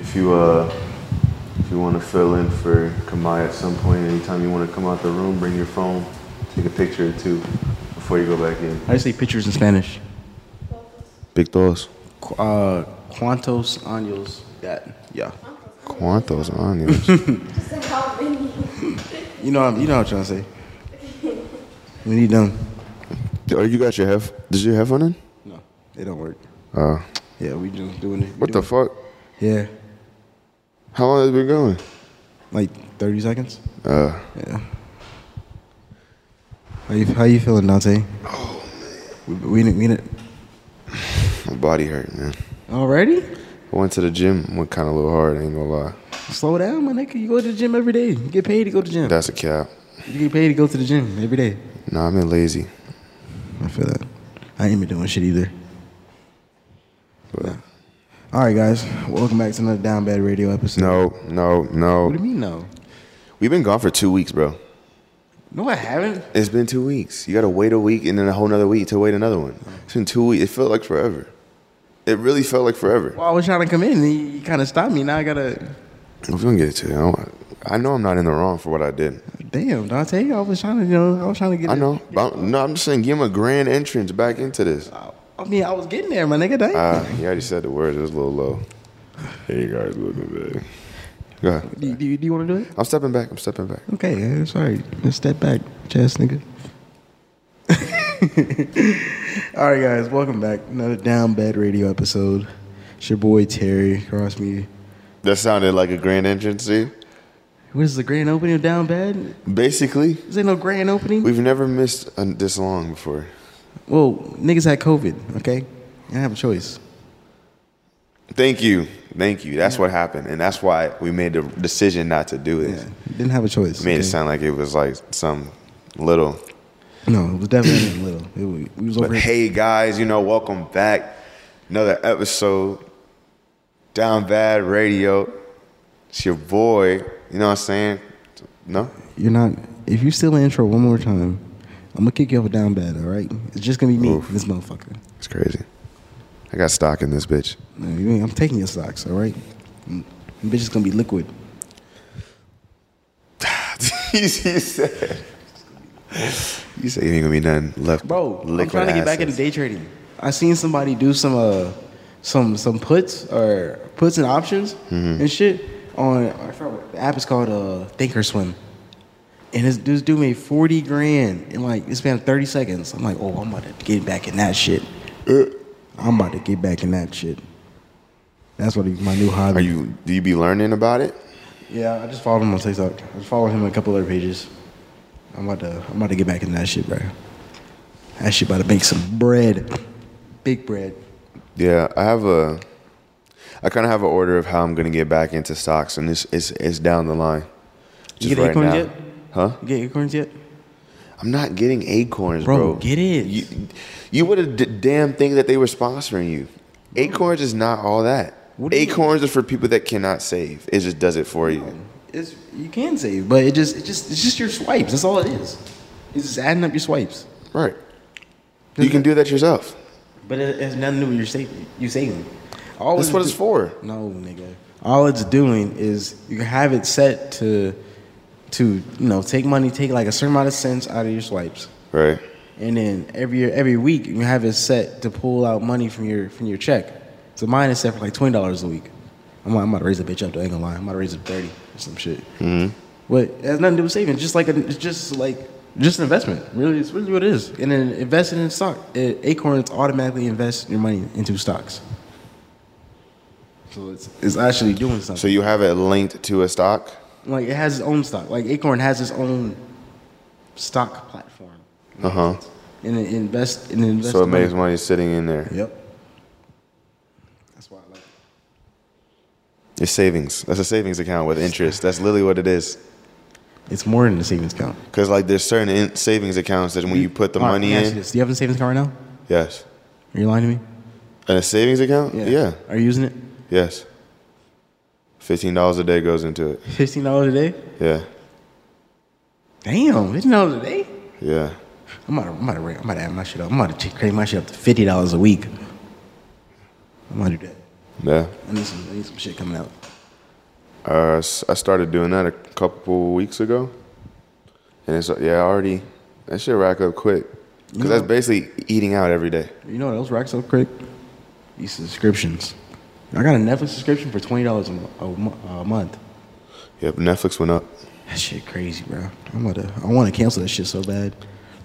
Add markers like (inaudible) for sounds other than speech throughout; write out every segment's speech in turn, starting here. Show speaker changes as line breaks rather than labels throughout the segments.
if you uh, if you want to fill in for Kamai at some point, anytime you want to come out the room, bring your phone, take a picture or two before you go back in.
How do you say pictures in Spanish?
Big thoughts.
Qu- Uh, cuantos años that? Yeah.
Quantos onions.
You know, what- you know what I'm trying to (laughs) say. We need them.
(laughs) Are you got your hef? Did you have one in?
No, they don't work.
Uh,
Yeah, we just doing it.
what the fuck?
Yeah,
How long has it been going?
like 30 seconds.
Uh,
Yeah. How you, how you feeling, Dante? Oh man. We we didn't mean it.
my body hurt, man.
Already?
I went to the gym. Went kind of a little hard. Ain't gonna lie.
Slow down, my nigga. You go to the gym every day. You get paid to go to the gym.
That's a cap.
You get paid to go to the gym every day.
Nah, I've been lazy.
I feel that. I ain't been doing shit either. All right, guys. Welcome back to another Down Bad Radio episode.
No, no,
What do
no.
you mean no?
We've been gone for two weeks, bro.
No, I haven't.
It's been two weeks. You gotta wait a week and then a whole nother week to wait another one. It's been two weeks. It felt like forever. It really felt like forever.
Well, I was trying to come in and you, kind of stopped me. Now I gotta.
We're gonna get it to you. I don't- I know I'm not in the wrong for what I did.
Damn, Dante. I was trying to, you know, I was trying to get.
I know. But I'm, no, I'm just saying, give him a grand entrance back into this.
I, I mean, I was getting there, my nigga. Damn.
Ah, you already said the words. It was a little low. Hey, you guys, looking back. Go ahead.
do, you- do, you- do you want to do it?
I'm stepping back. I'm stepping back.
Okay, yeah, sorry. Just step back, chest nigga. (laughs) All right, guys, welcome back. Another Down Bad Radio episode. It's your boy Terry across me.
That sounded like a grand entrance, see?
What is the grand opening of Down Bad?
Basically,
Is there no grand opening?
we've never missed uh this long before.
well, niggas had COVID, okay? I have a choice.
Thank you. Thank you. That's what happened. And that's why we made the decision not to do this.
Yeah, didn't have a choice.
Made it
okay?
sound like it was like some little
No, it was definitely little. It was, we was
But
over here.
hey guys, you know, welcome back. Another episode. Down Bad Radio. It's your boy. You know what I'm saying? No?
You're not. If you steal the intro one more time, I'm gonna kick you off a Down Bad. All right? It's just gonna be me,
Oof.
this motherfucker.
It's crazy. I got stock in this bitch. (laughs)
No, you ain't, I'm taking your socks, all right? Mm, Bitch is gonna be liquid.
you said. You said you ain't gonna be nothing left.
Bro, I'm
liquid
trying to get back
assets.
into day trading. I seen somebody do some uh some some puts or puts and options and shit on I forgot what the app is called uh Thinkorswim. And this, this dude made 40 grand in like it's been 30 seconds. I'm like, oh, I'm about to get back in that shit. I'm about to get back in that shit. That's what he, my new hobby.
Are you do you be learning about it?
Yeah, I just followed him on TikTok. I just followed him on a couple other pages. I'm about to I'm about to get back into that shit, bro. That shit about to make some bread. Big bread.
Yeah, I have a I kinda have an order of how I'm gonna get back into stocks and it's it's it's down the line.
You get acorns yet?
Huh?
You get acorns yet?
I'm not getting acorns,
Bro,
bro.
get it.
You, you would have d- damn think that they were sponsoring you. Acorns is not all that.
What do you-
Acorns is for people that cannot save. It just does it for you.
It's you can save, but it just it just it's just your swipes. That's all it is. It's just adding up your swipes.
Right. You can do that yourself.
But it has nothing to do with your saving. You saving. All
That's what it's for.
No, nigga. All it's doing is you have it set to to you know take money, take like a certain amount of cents out of your swipes.
Right.
and then every year, every week you have it set to pull out money from your from your check. So mine is set for like twenty dollars a week. I'm, I'm about to raise a bitch up. though, I ain't gonna lie. I'm about to raise it to thirty or some shit. Mm-hmm. But it has nothing to do with savings. Just like a, it's just like just an investment. Really, it's really what it is. And then investing in stock, it, Acorns automatically invests your money into stocks. So it's it's actually doing something.
So you have it linked to a stock.
like it has its own stock. Like Acorn has its own stock platform.
Uh huh.
And it invest and it invests
So it
the money.
makes money sitting in there.
Yep. That's why I like it.
It's savings. That's a savings account with interest. That's literally what it is.
It's more than the savings account.
Because like there's certain in- savings accounts that when you put the
All right,
money
let me ask you
in,
this. Do you have a savings account right now?
yes.
Are you lying to me?
And a savings account, yeah.
Are you using it?
Yes. Fifteen dollars a day goes into it.
Fifteen dollars a day?
Yeah.
Damn, fifteen dollars a day?
Yeah.
I'm about to, I'm about to, ra- I'm about to add my shit up. I'm about to ch- crank my shit up to fifty dollars a week. I'm gonna do that.
Yeah.
I need some, I need some shit coming out.
Uh, s- I started doing that a couple weeks ago, and it's yeah, I already that shit rack up quick because that's basically eating out every day.
You know what else racks up quick? These subscriptions. I got a Netflix subscription for twenty dollars a, mo- a mo- a month.
Yep, Netflix went up.
That shit crazy, bro. I'm about to. I want to cancel that shit so bad.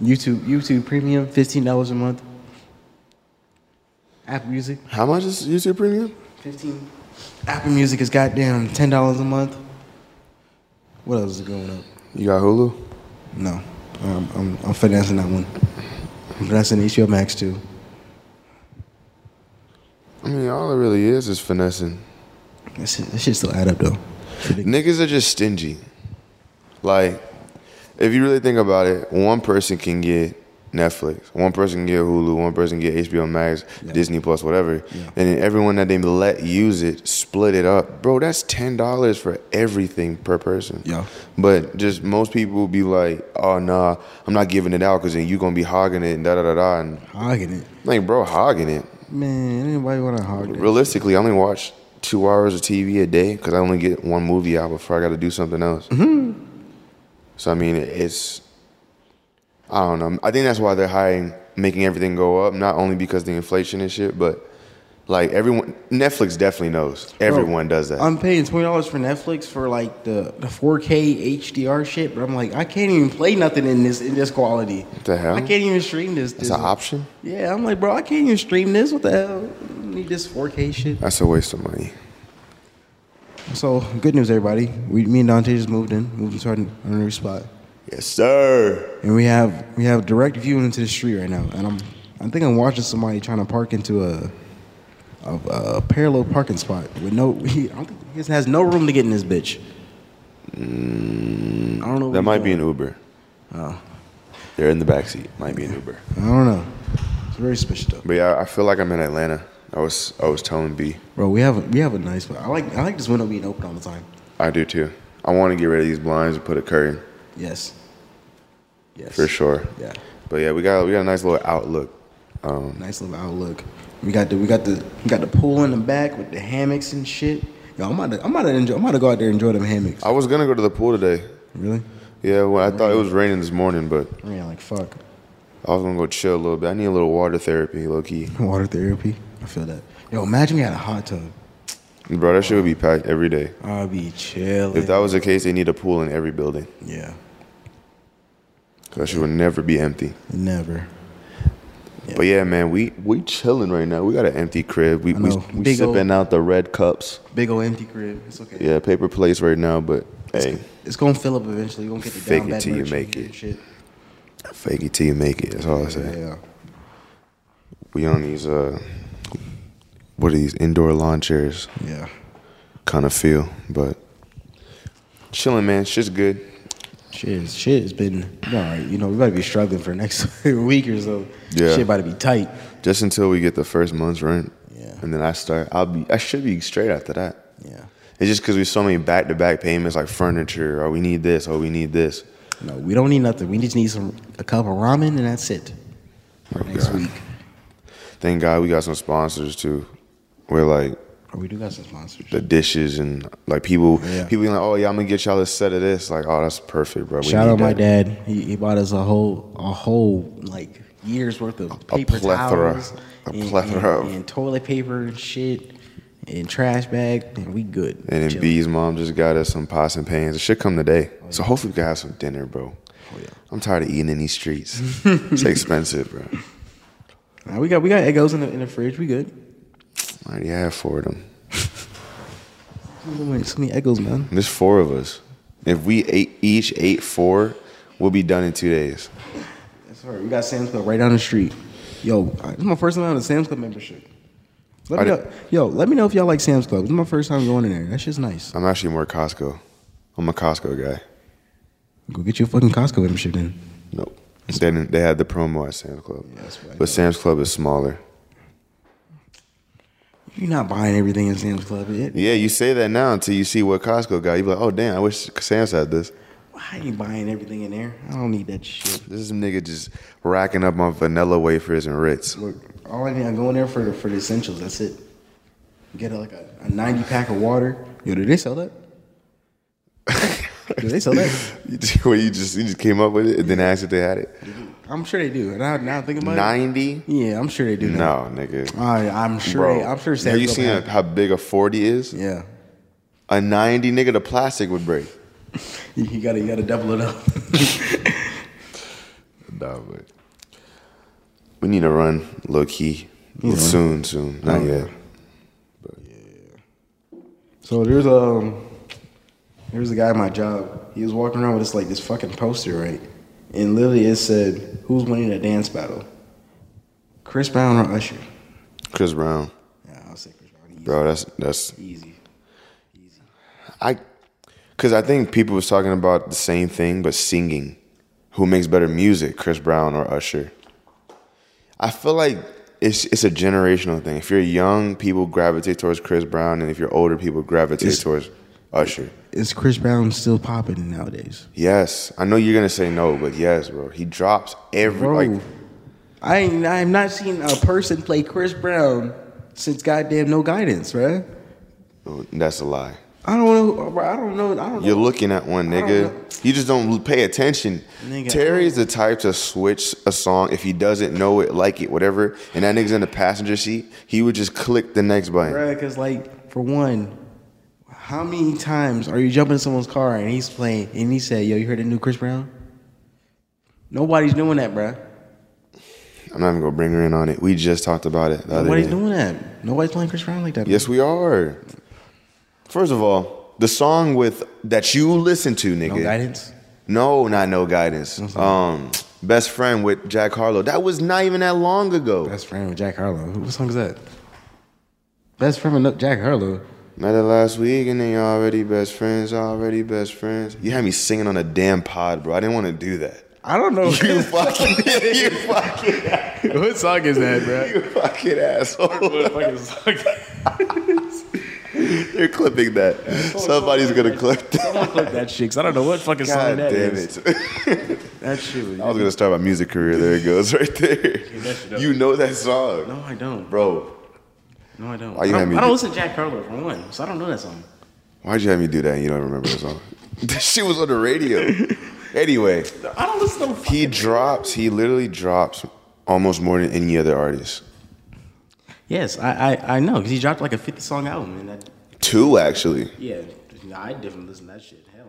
YouTube, YouTube Premium, fifteen dollars a month. Apple Music,
How much is YouTube Premium?
fifteen. Apple Music is goddamn ten dollars a month. What else is going up?
You got Hulu?
No, um, I'm I'm financing that one. I'm financing HBO Max too.
I mean, all it really is is finessing.
That shit, that shit still add up though.
Niggas are just stingy. Like, if you really think about it, one person can get Netflix, one person can get Hulu, one person can get HBO Max, Disney Plus, whatever. And then everyone that they let use it, split it up. Bro, that's ten dollars for everything per person.
Yeah.
But just most people will be like, oh nah, I'm not giving it out because then you gonna be hogging it and da da da da. And
Hogging it,
like, bro, hogging it.
man. Anybody want to hog it?
Realistically, I only watch two hours of TV a day because I only get one movie out before I got to do something else.
Mm-hmm.
So I mean, it's I don't know. I think that's why they're hiring, making everything go up. Not only because of the inflation and shit, but like everyone, Netflix definitely knows. Everyone does that.
I'm paying twenty dollars for Netflix for like the, the 4K HDR shit, but I'm like, I can't even play nothing in this in this quality. What
the hell?
I can't even stream this.
it's
this
an option.
yeah, I'm like, bro, I can't even stream this. What the hell? I need this 4K shit.
That's a waste of money.
So good news, everybody. We, me and Dante just moved in, moved into our, our new spot,
Yes, sir.
and we have we have direct view into the street right now. And I'm I think I'm watching somebody trying to park into a a, a parallel parking spot with no. (laughs) He, I don't think he has no room to get in this bitch. Mm, I don't know. what
That
he's
might be
doing.
an Uber. Oh, they're in the backseat. Might be an Uber.
I don't know. It's very suspicious though.
But yeah, I feel like I'm in Atlanta. I was I was telling B.
Bro, we have a, we have a nice. I like I like this window being open all the time.
I do too. I want to get rid of these blinds and put a curtain
Yes. Yes.
for sure.
Yeah.
But yeah, we got we got a nice little outlook. Um,
Nice little outlook. We got the we got the we got the pool in the back with the hammocks and shit. Yo, I'm about to I'm about to enjoy, I'm about to go out there and enjoy them hammocks.
I was gonna go to the pool today.
Really?
Yeah, well, I thought it was raining this morning, but
I mean, like fuck. (laughs)
I was gonna go chill a little bit. I need a little water therapy, low key.
Water therapy. I feel that. Yo, imagine we had a hot tub.
Bro, that shit would be packed every day.
I'll be chilling.
If that was the case, they need a pool in every building.
yeah.
That shit would never be empty.
Never.
But yeah, man, we we chilling right now. We got an empty crib. We we,
know.
we
Big ol'-
sipping out the red cups.
Big old empty crib. It's okay.
Yeah, paper plates right now, but hey,
It's gonna fill up eventually. You're gonna get the
Fake
down
it
bad
till you
merchant
make
and
it.
Shit.
fake it till you make it. That's all I say.
Yeah.
We on these uh, what are these indoor lawn chairs
Yeah.
kind of feel, but chilling, man. Shit's good.
Shit, shit has been all right. You know, we about to be struggling for the next (laughs) week or so.
Yeah.
Shit about to be tight.
Just until we get the first month's rent,
Yeah.
and then I start. I'll be. I should be straight after that.
Yeah.
It's just because we so many back to back payments, like furniture, or we need this, or we need this.
No, we don't need nothing. We just need some a cup of ramen and that's it. For next
Oh, God.
week.
Thank God we got some sponsors too. We're like
Oh, we do got some sponsors.
the dishes and like people.
Yeah.
People be like, oh yeah, I'm gonna get y'all a set of this. Like, oh that's perfect, bro. We
Shout
need
out my
that."
dad. He, he bought us a whole a whole like year's worth of paper
plethora.
towels
A
and-
plethora
and,
of-
and toilet paper and shit and trash bag and we good.
And then
Chill.
B's mom just got us some pots and pans. It should come today.
Oh,
So hopefully we can have some dinner, bro. I'm tired of eating in these
(laughs)
streets. it's expensive, bro.
Nah, we got we got egos in the in the fridge. We good.
I already have four of them.
So many, so many egos, man.
There's four of us. If we ate, each ate four, we'll be done in two days.
That's right. We got Sam's Club right down the street. Yo, uh, this is my first time on a Sam's Club membership. Let me
I
know, yo, let me know if y'all like Sam's Club. This is my first time going in there. That shit's nice.
I'm actually more Costco. I'm a Costco guy.
Go get you a fucking Costco membership then.
Nope. They, didn't, they had the promo at Sam's Club.
Yeah, that's what I know.
but Sam's Club is smaller.
You're not buying everything in Sam's Club. It,
Yeah, you say that now until you see what Costco got. You be like, oh, damn, I wish Sam's had this.
I ain't buying everything in there. I don't need that shit.
This is some nigga just racking up on vanilla wafers and Ritz.
Look, all I need, I go in there for the, for the essentials. That's it. Get a, like a, a 90 pack of water. Yo, do they sell that? (laughs) Do they sell that?
You just, (laughs) well, you just you just came up with it and then asked if they had it.
I'm sure they do. And I now I'm thinking about
Ninety?
it. Yeah, I'm sure they do. Now.
No, nigga.
I, I'm sure.
Bro,
they, I'm sure.
have you
Sam's
seen
up
how big a forty is?
there. Yeah. (laughs)
A ninety, nigga, the plastic would break.
You, you gotta you gotta double it up. (laughs)
Nah, but we need to run low key. Soon, soon. Not
Oh.
yet.
so there's um there was a guy at my job. He was walking around with this like this fucking poster, right? And literally it said, "Who's winning the dance battle? Chris Brown or Usher?"
Chris Brown.
Yeah, I'll say Chris Brown.
Bro, that's that's
Easy. Easy.
I cause I think people was talking about the same thing but singing. Who makes better music, Chris Brown or Usher? I feel like it's it's a generational thing. If you're young, people gravitate towards Chris Brown and if you're older, people gravitate
It's-
towards Usher.
Is Chris Brown still popping nowadays?
Yes. I know you're gonna say no, but yes, bro. He drops every
Bro,
like
I ain't, I have not seen a person play Chris Brown since goddamn no guidance, right?
oh, that's a lie.
I don't know. Bro, I don't know. I don't
You're
know.
looking at one
I don't
nigga. You just don't pay attention.
Nigga.
Terry is the type to switch a song if he doesn't know it, like it, whatever. And that nigga's in the passenger seat. He would just click the next button.
Bruh, cause like for one, how many times are you jumping in someone's car and he's playing and he said, "Yo, you heard the new Chris Brown?" Nobody's doing that, bruh.
I'm not even gonna bring her in on it. We just talked about it. The other
Nobody's
day.
doing that. Nobody's playing Chris Brown like that.
Yes, we are. First of all, the song with that you listen to, nigga.
no guidance.
No, not no guidance. Um, best friend with Jack Harlow. That was not even that long ago.
Best friend with Jack Harlow. Who- What song is that? Best friend with Jack Harlow.
Met her last week and then you already best friends, already best friends. You had me singing on a damn pod, bro. I didn't want to do that.
I don't
(laughs)
know.
You fucking, you fucking,
(laughs) what song is that,
(laughs)
bruh?
you fucking asshole. You're clipping that. Somebody's gonna clip that.
Someone clip that shit, 'cause I don't know what fucking
God
song that
damn
is.
it. (laughs)
That shit. Was,
I was gonna start my music career. There it goes, right there. You know that song,
no, I don't, bro.
bro.
No, I don't.
Why you
I
had
don't,
me
I don't
do-
listen to Jack Harlow for one, so I don't know that song.
Why'd you have me do that? And you don't remember the song? (laughs) That shit was on the radio. Anyway,
I don't listen to.
he drops. He literally drops almost more than any other artist.
Yes, I I, I know because he dropped like a fifty song album and that.
Two actually.
Yeah, nah, I definitely listen to that shit. Hell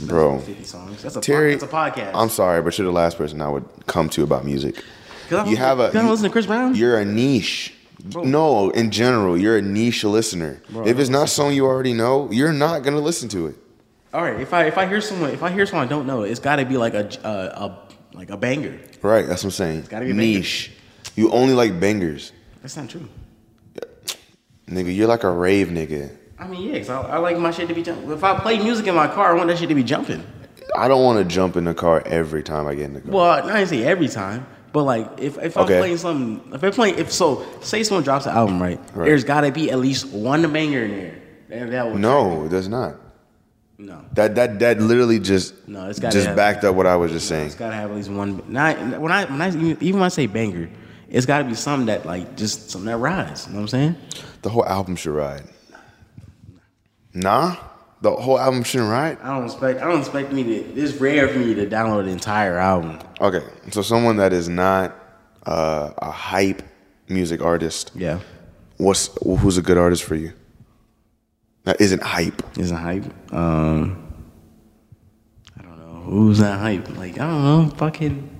no,
Bro.
fifty songs. That's a
Terry,
Terry, that's a podcast.
I'm sorry, but you're the last person I would come to about music.
Cause I'm-
You have a.
cause I don't listen to Chris Brown.
You're a niche.
Bro.
No, in general, you're a niche listener.
Bro, I
if it's
don't
not something you already know, you're not gonna listen to it.
All right, if I if I hear someone if I hear someone I don't know, it's got to be like a, a a like a banger.
Right? That's what I'm saying. It's
gotta be a banger.
niche. You only like bangers,
That's not true.
nigga. You're like a rave, nigga.
I mean, yeah, 'cause I, I like my shit to be jumping. If I play music in my car, I want that shit to be jumping.
I don't want to jump in the car every time I get in the car.
Well, I didn't say every time, but like if, if I'm
Okay.
playing something, if I'm playing, if so, say someone drops an album, right?
Right.
There's got to be at least one banger in there. That, that will-
no, it does not.
no,
That that that literally just
No, it's gotta
just
have-
backed up what I was just saying.
it's got to have at least one. Not when I when I even when I say banger, it's got to be something that like just something that rides. You know what I'm saying?
The whole album should ride. Nah, the whole album shouldn't ride.
I don't expect I don't expect me to. It's rare for me to download the entire album.
Okay, so someone that is not uh, a hype music artist,
Yeah,
what's who's a good artist for you? That isn't hype.
isn't hype. Um, I don't know who's not hype. Like I don't know, fucking.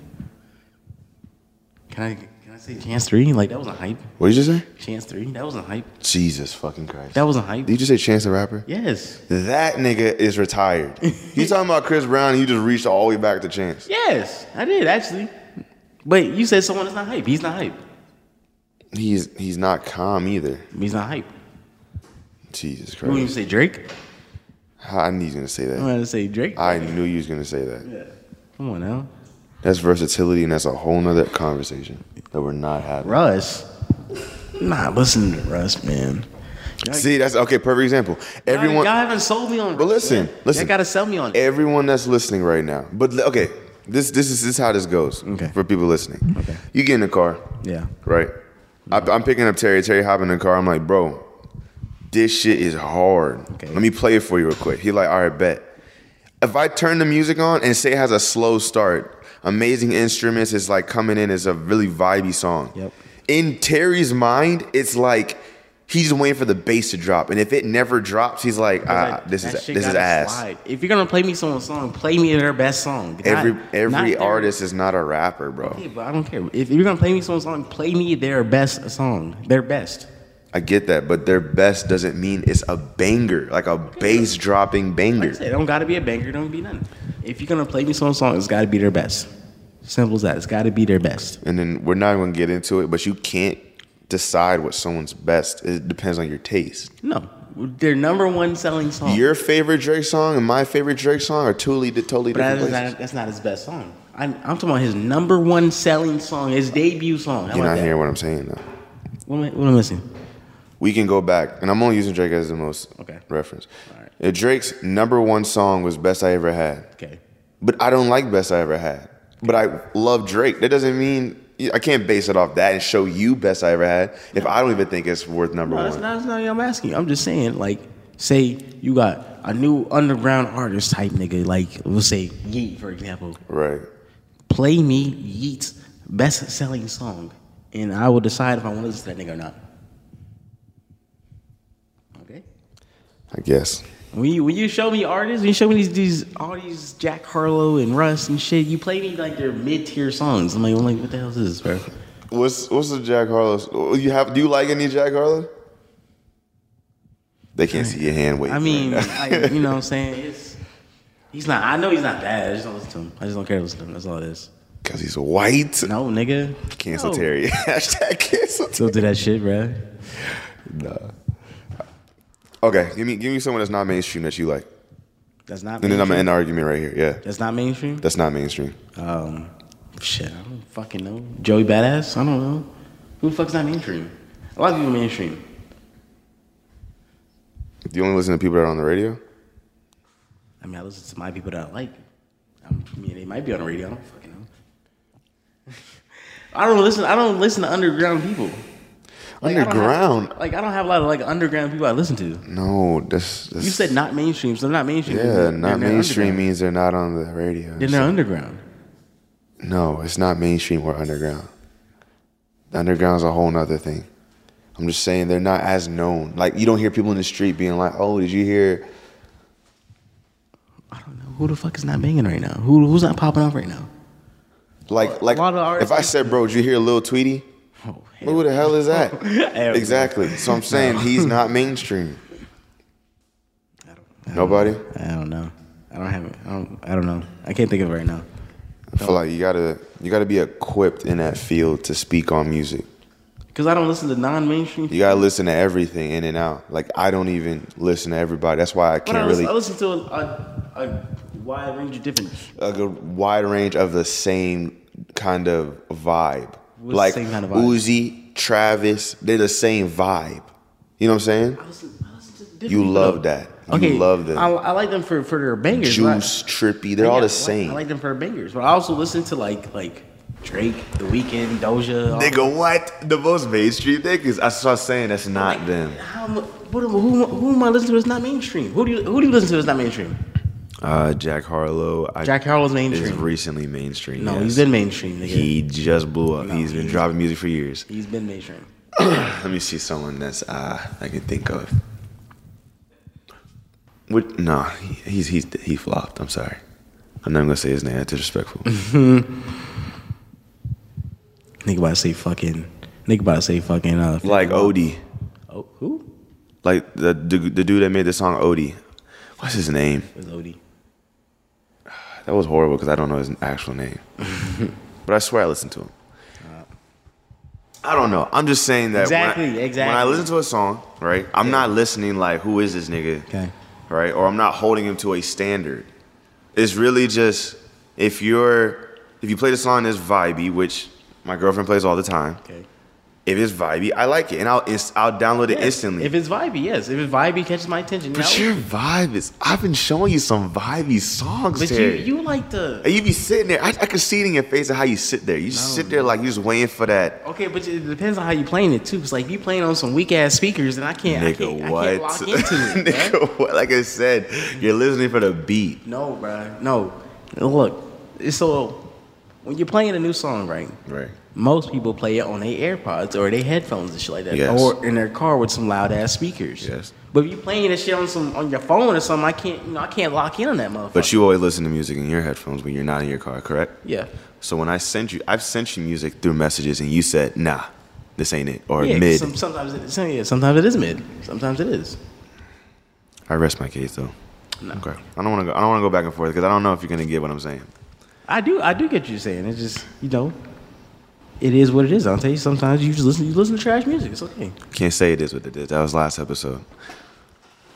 Can I can I say Chance Three? Like that wasn't hype.
What did you just say?
Chance Three, that wasn't hype.
Jesus fucking Christ!
That wasn't hype.
did you just say Chance the Rapper?
Yes,
That nigga is (laughs) retired. you talking about Chris Brown? You just reached all the way back to Chance.
yes, I did actually. But you said someone is not hype. He's not hype.
He's he's not calm either.
He's not hype.
Jesus
You wouldn't
Christ!
even say Drake.
I knew he was gonna say
I'm
that.
gonna say Drake.
I knew you was gonna say that.
yeah. Come on now,
That's versatility, and that's a whole nother conversation that we're not having.
Russ. Nah, listen to Russ, man.
See, that's okay. Perfect example. Everyone,
y'all haven't sold me on.
But listen, listen. Eh,
Y'all gotta sell me on. it.
everyone that's listening right now. But li- okay, this this is this is how this goes.
Okay.
For people listening,
Okay.
you get in the car,
Yeah.
right? I, I'm picking up Terry. Terry hop in the car. I'm like, bro, this shit is hard.
Okay.
Let me play it for you real quick. He like, all right, bet. if I turn the music on and say it has a slow start, amazing instruments is like coming in as a really vibey song.
Yep.
In Terry's mind, it's like he's waiting for the bass to drop, and if it never drops, he's like, ah,
That-
this
that
is
shit
this is
gotta
ass.
slide. If you're gonna play me someone's song, play me their best song. Not-
Every
not
every
their-
artist is not a rapper, bro.
Okay, but I don't care. If you're gonna play me someone's song, play me their best song. Their best.
I get that, but their best doesn't mean it's a banger, like a bass dropping
Like
banger.
I said, it don't gotta be a banger. Don't be nothing. If you're gonna play me someone's song, it's gotta be their best. Simple as that. It's gotta be their best.
and then we're not going to get into it, but you can't decide what someone's best. It depends on your taste.
No, their number one selling song.
Your favorite Drake song and my favorite Drake song are totally totally
But that
different
is
places.
not, that's not his best song. I'm, I'm talking about his number one selling song, his debut song. How
You're
about
not
that?
hearing what I'm saying though.
What am, I, what am I missing?
We can go back, and I'm only using Drake as the most
Okay.
reference.
Alright.
If Drake's number one song was "Best I Ever Had,"
Okay.
but I don't like "Best I Ever Had." But I love Drake. That doesn't mean I can't base it off that and show you "Best I Ever Had" if I don't even think it's worth number
No, that's
one.
not, that's not what I'm asking. you. I'm just saying, like, say you got a new underground artist type nigga, like, we'll say Yeet, for example.
right.
Play me Yeet's best selling song, and I will decide if I want to listen to that nigga or not. Okay?
I guess.
When you, when you show me artists, when you show me these, these all these Jack Harlow and Russ and shit, you play me like their mid tier songs. I'm like, I'm like, what the hell is this, bro?
What's what's the Jack Harlow? oh, You have? Do you like any Jack Harlow? They can't see your hand waving. (laughs)
I mean,
right now.
like, you know what I'm saying? It's, he's not. I know he's not bad. I just don't listen to him. I just don't care to listen to him. That's all it is.
Cause he's white.
No, nigga.
Cancel
No.
Terry. (laughs) Hashtag cancel. Terry.
Still do that shit, bro.
Okay, give me give me someone that's not mainstream that you like,
That's not.
and then I'm gonna
mainstream.
end the argument right here. Yeah,
That's not mainstream.
that's not mainstream.
Um, shit, I don't fucking know. Joey Badass. I don't know. Who the fuck's not mainstream? A lot of people mainstream.
Do you only listen to people that are on the radio?
I mean, I listen to my people that I like. I'm, I mean, they might be on the radio. I don't fucking know. (laughs) I don't listen. I don't listen to underground people. Like, I don't have-
Underground?
like I don't have a lot of like underground people I listen to.
No, that's, that's
You said not mainstream, so they're not mainstream.
yeah,
They're-
not
they're
mainstream
underground.
means they're not on the radio.
Then they're underground.
No, it's not mainstream or underground. Underground's a whole nother thing. I'm just saying they're not as known. Like you don't hear people in the street being like, "Oh, did you hear?"
I don't know who the fuck is not banging right now. Who who's not popping up right now?
Like, like
lot of artists-
if I said, "Bro, did you hear Lil Tweety?"
Oh, hell.
Who the hell is
(laughs)
that?
Everybody.
exactly. So I'm saying he's not mainstream. Nobody.
I don't know. I don't have. I don't. I don't know. I can't think of it right now.
I feel like you gotta you gotta be equipped in that field to speak on music.
Cause I don't listen to non-mainstream.
You gotta listen to everything in and out. Like I don't even listen to everybody. That's why I
But I
can't
listen,
really
I listen to a, a, a wide range of different.
a good wide range of the same kind of vibe.
What's
like
the same kind of vibe?
Uzi, Travis, they're the same vibe. You know what I'm saying?
I listen, I listen to different
You
people.
love that.
Okay,
You love them.
I, I like them for, for their bangers. but I-
Juice, Trippy, they're all
yeah, I
the
like-
same.
I like them for their bangers, but I also listen to like like Drake, The Weeknd, Doja. all-
Nigga, what? The most mainstream niggas. I saw saying that's not them.
How, mu- what, am- who, who am I listening to that's not mainstream? Who do you who do you listen to that's not mainstream?
Uh, Jack Harlow. I,
Jack Harlow's
is
mainstream.
recently mainstream.
no,
yes.
he's been mainstream. Nigga.
He just blew up. he's been dropping music for years.
he's been mainstream.
Let me see someone that's uh, I can think of. What? No, he, he's he's he flopped. I'm sorry. I'm not gonna say his name. That's
(laughs)
disrespectful.
Nigga about to say fucking. Nigga about to say fucking. Uh,
like Odie,
oh, who?
like the, the the dude that made the song Odie. What's his name?
It was Odie.
That was horrible because I don't know his actual
(laughs)
name. but I swear I listened to him. I don't know. I'm just saying that
Exactly,
when I,
exactly.
when I listen to a song, right, I'm not listening like who is this nigga,
Okay.
right, or I'm not holding him to a standard. It's really just if you're if you play the song that's vibey, which my girlfriend plays all the time,
Okay.
If it's vibey, I like it, and I'll inst- I'll download it instantly.
If it's vibey, yes. If it's vibey, catches my attention.
but
you know?
your vibe is. I've been showing you some vibey songs,
but you,
Terry.
you like the
and you be sitting there. I, I can see it in your face of how you sit there. You just
No,
sit there like you just waiting for that.
okay, but it depends on how you playing it too. It's like you playing on some weak ass speakers, and I can't, I
Nigga,
can't,
what?
I
(laughs)
can't lock into it. bruh.
Nigga, what? Like I said, you're listening for the beat.
No, bruh. No. Look, it's so when you're playing a new song, right?
Right.
Most people play it on their AirPods or their headphones and shit like that,
Yes.
or in their car with some loud ass speakers.
Yes.
But if you playing that shit on some on your phone or something, I can't, you know, I can't lock in on that motherfucker.
But you always listen to music in your headphones when you're not in your car, correct?
yeah,
So when I sent you, I've sent you music through messages, and you said, "Nah, this ain't it," or
yeah. 'cause
"Mid."
Some, sometimes it, some, yeah, sometimes it is mid. Sometimes it is.
I rest my case though.
No.
Okay. I don't want to go. I don't want to go back and forth because I don't know if you're gonna get what I'm saying.
I do, I do get what you're saying. It's just, you know, it is what it is. I'll tell you. Sometimes you just listen, you listen to trash music. It's okay.
Can't say it is what it is. That was last episode. (laughs)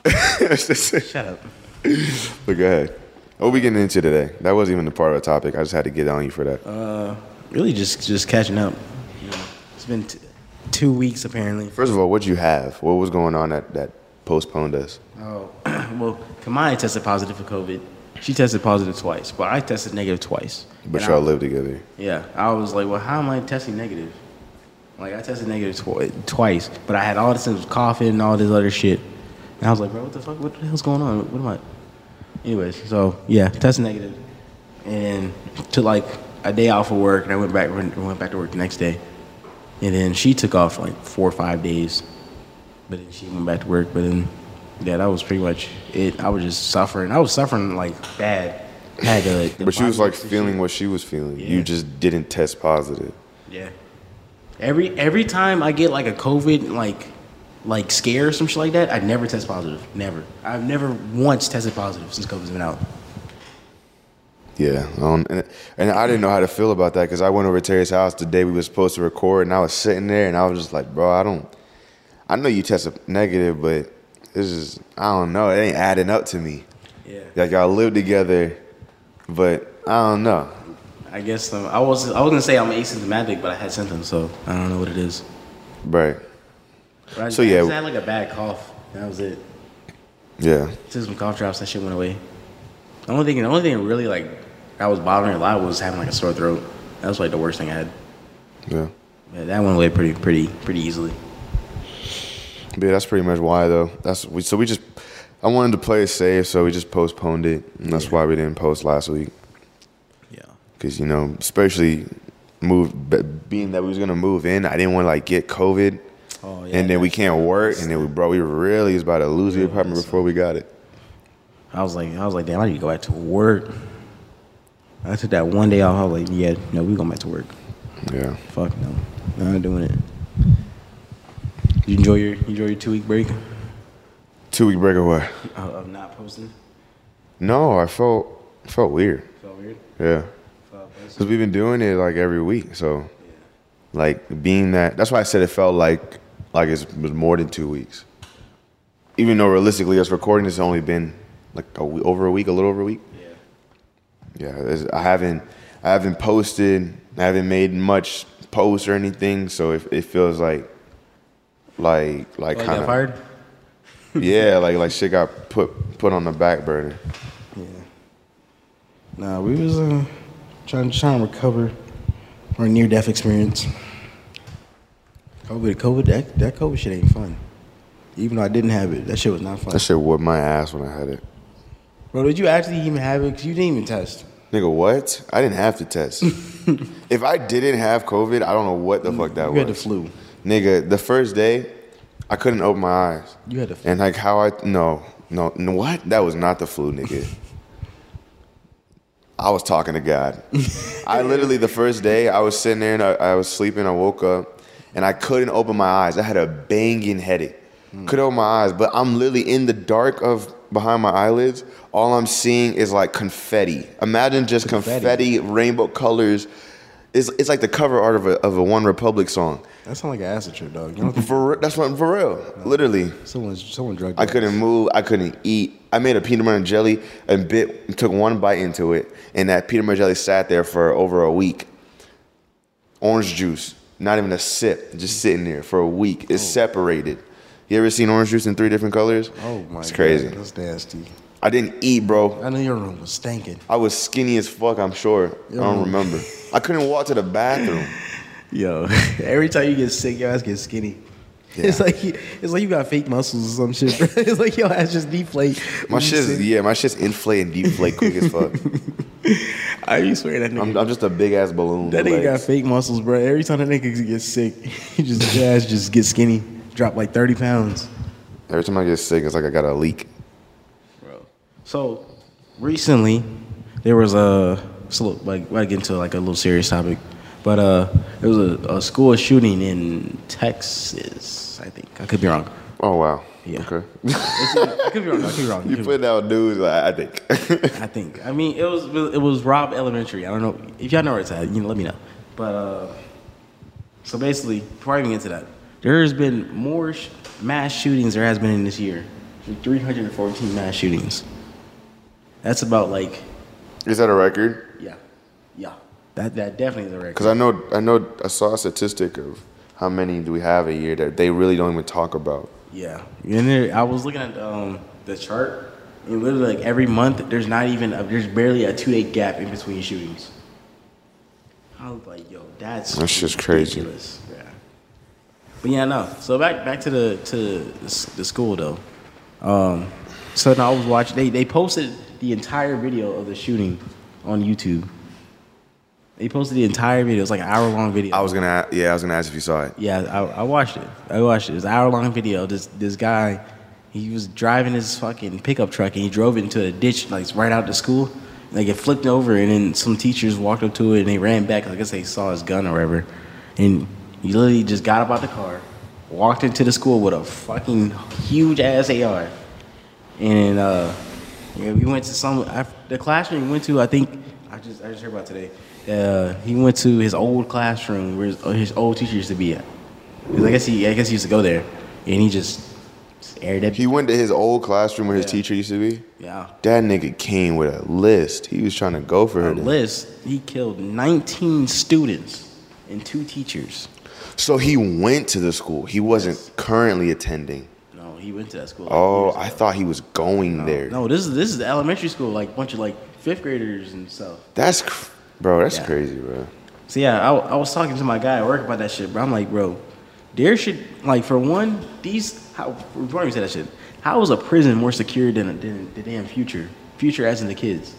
but
Shut up.
go ahead. What we getting into today? That wasn't even a part of the topic. I just had to get on you for
Uh,
that.
Really, just just catching up. You know, it's been t- two weeks apparently.
First of all, what'd you have? What was going on that that postponed us?
Oh, (clears throat) well, Kamaya tested positive for COVID. She tested positive twice, but I tested negative twice.
But
And
y'all
I-
live together.
Yeah, I was like, well, how am I testing negative? Like, I tested negative tw- twice, but I had all this symptoms, coughing and all this other shit. And I was like, bro, what the fuck? What the hell's going on? What am I? Anyways, so yeah, tested negative, and took like a day off of work, and I went back went back to work the next day, and then she took off like four or five days, but then she went back to work. But then, yeah, that was pretty much it. I was just suffering. I was suffering like bad. Had uh, the
But she was
body
like
aches and
feeling
shit.
what she was feeling.
Yeah.
You just didn't test positive.
Yeah. Every every time I get like a COVID like like scare or some shit like that, I never test positive. Never. I've never once tested positive since COVID's been out.
Yeah, um, and and I didn't know how to feel about that because I went over to Terry's house the day we were supposed to record, and I was sitting there, and I was just like, "Bro, I don't. I know you tested negative, but this is I don't know. It ain't adding up to me.
Yeah.
Like y'all live together, but I don't know.
I guess um, I was I was gonna say I'm asymptomatic, but I had symptoms, so I don't know what it is.
Right?
But I,
So,
I
yeah.
just had like a bad cough. That was it.
Yeah,
Took some cough drops. That shit went away. The only thing the only thing that really like I was bothering a lot was having like a sore throat. That was like the worst thing I had.
yeah.
But that went away pretty pretty pretty easily.
But yeah, that's pretty much why though. That's we. So we just. I wanted to play it safe, so we just postponed it, and that's why we didn't post last week.
Yeah.
because you know, especially move be- being that we was gonna move in, I didn't want to like get COVID,
Oh, yeah,
and then we
that's-
can't work, and then we bro, we really was about to lose the
Yeah,
apartment
that's-
before we got it.
I was like, I was like, damn, I need to go back to work. I took that one day off. I was like, yeah, no, we going back to work.
Yeah,
Fuck no, I'm not doing it. You enjoy your you enjoy your two week break
two week break or what?
of, of not posting.
No, I felt felt weird.
Felt weird.
Yeah,
Felt
because we've been doing it like every week, so like being that that's why I said it felt like like it's, it was more than two weeks, even though realistically, us recording has only been like a, we- over a week, a little over a week.
Yeah.
Yeah, it's- I haven't, I haven't posted, I haven't made much posts or anything, so it, it feels like, like, like
Like
kind
got
of,
fired.
(laughs) yeah, like like shit got put put on the back burner.
Yeah. Nah, we was uh, trying trying to recover from a near death experience. COVID, COVID, that that COVID shit ain't fun. Even though I didn't have it, that shit was not fun.
That shit whooped my ass when I had it.
Bro, did you actually even have it? Because you didn't even test.
Nigga, what? I didn't have to
(laughs)
test. if I didn't have COVID, I don't know what the fuck that
you
was.
had the flu.
Nigga, the first day, I couldn't open my eyes.
You had the flu.
And like how I no no no what that was not the flu nigga. I was talking to God. I literally the first day I was sitting there and I, I was sleeping. I woke up and I couldn't open my eyes. I had a banging headache. Couldn't open my eyes, but I'm literally in the dark of behind my eyelids. All I'm seeing is like confetti. Imagine just confetti,
Confetti.
rainbow colors. It's, it's like the cover art of a, of a One Republic song.
That sounds like an acid trip, dog. You don't think
For, re- that's what for real, literally.
someone's someone drugged
I
you.
couldn't move. I couldn't eat. I made a peanut butter and jelly and bit took one bite into it, and that peanut butter jelly sat there for over a week. Orange juice, Not even a sip, just sitting there for a week. It's separated. You ever seen orange juice in three different colors?
Oh my
It's crazy.
God, that's nasty.
I didn't eat, bro.
I knew your room was stinking.
I was skinny as fuck, I'm sure. I
Yo.
don't remember. I couldn't walk to the
(laughs)
bathroom.
Yo, every time you get sick, your ass gets skinny. It's
Yeah.
like you- it's like you got fake muscles or some shit. bro. (laughs) it's like your ass just deflate.
My
when you
shit's
sit.
yeah, my shit's inflate and deflate quick as
(laughs)
fuck.
I be swear that nigga.
I'm, I'm just a big ass balloon.
that
with
nigga got
legs.
fake muscles, bro. Every time that nigga gets sick, (laughs) he just his ass just gets skinny, drop like thirty pounds.
Every time I get sick, it's like I got a leak.
So recently, there was a so look, like I get into like a little serious topic, but uh, there was a, a school shooting in Texas. I think I could be wrong.
Oh wow. (laughs)
Yeah.
Okay.
I could be wrong. I could be wrong. I
(laughs)
could
You
be
put out news, I I think. (laughs)
I think. I mean, it was it was Rob Elementary. I don't know if y'all know where it's at. You know, let me know. But uh, so basically, before I even get to that, there has been more sh- mass shootings there has been in this year. Three hundred and fourteen mass shootings. That's about like
Is that a record?
yeah, yeah. That that definitely is a record.
Because I know, I know, I saw a statistic of how many do we have a year that they really don't even talk about.
Yeah, and there, I was looking at um, the chart, and literally like every month, there's not even a, there's barely a two day gap in between shootings. I was like, yo, that's
That's just crazy.
ridiculous. Yeah. But yeah, no. So back back to the to the s- the school though. Um, so now I was watching. They they posted the entire video of the shooting on YouTube. They posted the entire video. It's like an hour long video.
I was gonna, yeah, I was gonna ask if you saw it.
Yeah, I, I watched it. I watched it. It's an hour long video. This this guy, he was driving his fucking pickup truck and he drove it into a ditch like right out to school. Like it flipped over and then some teachers walked up to it and they ran back. I guess they saw his gun or whatever. And he literally just got up out the car, walked into the school with a fucking huge ass AR. And uh, yeah, we went to some I, the classroom we went to. I think I just I just heard about today. Uh, he went to his old classroom where his, uh, his old teacher used to be at. 'Cause I guess he I guess he used to go there, and he just aired it.
He went to his old classroom where his
Yeah.
teacher used to be.
Yeah,
That nigga came with a list. He was trying to go for her.
the list. He killed 19 students and two teachers.
So he went to the school. He wasn't currently attending.
No, he went to that school. like,
Oh,
years
I
ago.
thought he was going there.
No, this is this is elementary school, like bunch of like fifth graders and stuff.
That's, cr- bro. That's
Yeah.
crazy, bro.
So yeah, I, I was talking to my guy at work about that shit, bro. I'm like, bro, there should like for one, these how before I even say that shit, how is a prison more secure than than the damn future? Future as in the kids.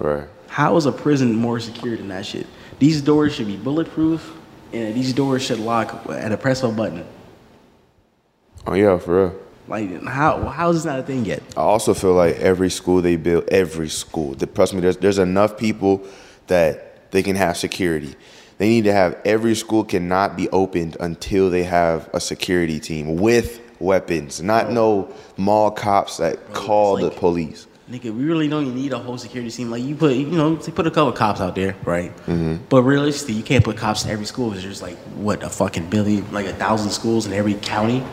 Right.
How is a prison more secure than that shit? These doors should be bulletproof, and these doors should lock at a press of a button.
Oh yeah, for real.
Like how how is this not a thing yet?
I also feel like every school they build, every school, th- trust me, there's, there's enough people that they can have security. They need to have every school cannot be opened until they have a security team with weapons, not no mall cops that call
it's
the
like-
police.
Nigga, we really don't need a whole security team. Like you put, you know, they put a couple cops out there, right? But realistically, you can't put cops in every school. There's just like what a fucking billion, like a thousand schools in every county,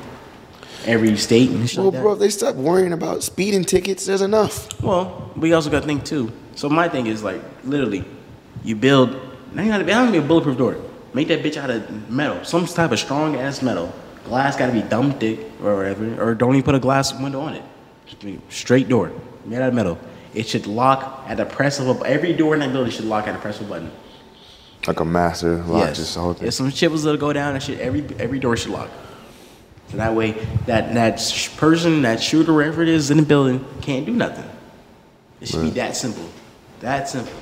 every state, and shit
Well,
like that.
bro, if they stop worrying about speeding tickets, there's enough.
Well, we also got to think too. So my thing is like literally, you build. Not even, not even a bulletproof door. Make that bitch out of metal, some type of strong ass metal. Glass got to be dumb thick or whatever, or don't even put a glass window on it. Just be straight door, made out of metal. It should lock at the press of a. Every door in that building should lock at the press of a button.
Like a master lock, just the whole thing.
If some shit was to go down, that shit every every door should lock. So that way, that that sh- person, that shooter, wherever it is in the building, can't do nothing. It should be that simple. That simple.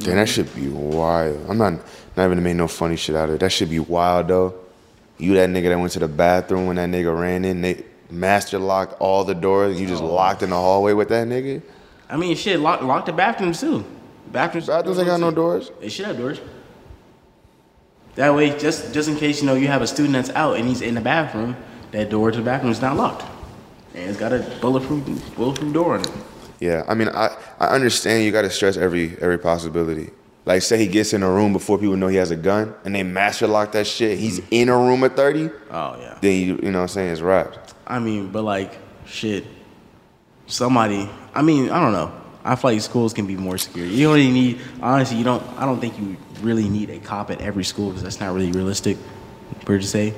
Damn, that should be wild. I'm not not even make no funny shit out of it. That should be wild though. You that nigga that went to the bathroom when that nigga ran in, they master locked all the doors. You just locked in the hallway with that nigga.
I mean, shit, lock lock the bathrooms too. Bathrooms.
Bathrooms ain't got no
too.
doors.
They should have doors. That way, just just in case you know you have a student that's out and he's in the bathroom, that door to the bathroom is not locked, and it's got a bulletproof bulletproof door on it.
Yeah, I mean, I I understand you got to stress every every possibility. Like, say he gets in a room before people know he has a gun, and they master lock that shit. He's in a room at thirty.
Oh yeah.
Then you you know what I'm saying it's wrapped.
I mean, but like, shit. Somebody. I mean, I don't know. I feel like schools can be more secure. You don't even need honestly. You don't. I don't think you really need a cop at every school because that's not really realistic. Per se,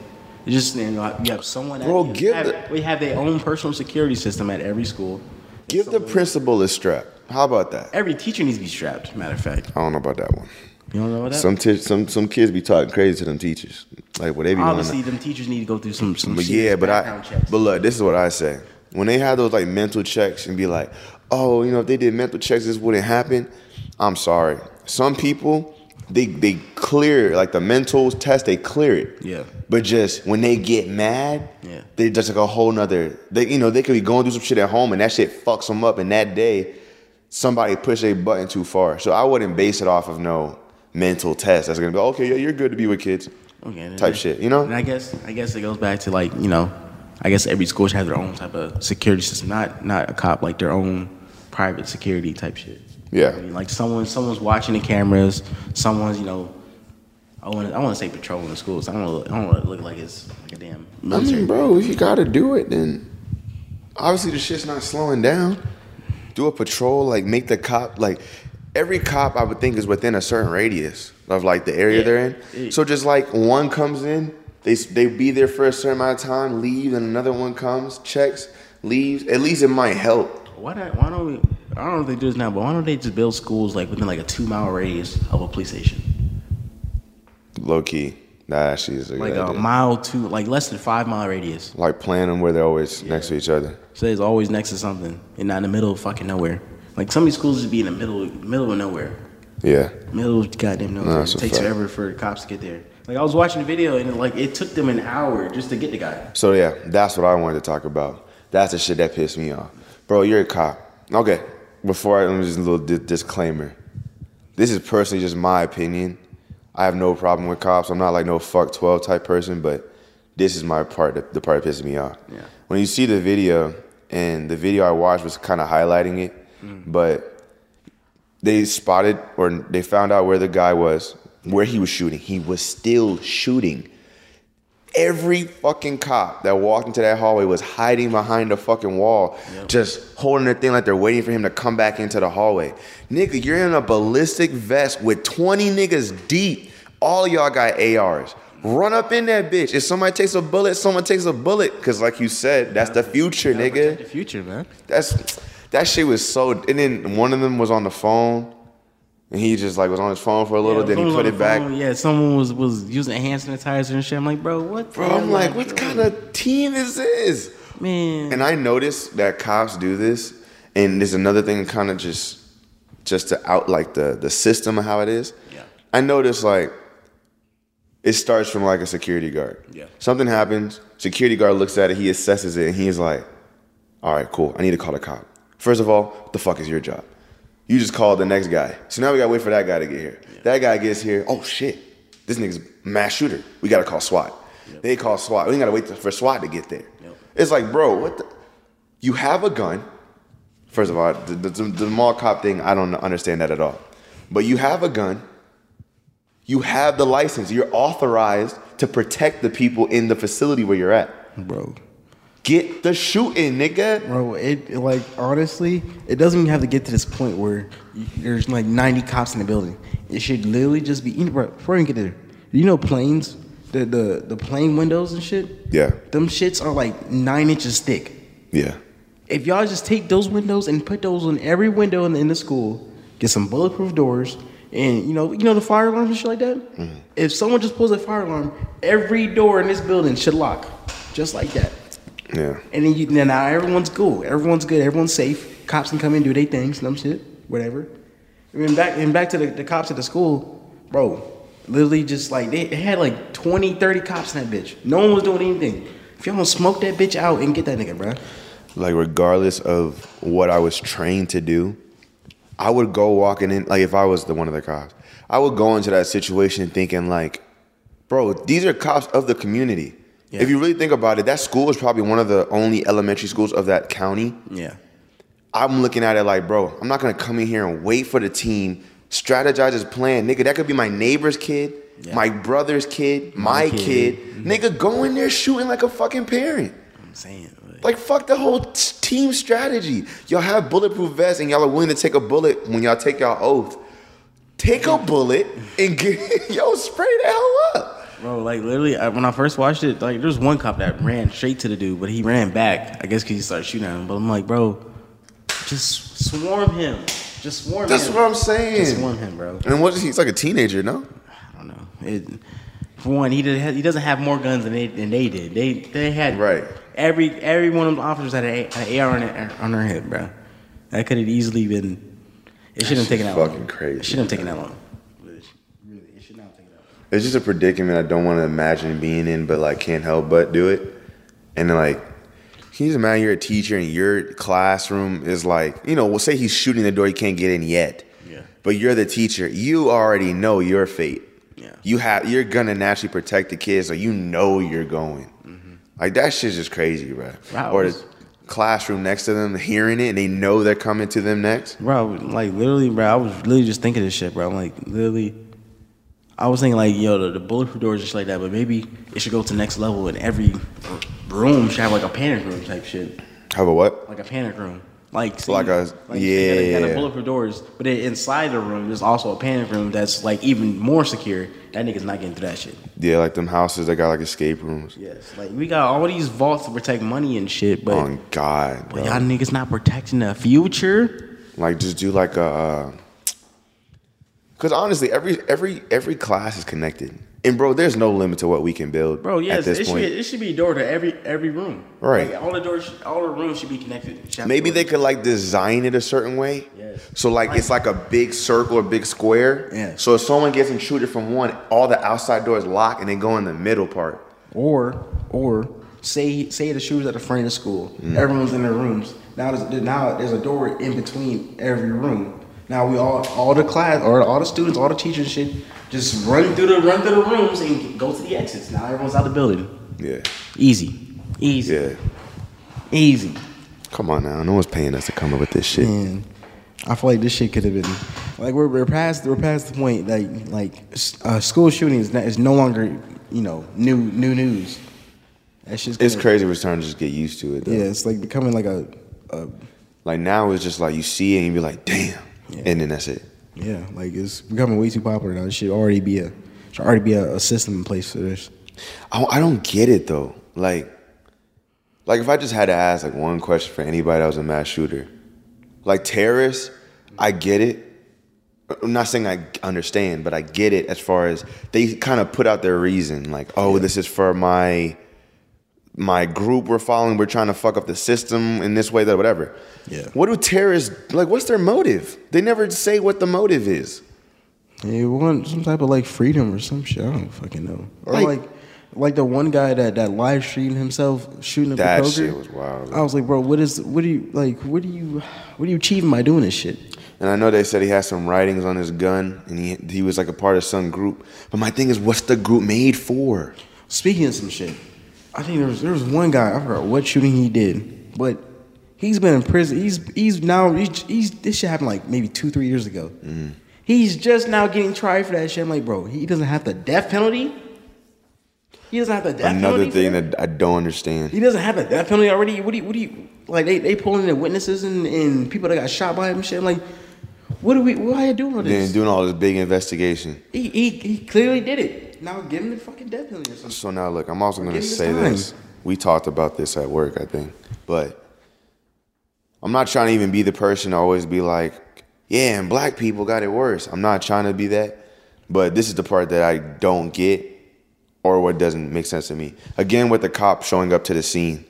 it's just you, know, you have someone. at-
Bro,
you
give
have,
the-
we have their own personal security system at every school.
Give the principal a strap. How about that?
Every teacher needs to be strapped. Matter of fact,
I don't know about that one.
you don't know what that.
Some t- some some kids be talking crazy to them teachers. Like what they be wanting.
Obviously, them teachers need to go through some some.
But
serious
yeah, but I
background checks.
but look, this is what I say. When they have those like mental checks and be like, oh, you know, if they did mental checks, this wouldn't happen. I'm sorry. Some people they they clear like the mental test, they clear it.
Yeah.
But just when they get mad,
Yeah.
they just like a whole nother they you know, they could be going through some shit at home and that shit fucks them up and that day somebody pushed a button too far. So I wouldn't base it off of no mental test. That's gonna be okay, yeah, you're good to be with kids.
Okay,
Type shit, you know?
And I guess I guess it goes back to like you know, I guess every school should have their own type of security system, not not a cop like their own private security type shit.
Yeah.
I mean, like someone someone's watching the cameras, someone's you know, I want I want to say patrolling the schools. I don't wanna- I don't want to look like it's like a damn
I
military.
mean, bro, if you gotta do it, then obviously the shit's not slowing down. Do a patrol, like make the cop like every cop I would think is within a certain radius of like the area
Yeah.
they're
Yeah.
in. So just like one comes in, they s- they be there for a certain amount of time, leave, and another one comes, checks, leaves. At least it might help.
Why not, why don't we? I don't know if they do this now, but why don't they just build schools like within like a two mile radius of a police station?
Low key, that actually is a good
Like uh, a
idea.
mile to like less than five mile radius.
like playing them where they're always next to each other.
So it's always next to something and not in the middle of fucking nowhere. Like some of these schools just be in the middle middle of nowhere.
Yeah,
Middle of goddamn nowhere.
No,
it
that's a
takes
fact.
forever for cops to get there. Like I was watching a video and it, like it took them an hour just to get the guy.
So yeah, that's what I wanted to talk about. That's the shit that pissed me off, bro. You're a cop. Okay. Before I let me just a little di- disclaimer. This is personally just my opinion. I have no problem with cops. I'm not like no fuck twelve type person, but this is my part. The, the part that pisses me off.
Yeah.
When you see the video, and the video I watched was kind of highlighting it, but they spotted or they found out where the guy was, where he was shooting. He was still shooting. Every fucking cop that walked into that hallway was hiding behind a fucking wall, just holding their thing like they're waiting for him to come back into the hallway. Nigga, you're in a ballistic vest with 20 niggas deep. All y'all got ARs. Run up in that bitch. If somebody takes a bullet, someone takes a bullet. Cause like you said, that's the future,
Gotta
nigga.
protect The future, man.
That's that shit was so. And then one of them was on the phone, and he just like was on his phone for a little.
Yeah,
then he
someone
put
on
it
the
back.
phone, Yeah, someone was was using hand sanitizer and shit. I'm like, bro, what?
Bro, I'm like, what kind of team is this?
man?
And I noticed that cops do this, and there's another thing kind of just just to out like the the system of how it is.
Yeah.
I noticed like it starts from like a security guard.
Yeah.
Something happens, security guard looks at it, he assesses it, and he's like, All right, cool, I need to call the cop. First of all, what the fuck is your job? You just called the next guy. So now we gotta wait for that guy to get here. That guy gets here, oh shit, this nigga's a mass shooter. We gotta call SWAT. They call SWAT. We gotta wait for SWAT to get there.
Yep.
It's like, bro, what the? You have a gun. First of all, the, the, the mall cop thing, I don't understand that at all. But you have a gun. You have the license. You're authorized to protect the people in the facility where you're at.
bro,
Get the shooting, nigga.
Bro, it it, like honestly, it doesn't even have to get to this point where y- there's like 90 cops in the building. It should literally just be you know, bro, before you get there. You know planes, the the the plane windows and shit.
Yeah.
Them shits are like nine inches thick.
Yeah.
If y'all just take those windows and put those on every window in the, in the school, get some bulletproof doors, and you know you know the fire alarms and shit like that. If someone just pulls a fire alarm, every door in this building should lock, just like that.
Yeah.
And then you, then now everyone's cool. Everyone's good. Everyone's safe. Cops can come in, do their things, dumb shit, whatever. And then back and back to the, the cops at the school, bro. Literally just like they, they had like 20, 30 cops in that bitch. No one was doing anything. If y'all don't smoke that bitch out and get that nigga, bro.
Like, regardless of what I was trained to do, I would go walking in, like, if I was the one of the cops, I would go into that situation thinking, like, bro, these are cops of the community.
Yeah.
If you really think about it, that school is probably one of the only elementary schools of that county.
Yeah.
I'm looking at it like, bro, I'm not gonna come in here and wait for the team, strategize his plan. Nigga, that could be my neighbor's kid,
Yeah.
my brother's kid, my,
kid. Mm-hmm.
kid. Nigga, go in there shooting like a fucking parent.
saying. Like,
Like fuck the whole t- team strategy. Y'all have bulletproof vests and y'all are willing to take a bullet when y'all take y'all oath. Take a bullet and get (laughs) yo spray the hell up.
Bro, like literally, I, when I first watched it, like there was one cop that ran straight to the dude, but he ran back. I guess because he started shooting at him. But I'm like, bro, just swarm him. Just swarm
That's
him.
what I'm saying.
Just swarm him, bro.
And what is he? He's like a teenager, no?
I don't know. It, for one, he did. He doesn't have more guns than they than they did. They they had
Right.
Every every one of the officers had an, an AR on their, on their head, bro. That could have easily been. It shouldn't have taken that
fucking
long.
crazy,
It shouldn't have taken that long. Really, it should not have taken that long.
It's just a predicament I don't want to imagine being in, but like can't help but do it. And then like, can you just imagine you're a teacher and your classroom is like, you know, we'll say he's shooting the door, he can't get in yet.
Yeah.
But you're the teacher. You already know your fate.
Yeah.
You have you're gonna naturally protect the kids, so you know you're going. Like that shit's just crazy, bro.
Mm-hmm. Wow.
Or the classroom next to them hearing it and they know they're coming to them next.
Bro, like literally, bro, I was literally just thinking this shit, bro. I'm like, literally, I was thinking like, yo, the, the bulletproof doors and shit like that, but maybe it should go to the next level and every room should have like a panic room type shit,
Have a what?
like a panic room, like see,
Like a-
they got a- got a
yeah.
bulletproof doors, but then inside the room there's also a panic room that's like even more secure. That nigga's not getting through that shit.
Yeah, like them houses that got like escape rooms.
Yes, like we got all these vaults to protect money and shit, but
On Oh, God, bro.
but y'all niggas not protecting the future.
Like just do like a. Uh, Cause honestly, every every every class is connected, and bro, there's no limit to what we can build.
Bro,
at
yes,
this
it should,
point,
be, it should be a door to every every room.
Right.
Like, all the doors, all the rooms should be connected. Should have
Maybe they
doors.
could like design it a certain way.
Yes.
So like it's like a big circle or big square.
Yeah.
So if someone gets intruded from one, all the outside doors lock and they go in the middle part.
or or say say the shoes at the front of the school.
Mm.
Everyone's in their rooms. Now there's now there's a door in between every room. Now we all all the class or all the students, all the teachers, and shit just run through the run through the rooms and go to the exits. Now everyone's out the building.
Yeah.
Easy, easy,
Yeah.
easy.
Come on now, no one's paying us to come up with this shit.
And I feel like this shit could have been like we're, we're past we're past the point that like s- uh, school shooting is, not, is no longer you know new new news. That shit's
It's
kinda-
crazy we're starting to just get used to it though.
Yeah, it's like becoming like a, a
Like now it's just like you see it and you be like, damn. And then that's it.
yeah like it's becoming way too popular now. It should already be a should already be a, a system in place for this.
I, I don't get it though. Like, like if I just had to ask like one question for anybody that was a mass shooter, like terrorists, I get it. I'm not saying I understand, but I get it as far as they kind of put out their reason, like, oh, this is for my my group we're following. We're trying to fuck up the system in this way, that whatever.
Yeah.
What do terrorists like? What's their motive? They never say what the motive is.
They want some type of like freedom or some shit. I don't fucking know. Or
Like-
like like, the one guy that that live streamed himself shooting up
That
the
shit
Kroger.
was wild.
I was like, bro, what is what do you like? What do you what are you achieving by doing this shit?
And I know they said he has some writings on his gun, and he he was like a part of some group. But my thing is, what's the group made for?
Speaking of some shit, I think there was there was one guy I forgot what shooting he did, but he's been in prison. He's he's now he's, he's this shit happened like maybe two three years ago.
Mm.
He's just now getting tried for that shit. I'm like, bro, he doesn't have the death penalty. He doesn't have the death
Another
penalty. for
thing
that?
that I don't understand.
he doesn't have the death penalty already. What do you, what do you like? They they pulling in witnesses and, and people that got shot by him and shit. I'm like, what do we? Why are you doing all
Then
this?
doing all this big investigation.
he, he he clearly did it. Now give him the fucking death penalty or something.
So now, look, I'm also gonna
Give it
say
time.
this. We talked about this at work, I think, but I'm not trying to even be the person to always be like, yeah, and black people got it worse. I'm not trying to be that, but this is the part that I don't get, or what doesn't make sense to me. Again, with the cop showing up to the scene.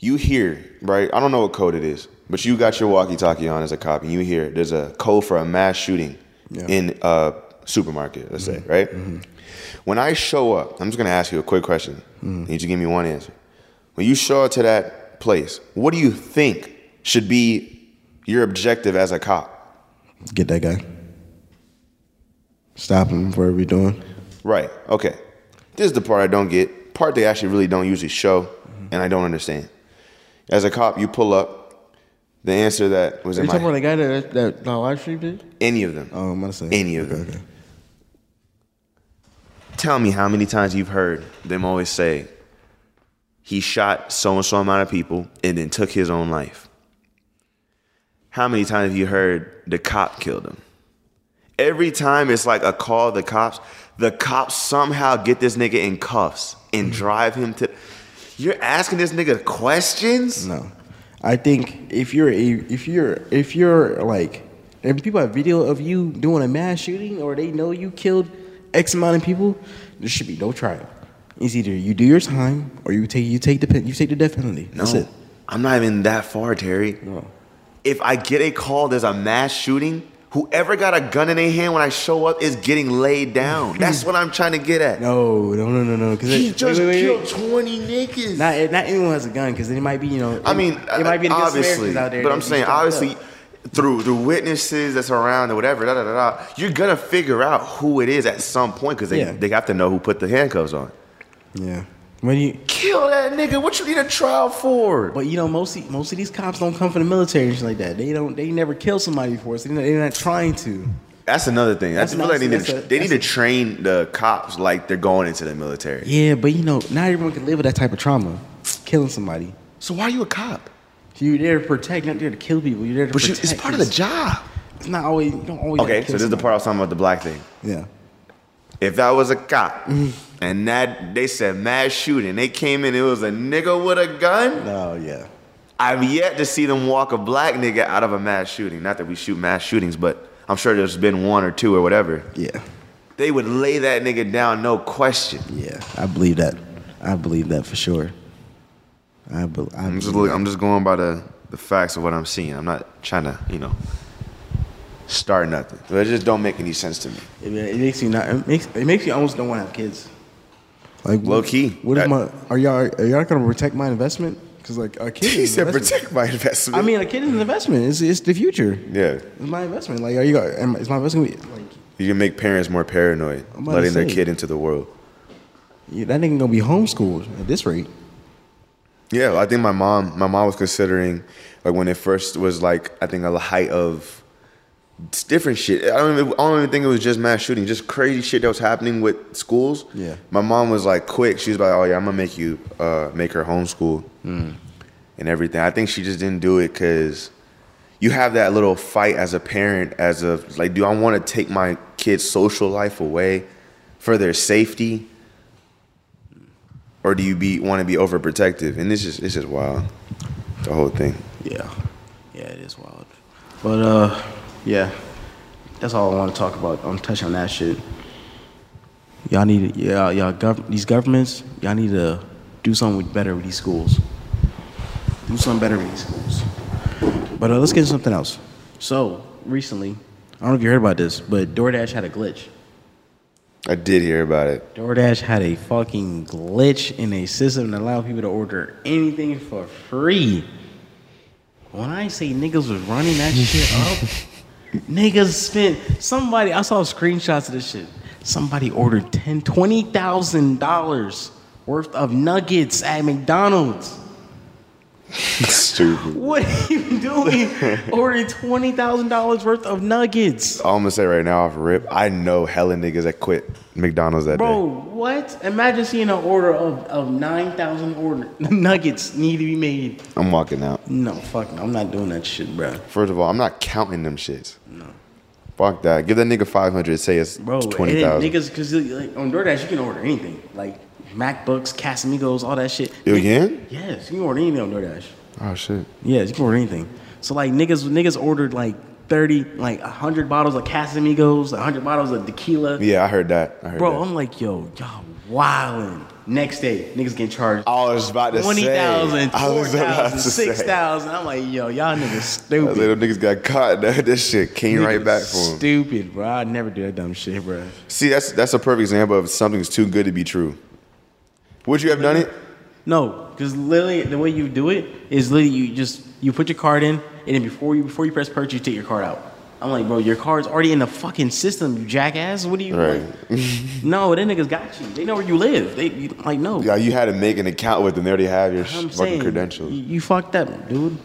you hear, right? I don't know what code it is, but you got your walkie-talkie on as a cop, and you hear there's a code for a mass shooting
Yeah. Mm-hmm.
in a supermarket, let's say, right? When I show up, I'm just gonna ask you a quick question.
Mm-hmm.
I need you to give me one answer. When you show up to that place, what do you think should be your objective as a cop?
Get that guy. Stop him for whatever you're doing.
Right. Okay. This is the part I don't get. Part they actually really don't usually show,
Mm-hmm.
and I don't understand. As a cop, you pull up. The answer that was
Are
in
you
my
talking about the guy that that, that live streamed it?
any of them.
Oh, I'm gonna say
Any of them. Tell me how many times you've heard them always say, he shot so and so amount of people and then took his own life. How many times have you heard the cop killed him? Every time it's like a call to the cops, the cops somehow get this nigga in cuffs and
Mm-hmm.
drive him to. You're asking this nigga questions?
No, I think if you're a, if you're if you're like if people have video of you doing a mass shooting or they know you killed X amount of people, there should be no trial. It's either you do your time or you take you take the pen- you take the death penalty. That's
No,
it.
I'm not even that far, Terry.
No.
If I get a call, there's a mass shooting. Whoever got a gun in their hand when I show up is getting laid
(laughs)
down. That's what I'm trying to get at.
No, no, no, no, no. Because
He just killed 20 niggas.
Not not anyone has a gun because it might be you know.
I mean,
it might be the good
obviously,
Samaritans out there.
but
that
I'm
be
saying
strapped
obviously
up.
through the witnesses that's around or whatever, da da da da. You're gonna figure out who it is at some point because they
Yeah.
they have to know who put the handcuffs on.
Yeah. When you
Kill that nigga. What you need a trial for?
But you know, most of- most of these cops don't come from the military and shit like that. They don't. They never kill somebody before, so they're not, they're not trying to.
That's another thing. That's
That's
I feel like they need,
nice.
to,
That's a-
they need to
that's
train the cops like they're going into the military.
Yeah, but you know, not everyone can live with that type of trauma. Killing somebody.
So why are you a cop?
So you're there to protect, not there to kill people. You're there to
But you,
protect.
it's part of the
It's-
job.
It's not always. You don't always.
Okay,
have
so
to kill
this is the part I was talking about the black thing.
somebody.
If I was a cop and that they said mass shooting, they came in, it was a nigga with a gun.
Yeah. Oh yeah.
I've yet to see them walk a black nigga out of a mass shooting. Not that we shoot mass shootings, but I'm sure there's been one or two or whatever.
Yeah.
They would lay that nigga down, no question.
Yeah. I believe that. I believe that for sure. I, be, I
I'm just
believe
look, I'm just going by the, the facts of what I'm seeing. I'm not trying to, you know, start nothing. But it just don't make any sense to me.
It, it makes you not. It makes it makes you almost don't want to have kids. Like
Low
what-
key.
What is
That-
my? Are y'all are y'all gonna protect my investment? Because like
(laughs)
a kid.
He
is
said
an investment.
protect my investment.
I mean, a kid is an investment. It's it's the future.
yeah.
It's my investment. Like, are you? Am, is my investment? gonna be- Like,
You can make parents more paranoid
I'm about to
letting their
say.
kid into the world.
yeah, that nigga gonna be homeschooled at this rate.
Yeah, I think my mom, my mom was considering, like when it first was like, I think a height of it's different shit. I don't, even, I don't even think it was just mass shooting, just crazy shit that was happening with schools.
Yeah.
my mom was like quick. She was like, "Oh yeah, I'm gonna make you uh, make her homeschool
Hmm.
and everything." I think she just didn't do it because you have that little fight as a parent, as of like, do I want to take my kid's social life away for their safety? or do you be want to be overprotective? And this is this is wild, the whole thing.
Yeah, yeah, it is wild. But uh, yeah, that's all I want to talk about. I'm touching on that shit. Y'all need, yeah, y'all gov- these governments, y'all need to do something with- better with these schools. Do something better with these schools. But uh, let's get into something else. So recently, I don't know if you heard about this, but DoorDash had a glitch.
I did hear about it.
DoorDash had a fucking glitch in a system that allowed people to order anything for free. When I say niggas was running that shit up, niggas spent somebody I saw screenshots of this shit. Somebody ordered ten, twenty thousand dollars worth of nuggets at McDonald's.
(laughs) Stupid.
What are you (laughs) doing? Ordering twenty thousand dollars worth of nuggets.
I'm gonna say right now off rip, I know hella niggas that quit McDonald's that
Bro,
day.
what? Imagine seeing an order of, of 9,000 order (laughs) nuggets need to be made.
I'm walking out.
No, fuck no. I'm not doing that shit, bro.
First of all, I'm not counting them shits. No. Fuck that. Give that nigga 500. Say it's
Bro,
twenty
and
thousand.
then niggas, because like, on DoorDash, you can order anything. Like MacBooks, Casamigos, all that shit.
You can?
Yes, you can order anything on DoorDash.
Oh shit.
Yes, you can order anything. So, like, niggas, niggas ordered like 30, like 100 bottles of Casamigos, 100 bottles of tequila.
Yeah, I heard that. I heard
Bro,
that.
I'm like, yo, y'all wildin'. Next day, niggas getting charged
I was about to
Twenty
say.
thousand,
I
four
was about to
thousand,
say.
six thousand. I'm like, yo, y'all niggas
I was like,
stupid.
them niggas got caught. (laughs) That shit came right
Niggas
back for them.
Stupid, bro. I never do that dumb shit, bro.
See, that's that's a perfect example of something's too good to be true. Would you have done it?
No, because literally the way you do it is literally you just you put your card in, and then before you before you press purchase, you take your card out. I'm like, bro, your card's already in the fucking system, you jackass. What do you?
Right.
Like, (laughs) no, them niggas got you. They know where you live. They you, like no.
Yeah, you had to make an account with them. They already have your sh-
I'm
fucking
saying, You,
credentials.
you
(laughs)
fucked up, dude.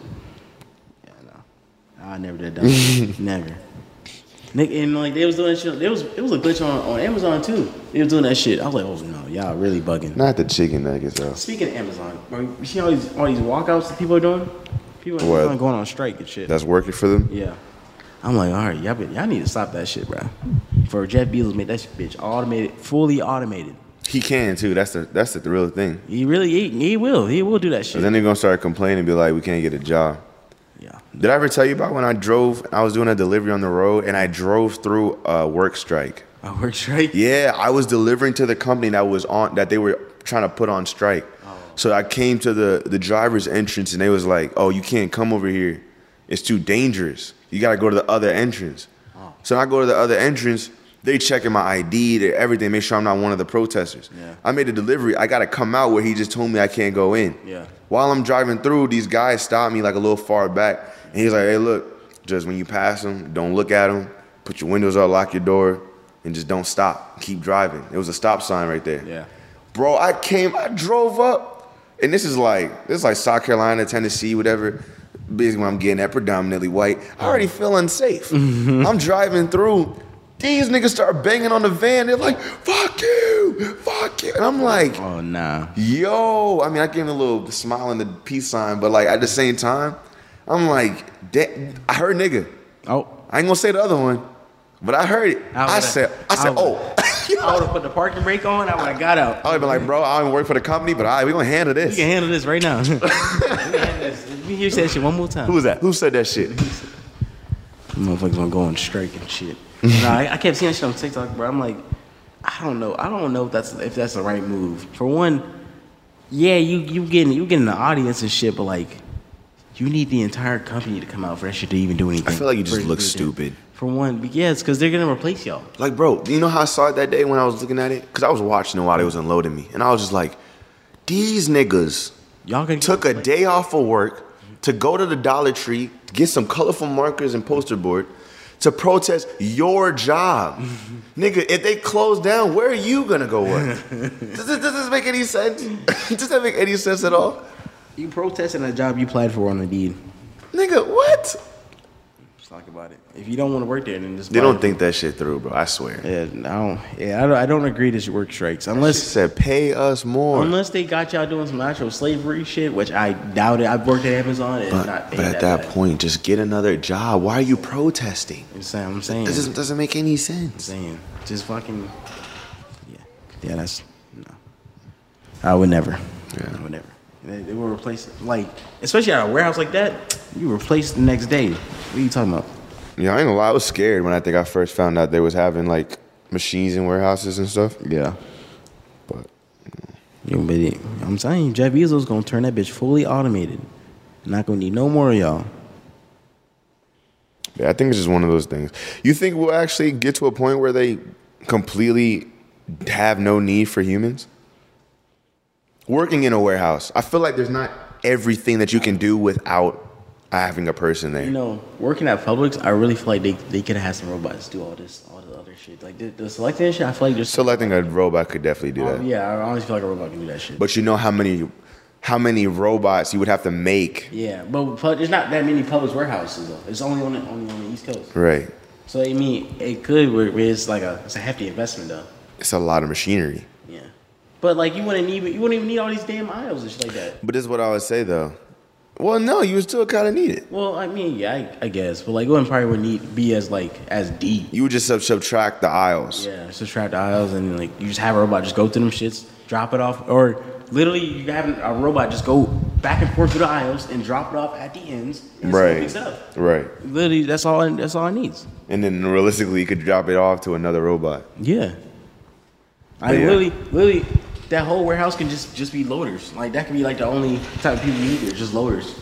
Yeah, no. I never did that. never. Nigga, and like they was doing that shit. There was it was a glitch on, on Amazon too. They was doing that shit. I was like, oh no, y'all really bugging.
Not the chicken nuggets though.
Speaking of Amazon, bro, you see all these all these walkouts that people are doing. People
What?
are Amazon going on strike and shit.
That's working for them.
yeah, I'm like, all right, y'all, be- y'all need to stop that shit, bro. For Jeff Bezos made that shit, bitch, automated, fully automated.
He can too. That's the that's the real thing.
He really, he, he will, he will do that shit.
But then they're gonna start complaining and be like, we can't get a job.
yeah,
Did I ever tell you about when I drove? I was doing a delivery on the road and I drove through a work strike.
I work
(laughs)
strike.
Yeah, I was delivering to the company that was on that they were trying to put on strike.
Oh.
So I came to the the driver's entrance and they was like, "Oh, you can't come over here. It's too dangerous. You got to go to the other entrance."
Oh.
So I go to the other entrance. They checking my ID, they everything, make sure I'm not one of the protesters.
Yeah.
I made a delivery. I got to come out where he just told me I can't go in.
Yeah.
While I'm driving through, these guys stopped me like a little far back, and he's like, "Hey, look, just when you pass them, don't look at them. Put your windows up, lock your door, and just don't stop. Keep driving." It was a stop sign right there.
Yeah.
Bro, I came, I drove up, and this is like this is like South Carolina, Tennessee, whatever. Basically, when I'm getting at predominantly white, I already feel unsafe. I'm driving through. These niggas start banging on the van. They're like, "Fuck you, fuck you," and I'm like,
Oh nah.
yo, I mean, I gave him a little smile and the peace sign, but like at the same time, I'm like, da- I heard nigga.
Oh,
I ain't gonna say the other one, but I heard it.
I
I,
would've-
said, I
I
said, oh. (laughs)
I would have put the parking brake on. I would have got out.
I would have been like, bro, I don't work for the company, but all right, we gonna handle
We
this.
can handle this right now. (laughs) we can handle this. Let me hear you say that shit one more time.
Who was that? Who said that shit?
Motherfuckers gonna go on strike
(laughs)
and shit. nah, I, I kept seeing that shit on TikTok, bro. I'm like, I don't know. I don't know if that's if that's the right move. For one, yeah, you you getting you getting the audience and shit, but like, you need the entire company to come out for that shit to even do anything.
feel like you just
For-
look
for-
stupid.
For one, but yeah, it's because they're gonna replace y'all.
Like, bro, you know how I saw it that day when I was looking at it? Because I was watching it while they was unloading me, and I was just like, these niggas
Y'all gonna
took a day off of work to go to the Dollar Tree, get some colorful markers and poster board to protest your job.
(laughs)
Nigga, if they close down, where are you gonna go work? (laughs) does, this, does this make any sense? (laughs) does that make any sense at all?
You protesting a job you applied for on Indeed.
Nigga, what?
Just talk about it. If you don't want to work there, then just
They
apply.
don't think that shit through, bro. I swear.
Yeah, I don't. Yeah, I don't, I don't agree to work strikes
She
unless
said, pay us more.
unless they got y'all doing some actual slavery shit, which I doubt it. I've worked at Amazon and not
but,
paid
but at that point, just get another job. Why are you protesting?
I'm saying, I'm saying,
This just doesn't make any sense.
saying, just fucking, yeah, yeah. That's no. I would never.
Yeah.
I would never. They, they will replace it. like, especially at a warehouse like that. You replace the next day. What are you talking about?
Yeah, I ain't gonna lie. I was scared when I think I first found out they was having like machines in warehouses and stuff.
Yeah.
But
Yeah, but it, I'm telling you, Jeff Bezos gonna turn that bitch fully automated. Not gonna need no more of y'all.
yeah, I think it's just one of those things. You think we'll actually get to a point where they completely have no need for humans? Working in a warehouse, I feel like there's not everything that you can do without having a person there.
You know, working at Publix, I really feel like they, they could have had some robots do all this, all the other shit. Like the, the selecting shit, I feel like there's
Selecting a robot could definitely do that.
yeah, I honestly feel like a robot can do that shit.
But you know how many how many robots you would have to make,
yeah, but, pu- there's not that many Publix warehouses though. It's only on the only on the East Coast.
right?
So I mean, it could where where it's like a it's a hefty investment though.
It's a lot of machinery.
Yeah, but like you wouldn't even you wouldn't even need all these damn aisles and shit like that.
But this is what I would say though. Well, no, you would still kind of need it.
Well, I mean, yeah, I, I guess, but like it wouldn't probably would need be as like as deep.
You would just sub- subtract the aisles.
Yeah, subtract the aisles and like you just have a robot just go through them shits, drop it off, or literally you have a robot just go back and forth through the aisles and drop it off at the ends. And it's gonna
Right.
fix it up.
Right.
Literally, that's all. That's all it needs.
And then realistically, you could drop it off to another robot.
Yeah. I
yeah.
literally, literally, that whole warehouse can just just be loaders. Like that can be like the only type of people you need there, just loaders.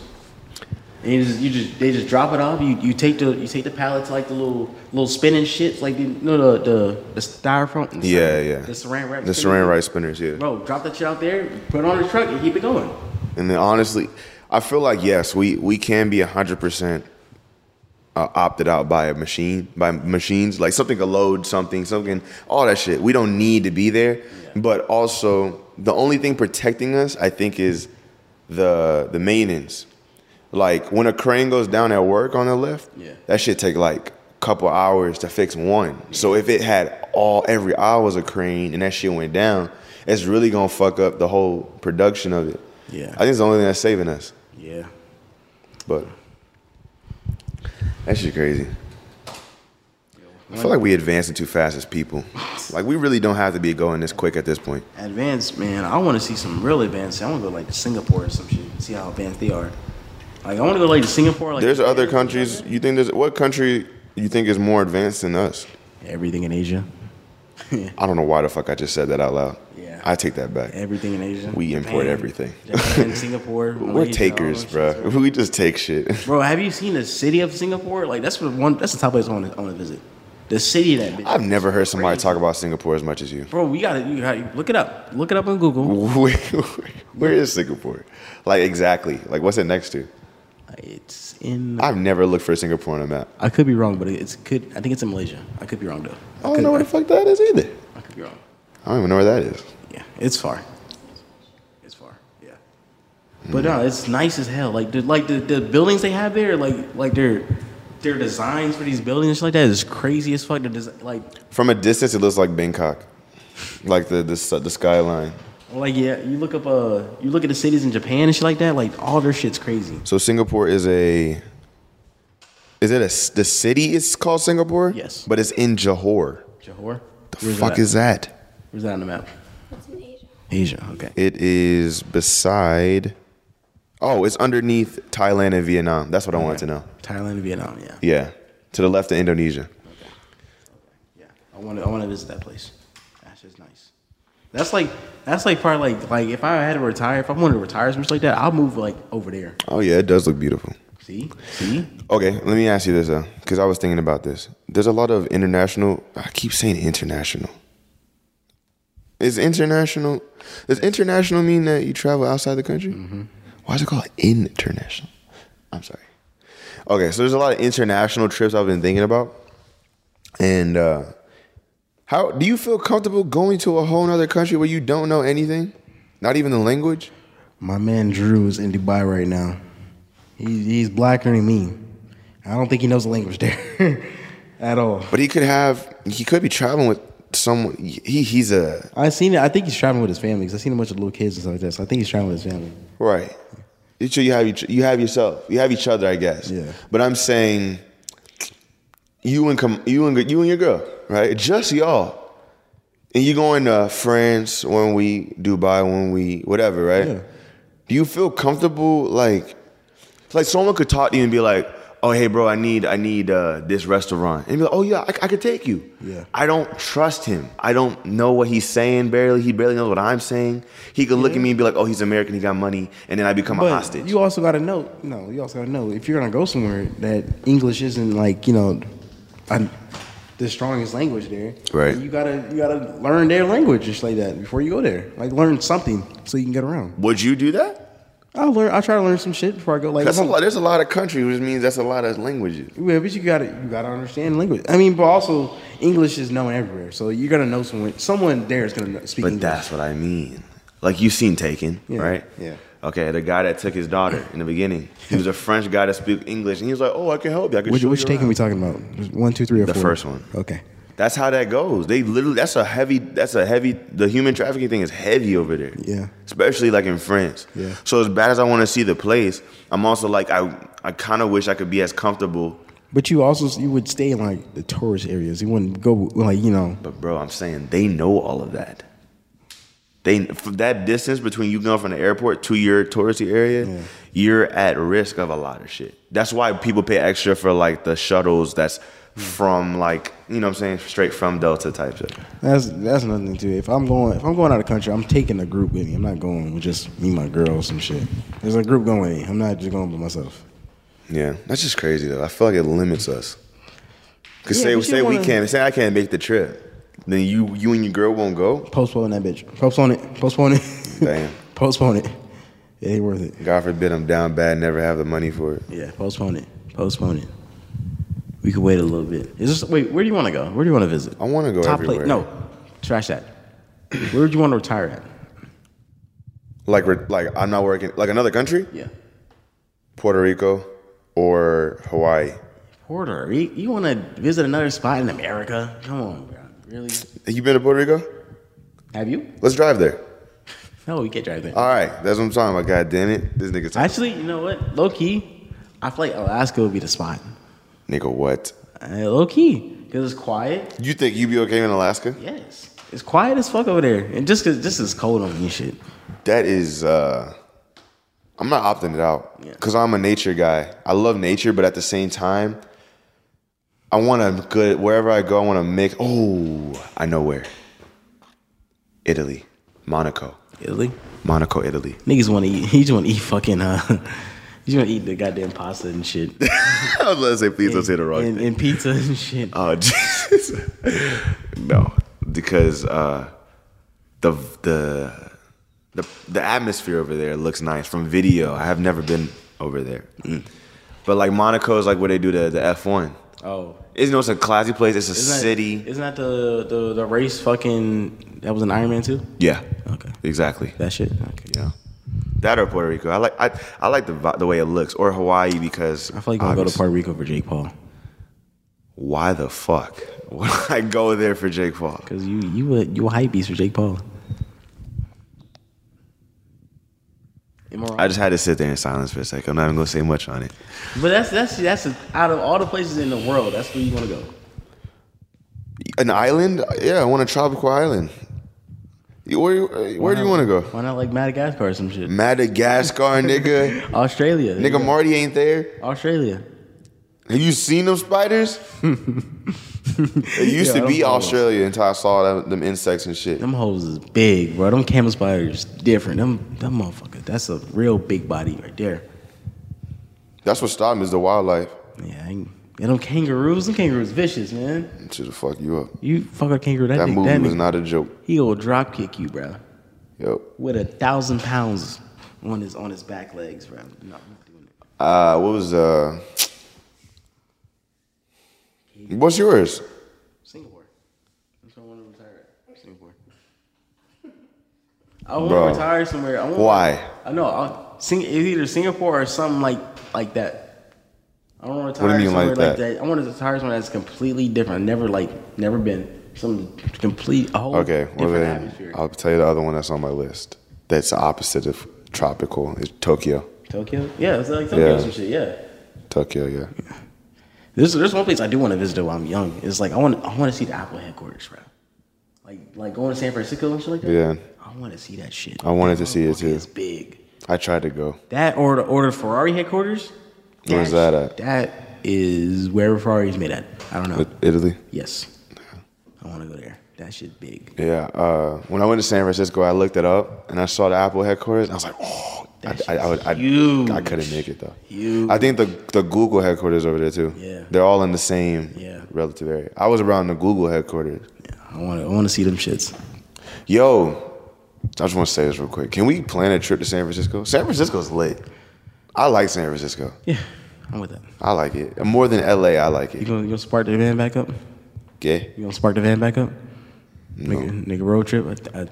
And you just, you just they just drop it off. You you take the you take the pallet to like the little little spinning shits, like the, you know, the the the styrofoam.
Yeah, yeah.
The saran wrap.
The saran rice spinners, yeah.
Bro, drop that shit out there, put it on the truck, and keep it going.
And then honestly, I feel like yes, we we can be hundred percent uh, opted out by a machine, by machines, like something could load something, something, all that shit. We don't need to be there, but also the only thing protecting us, I think, is the the maintenance. Like when a crane goes down at work on the lift,
Yeah.
that shit take like a couple hours to fix one. So if it had all every hour was a crane and that shit went down, it's really gonna fuck up the whole production of it.
Yeah.
I think it's the only thing that's saving us.
Yeah.
But that shit crazy. I feel like we advancing too fast as people. Like we really don't have to be going this quick at this point.
Advanced, man. I want to see some real advanced. I want to go like to Singapore or some shit. See how advanced they are. Like I want to go like to Singapore. Like
There's other countries. You think there's what country you think is more advanced than us?
everything in Asia.
I don't know why the fuck I just said that out loud.
Yeah.
I take that back.
Everything in Asia.
We import everything. (laughs)
Japan, Singapore.
We're
Malaysia,
takers,
all those
bro.
shits,
(laughs) We just take shit.
Bro, have you seen the city of Singapore? Like that's what one. That's the top place I want to, I want to visit. The city of that. Bitch.
I've never heard somebody talk about Singapore as much as you. (laughs)
Bro, we gotta, you gotta look it up. Look it up on Google.
Where, where is Singapore? Like exactly. Like what's it next to?
It's in. I,
I've never looked for Singapore on a map.
could be wrong, but it's could. I think it's in Malaysia. I could be wrong though.
I don't
could,
know where the fuck that is either.
I could be wrong.
I don't even know where that is.
Yeah, it's far. It's far. Yeah. But no, it's nice as hell. Like the like the, the buildings they have there, like like their their designs for these buildings and shit like that is crazy as fuck. The desi- like
From a distance, it looks like Bangkok, like the the, s- the skyline.
like yeah, you look up uh you look at the cities in Japan and shit like that. Like all their shit's crazy.
So Singapore is a. Is it a s- the city? is called Singapore.
Yes.
but it's in Johor.
Johor.
The fuck is that?
where's that on the map?
That's in Asia.
Asia. Okay.
It is beside. Oh, it's underneath Thailand and Vietnam. That's what I wanted to know.
Thailand and Vietnam. Yeah.
Yeah, to the left of Indonesia.
Yeah, I want to. I want to visit that place. That's just nice. That's like that's like part like like if I had to retire, if I wanted to retire something like that, I'll move like over there.
Oh yeah, it does look beautiful.
See, see,
Okay, let me ask you this though, because I was thinking about this. There's a lot of international. I keep saying international. Is international? Does international mean that you travel outside the country? Why is it called international? I'm sorry. Okay, so there's a lot of international trips I've been thinking about, and uh, how do you feel comfortable going to a whole other country where you don't know anything, not even the language?
my man Drew is in Dubai right now. He's he's blacker than me. I don't think he knows the language there (laughs) at all.
But he could have. He could be traveling with someone. He he's a
I seen it. I think he's traveling with his family because I seen a bunch of little kids and stuff like that. So I think he's traveling with his family.
Right. You two- you have each, you have yourself. You have each other, I guess.
Yeah.
But I'm saying, you and com- you and you and your girl, right? Just y'all, and you going to France when we Dubai when we whatever, right?
Yeah.
Do you feel comfortable like, like someone could talk to you and be like, "Oh, hey, bro, I need I need uh, this restaurant," and be like, "Oh yeah, I, I could take you."
Yeah.
I don't trust him. I don't know what he's saying. Barely, he barely knows what I'm saying. He could look at me and be like, "Oh, he's American. He got money," and then I become a
But
hostage.
you also got to know, no, you also got to know if you're gonna go somewhere that English isn't like you know, a, the strongest language there.
Right.
You gotta you gotta learn their language just like that before you go there. Like learn something so you can get around.
Would you do that?
I will learn. I try to learn some shit before I go. Like,
That's a
if I'm-
lot. There's a lot of countries, which means that's a lot of languages.
yeah, but you gotta you gotta understand language. I mean, but also English is known everywhere, so you're gonna know someone. Someone there is gonna know- speak.
But
English.
that's what I mean. Like you seen Taken,
Yeah,
right?
yeah.
Okay, the guy that took his daughter in the beginning, he was a French guy that spoke English, and he was like, "Oh, I can help you. I can
which,
show
which
you
take are
around."
we talking about? Just One, two, three, or
The
four?
first one.
Okay.
That's how that goes. They literally. That's a heavy. That's a heavy. The human trafficking thing is heavy over there.
Yeah.
Especially like in France.
Yeah.
So as bad as I want to see the place, I'm also like I. I kind of wish I could be as comfortable.
But you also you would stay in like the tourist areas. You wouldn't go like you know.
But bro, I'm saying they know all of that. They for that distance between you going from the airport to your touristy area,
Yeah.
you're at risk of a lot of shit. That's why people pay extra for like the shuttles. That's
Mm.
from like you know what I'm saying straight from Delta type shit.
That's that's nothing to it. If I'm going if I'm going out of country, I'm taking a group with me. I'm not going with just me, my girl, some shit. There's a group going with me. I'm not just going by myself.
Yeah, that's just crazy though. I feel like it limits us. Cause
Yeah,
say
but you
say we
wanna-
can't say I can't make the trip, then you you and your girl won't go.
Postpone that bitch. Postpone it. Postpone it.
Damn.
(laughs) postpone it. It ain't worth it.
God forbid I'm down bad, and never have the money for it.
Yeah, postpone it. Postpone it. We could wait a little bit. Is this wait? Where do you want to go? Where do you want to visit?
I wanna go
Top
everywhere.
place. No, trash that. Where would you want to retire at?
Like we're- like I'm not working like another country,
Yeah,
Puerto Rico or Hawaii.
Porter, you, you want to visit another spot in America? Come on, bro. Really?
You been to Puerto Rico?
Have you?
Let's drive there.
No, we can't drive there.
All right, that's what I'm talking about. God damn it, this nigga.
Actually, you know what? Low key, I feel like Alaska would be the spot.
nigga, what?
Uh, low key, because it's quiet.
You think you be okay in Alaska?
Yes. It's quiet as fuck over there. And just because this is cold on me shit.
That is. uh I'm not opting it out
Yeah.
because I'm a nature guy. I love nature, but at the same time, I want to good wherever I go. I want to mix. Oh, I know where. Italy, Monaco,
Italy?
Monaco, Italy.
Niggas want to eat. (laughs) He just want to eat fucking. Uh, (laughs) he just want to eat the goddamn pasta and shit.
(laughs) I was gonna say, please don't say the wrong
and,
thing.
and pizza and (laughs) shit.
Oh Jesus! (laughs) no, because uh, the the the the atmosphere over there looks nice from video. I have never been over there,
Mm.
but like Monaco is like where they do the the F one.
Oh.
It's no, it's a classy place. It's a
Isn't that-
city.
Isn't that the, the, the race fucking. That was an Iron Man too?
yeah,
Okay.
exactly.
That shit? Okay.
Yeah, that or Puerto Rico. I like I, I like the vi- the way it looks or Hawaii because
I feel like I'm going to go to
obviously-
Puerto Rico for Jake Paul.
Why the fuck (laughs) would I go there for Jake Paul?
Because you, you, a, you a hype beast for Jake Paul. Am I wrong?
I just had to sit there in silence for a second. I'm not even gonna say much on it.
But that's that's that's a, out of all the places in the world, that's where you want to go.
An island? Yeah, I want a tropical island. You- Where, you- uh, where do you want to go?
Why not like Madagascar or some shit?
Madagascar, nigga.
Australia, there you
nigga,
go.
Marty ain't there.
Australia.
Have you seen them spiders? it used
Yeah,
to be
I'm-
Australia until I saw them, them insects and shit.
Them hoes is big, bro. Them camel spiders different. Them them motherfucker. That's a real big body right there.
That's what stopped me is the wildlife.
Yeah, I ain't- and them kangaroos. Them kangaroos vicious, man.
Should fuck you up.
You fuck a kangaroo. That,
That
nigga-
movie
that
was
nigga-
not a joke.
He will drop kick you, bro,
Yo.
with a thousand pounds on his on his back legs, bro. No, I'm not doing it.
Uh, what was uh? What's yours?
Singapore. That's what I want to retire. at. Singapore. I want
Bro.
to retire somewhere. I want
Why?
I know. I'll sing it's either Singapore or something like like that. I don't want to
What
retire
do you mean, like
somewhere like that?
that?
I want to retire somewhere that's completely different. Never like never been some complete a whole
Okay, well
different
then
atmosphere.
I'll tell you the other one that's on my list. That's the opposite of tropical. Is Tokyo.
Tokyo. Yeah, it's like Tokyo or
Yeah.
some shit. Yeah.
Tokyo, yeah.
There's there's one place I do want to visit while I'm young. It's like I want I want to see the Apple headquarters, bro. Like like going to San Francisco and shit like that.
Yeah.
I want to see that shit.
I wanted to see it,
motherfucker
too.
is big.
I tried to go.
That or the order Ferrari headquarters.
Where's
That's-
that at?
That is wherever Ferrari's made at. I don't know.
It- Italy.
yes. I want to go there. That shit big.
Yeah. Uh, when I went to San Francisco, I looked it up and I saw the Apple headquarters. And I was like, oh, I,
That
I, I, would, I,
shit's
I couldn't
huge.
make it though.
Huge.
I think the the Google headquarters over there too.
Yeah.
They're all in the same
Yeah.
relative area. I was around the Google headquarters.
Yeah, I want to I want to see them shits.
Yo, I just want to say this real quick. Can we plan a trip to San Francisco? San Francisco's lit. I like San Francisco.
Yeah. I'm with that.
I like it more than LA. I like
You
it.
gonna, you gonna spark the van back up?
Gay.
You gonna spark the van back up? Nigga, nigga road trip, a, a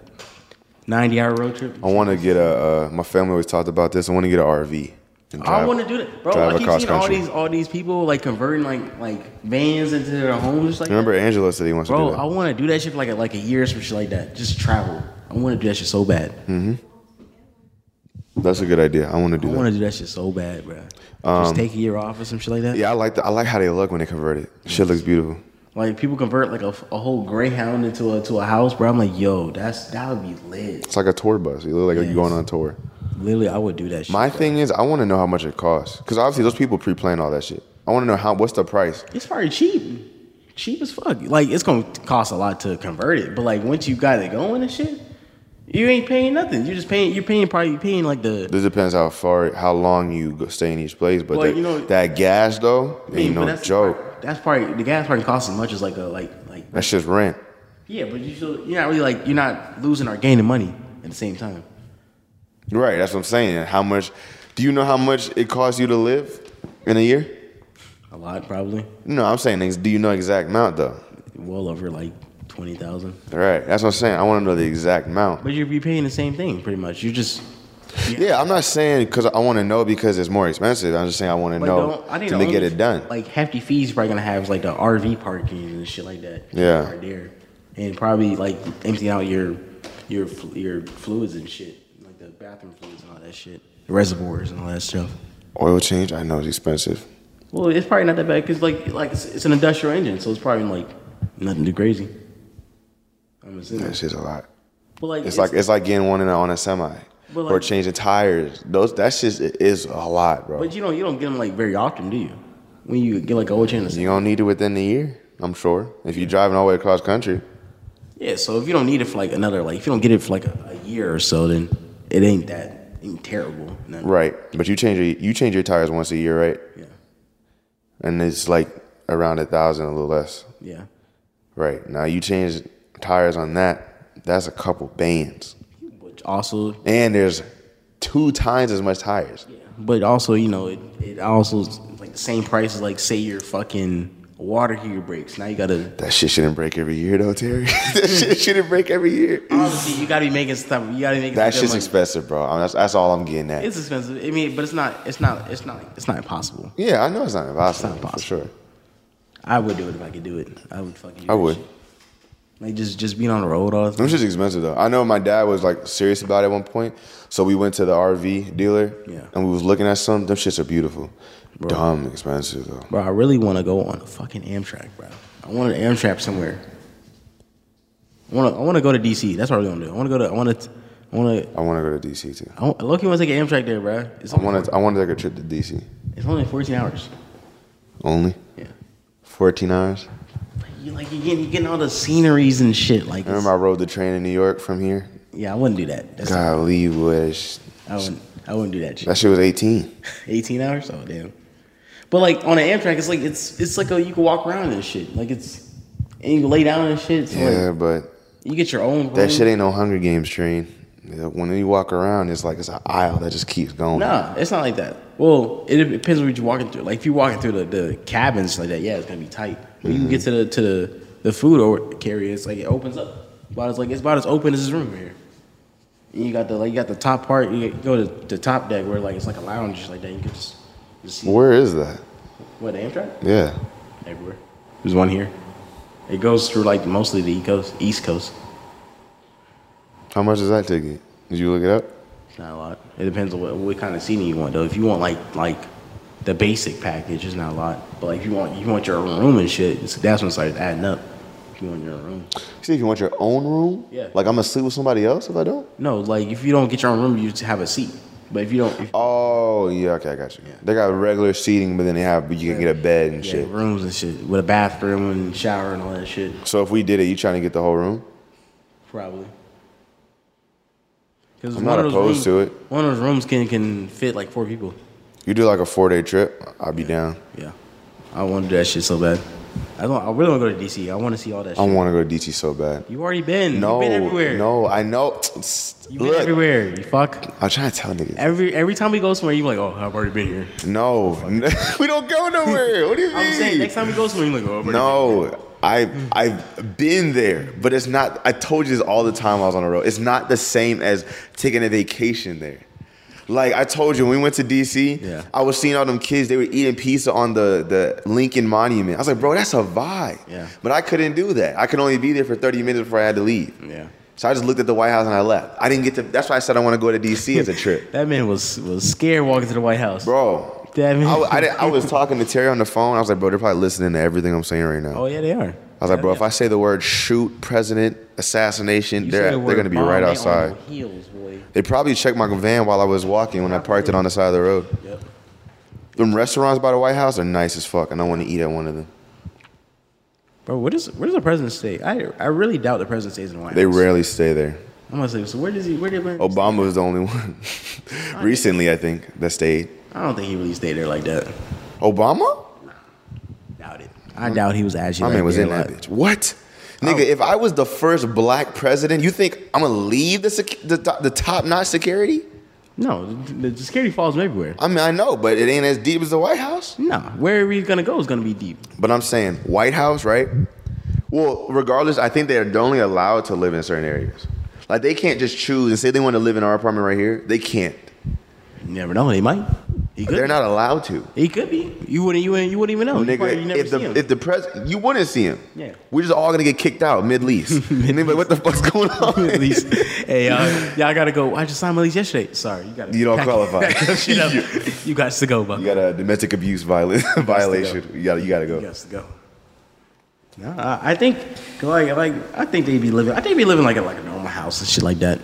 90 hour road trip.
I want to get a. Uh, my family always talked about this. I want to get an RV. And
I
drive-
want to do that, bro.
drive
I keep
across
seeing all
country.
these all these people like converting like like vans into their homes. Like,
Remember, Angelo said he wants
bro,
to
I
do
want to do that shit for like a, like a year or some shit like that. Just travel. I want to do that shit so bad.
that. That's a good idea. I want to
I
do that.
want to do that shit so bad, bro. Just take a year off or some shit like that.
Um, Yeah, I like the, I like how they look when they convert it. Shit looks beautiful.
Like people convert like a, a whole Greyhound into a to a house, bro. I'm like, yo, that's that would be lit.
It's like a tour bus. You look like
Yes.
you're going on tour.
Literally, I would do that shit.
My thing is, I want to know how much it costs because obviously those people pre-plan all that shit. I want to know how what's the price.
it's probably cheap, cheap as fuck. Like it's gonna cost a lot to convert it, but like once you got it going and shit, you ain't paying nothing. You're just paying. You're paying probably you're paying like the.
This depends how far, how long you go stay in each place. But
Well,
that,
you know-
that gas though,
I mean,
ain't
but
no
that's the
joke.
part- that's probably the gas probably costs as much as like a like like
That's just rent.
yeah, but you still you're not really like you're not losing or gaining money at the same time.
Right. That's what I'm saying. How much? Do you know how much it costs you to live in a year?
A lot probably,
No, I'm saying. ex- Do you know exact amount though?
well over like twenty thousand.
Right. That's what I'm saying. I want to know the exact amount.
But you'd be paying the same thing pretty much. You just
Yeah, I'm not saying because I want to know because it's more expensive. I'm just saying I want to
But
know
don't-
to
the only-
get it done.
Like hefty fees probably gonna have like the RV parking and shit like that.
Yeah.
right there, and probably like emptying out your your fl- your fluids and shit, like the bathroom fluids and all that shit, reservoirs and all that stuff.
Oil change, I know it's expensive.
Well, it's probably not that bad because like like it's, it's an industrial engine, so it's probably like nothing too crazy. I'm assuming.
That's just a lot.
But like
It's like it's like getting one in a, on a semi
But
or
like-
changing tires. Those that's just it is a lot, bro.
but you don't you don't get them like very often, do you? When you get like a oil change.
You gonna need it within the year, I'm sure. If you're driving all the way across country,
Yeah, so if you don't need it for like another, like if you don't get it for like a, a year or so, then it ain't that ain't terrible. Then,
right? But you change your, you change your tires once a year, right?
Yeah.
And it's like around a thousand, a little less,
Yeah.
right? Now you change tires on that, that's a couple bands,
Which also,
and there's two times as much tires.
but also you know it it also is like the same price as like say your fucking water heater breaks. Now you gotta
That shit shouldn't break every year, though, Terry. (laughs) that shit shouldn't break every year.
obviously you gotta be making stuff. You gotta make
That shit's expensive, bro. I mean, that's, that's all I'm getting at.
It's expensive. I mean, but it's not. It's not. It's not. It's not impossible.
yeah, I know it's not impossible,
It's not
for sure.
I would do it if I could do it. I would fucking. do
I
that
would.
shit. Like just just being on the road all the
Them
time.
shit's expensive though. I know my dad was like serious about it at one point. So we went to the RV dealer.
Yeah.
And we was looking at some. Them shits are beautiful. Dumb expensive though.
Bro, I really want to go on a fucking Amtrak, bro. I want an Amtrak somewhere. I want to. I want to go to DC. That's what I really want to do. I want to go to. I want to. I want to.
I want to go to DC too.
I want, Loki want to take an Amtrak there, bro. It's
I
only,
want to. I want to take a trip to DC.
it's only 14 hours.
Only
Yeah.
fourteen hours.
But You like you getting you getting all the sceneries and shit. Like,
I
it's-
remember I rode the train in New York from here.
yeah, I wouldn't do that. That's
Golly, you wish
I wouldn't. I wouldn't do that shit.
that shit was eighteen.
18 hours. Oh damn. But like on an Amtrak, it's like it's it's like a, you can walk around and shit. Like it's and you can lay down and shit. So
Yeah,
like
but
you get your own.
that
room.
shit ain't no Hunger Games train. Yeah, When you walk around, it's like it's an aisle that just keeps going.
Nah, it's not like that. Well, it depends what you're walking through. Like if you're walking through the, the cabins like that, yeah, it's gonna be tight. When you get to the to the, the food or carrier, it's like it opens up. About as like it's about as open as this room here. And you got the like you got the top part. You go to the top deck where like it's like a lounge just like that. You can just just see
Where is that?
what the Amtrak
Yeah.
everywhere. There's one here. It goes through like mostly the east coast. East coast.
How much is that ticket? Did you look it up?
It's not a lot. It depends on what, what kind of seating you want though. If you want like like the basic package, it's not a lot. But like if you want you want your own room and shit, it's, that's when it starts adding up. If you want your own room.
See, if you want your own room,
Yeah.
Like I'm gonna sleep with somebody else if I don't.
No, like if you don't get your own room, you just have a seat. But if you don't, if,
Oh yeah, okay, I got you. They got regular seating, but then they have you can get a bed and
yeah,
shit.
rooms and shit with a bathroom and shower and all that shit,
So if we did it, you trying to get the whole room?
probably. Because
I'm not opposed to it.
One of those rooms can can fit like four people.
You do like a four day trip, I'll be down.
Yeah, I want to do that shit so bad. I don't. I really want to go to DC. I want to see all that
I
shit.
want to go to DC so bad.
You already been.
No,
You've been everywhere.
no, I know.
You've been
Look,
everywhere. You fuck.
I'm trying to tell niggas.
Every every time we go somewhere, you're like, oh, I've already been here.
No, (laughs) we don't go nowhere. What do you mean?
I'm saying next time we go somewhere, you're like, oh, I've already
No, I I've been there, but it's not. I told you this all the time. I was on the road. It's not the same as taking a vacation there. Like I told you, when we went to DC,
Yeah.
I was seeing all them kids. They were eating pizza on the the Lincoln Monument. I was like, bro, that's a vibe.
Yeah.
But I couldn't do that. I could only be there for thirty minutes before I had to leave.
been here.
So I just looked at the White House and I left. I didn't get to. That's why I said I want to go to DC as a
Yeah.
trip,
That man was was scared walking to the White House.
bro.
That man.
I, I, didn't- I was talking to Terry on the phone. I was like, bro, they're probably listening to everything I'm saying right now.
oh yeah, they are.
I was like, bro, if I say the word shoot, president, assassination, they're they're gonna be right outside.
Heels, boy.
They probably checked my van while I was walking when I parked it on the side of the road.
Yep.
Them restaurants by the White House are nice as fuck, and I want to eat at one of them.
Bro, where does where does the president stay? I I really doubt the president stays in the White
They Oh,
House.
rarely stay there.
I'm gonna say, so where does he? Where did where,
Obama was the only one (laughs) recently, I think, that stayed.
I don't think he really stayed there like that.
Obama?
Doubt it. I doubt he was actually.
My
like,
man was
there
in
a
that
lot.
bitch. What? Nigga, if I was the first black president, you think I'm gonna leave the sec- the, top- the top notch security?
No, the, the security falls from everywhere.
I mean, I know, but it ain't as deep as the White House.
No, wherever he's gonna go is gonna be deep.
But I'm saying White House, right? Well, regardless, I think they're only allowed to live in certain areas. Like they can't just choose and say they want to live in our apartment right here. They can't.
You never know. They might. He could.
They're
be.
not allowed to.
He could be. You wouldn't. You wouldn't. You wouldn't even know. Oh, You probably- you
Nigga,
never
if
see him.
the if the pres you wouldn't see him.
Yeah.
We're just all gonna get kicked out mid lease.
(laughs)
and then, like, what the fuck's going on?
(laughs) At least, hey y'all, y'all gotta go. I just signed my lease yesterday. Sorry, you gotta.
You don't
pack-
qualify.
(laughs) pack that
(laughs)
shit up. You got to go, Buck.
You
You
got a domestic abuse (laughs) viola- violation. You gotta you gotta go.
got to go. No, I, I think like like I think they'd be living. I think they'd be living like a like a normal house and shit like that.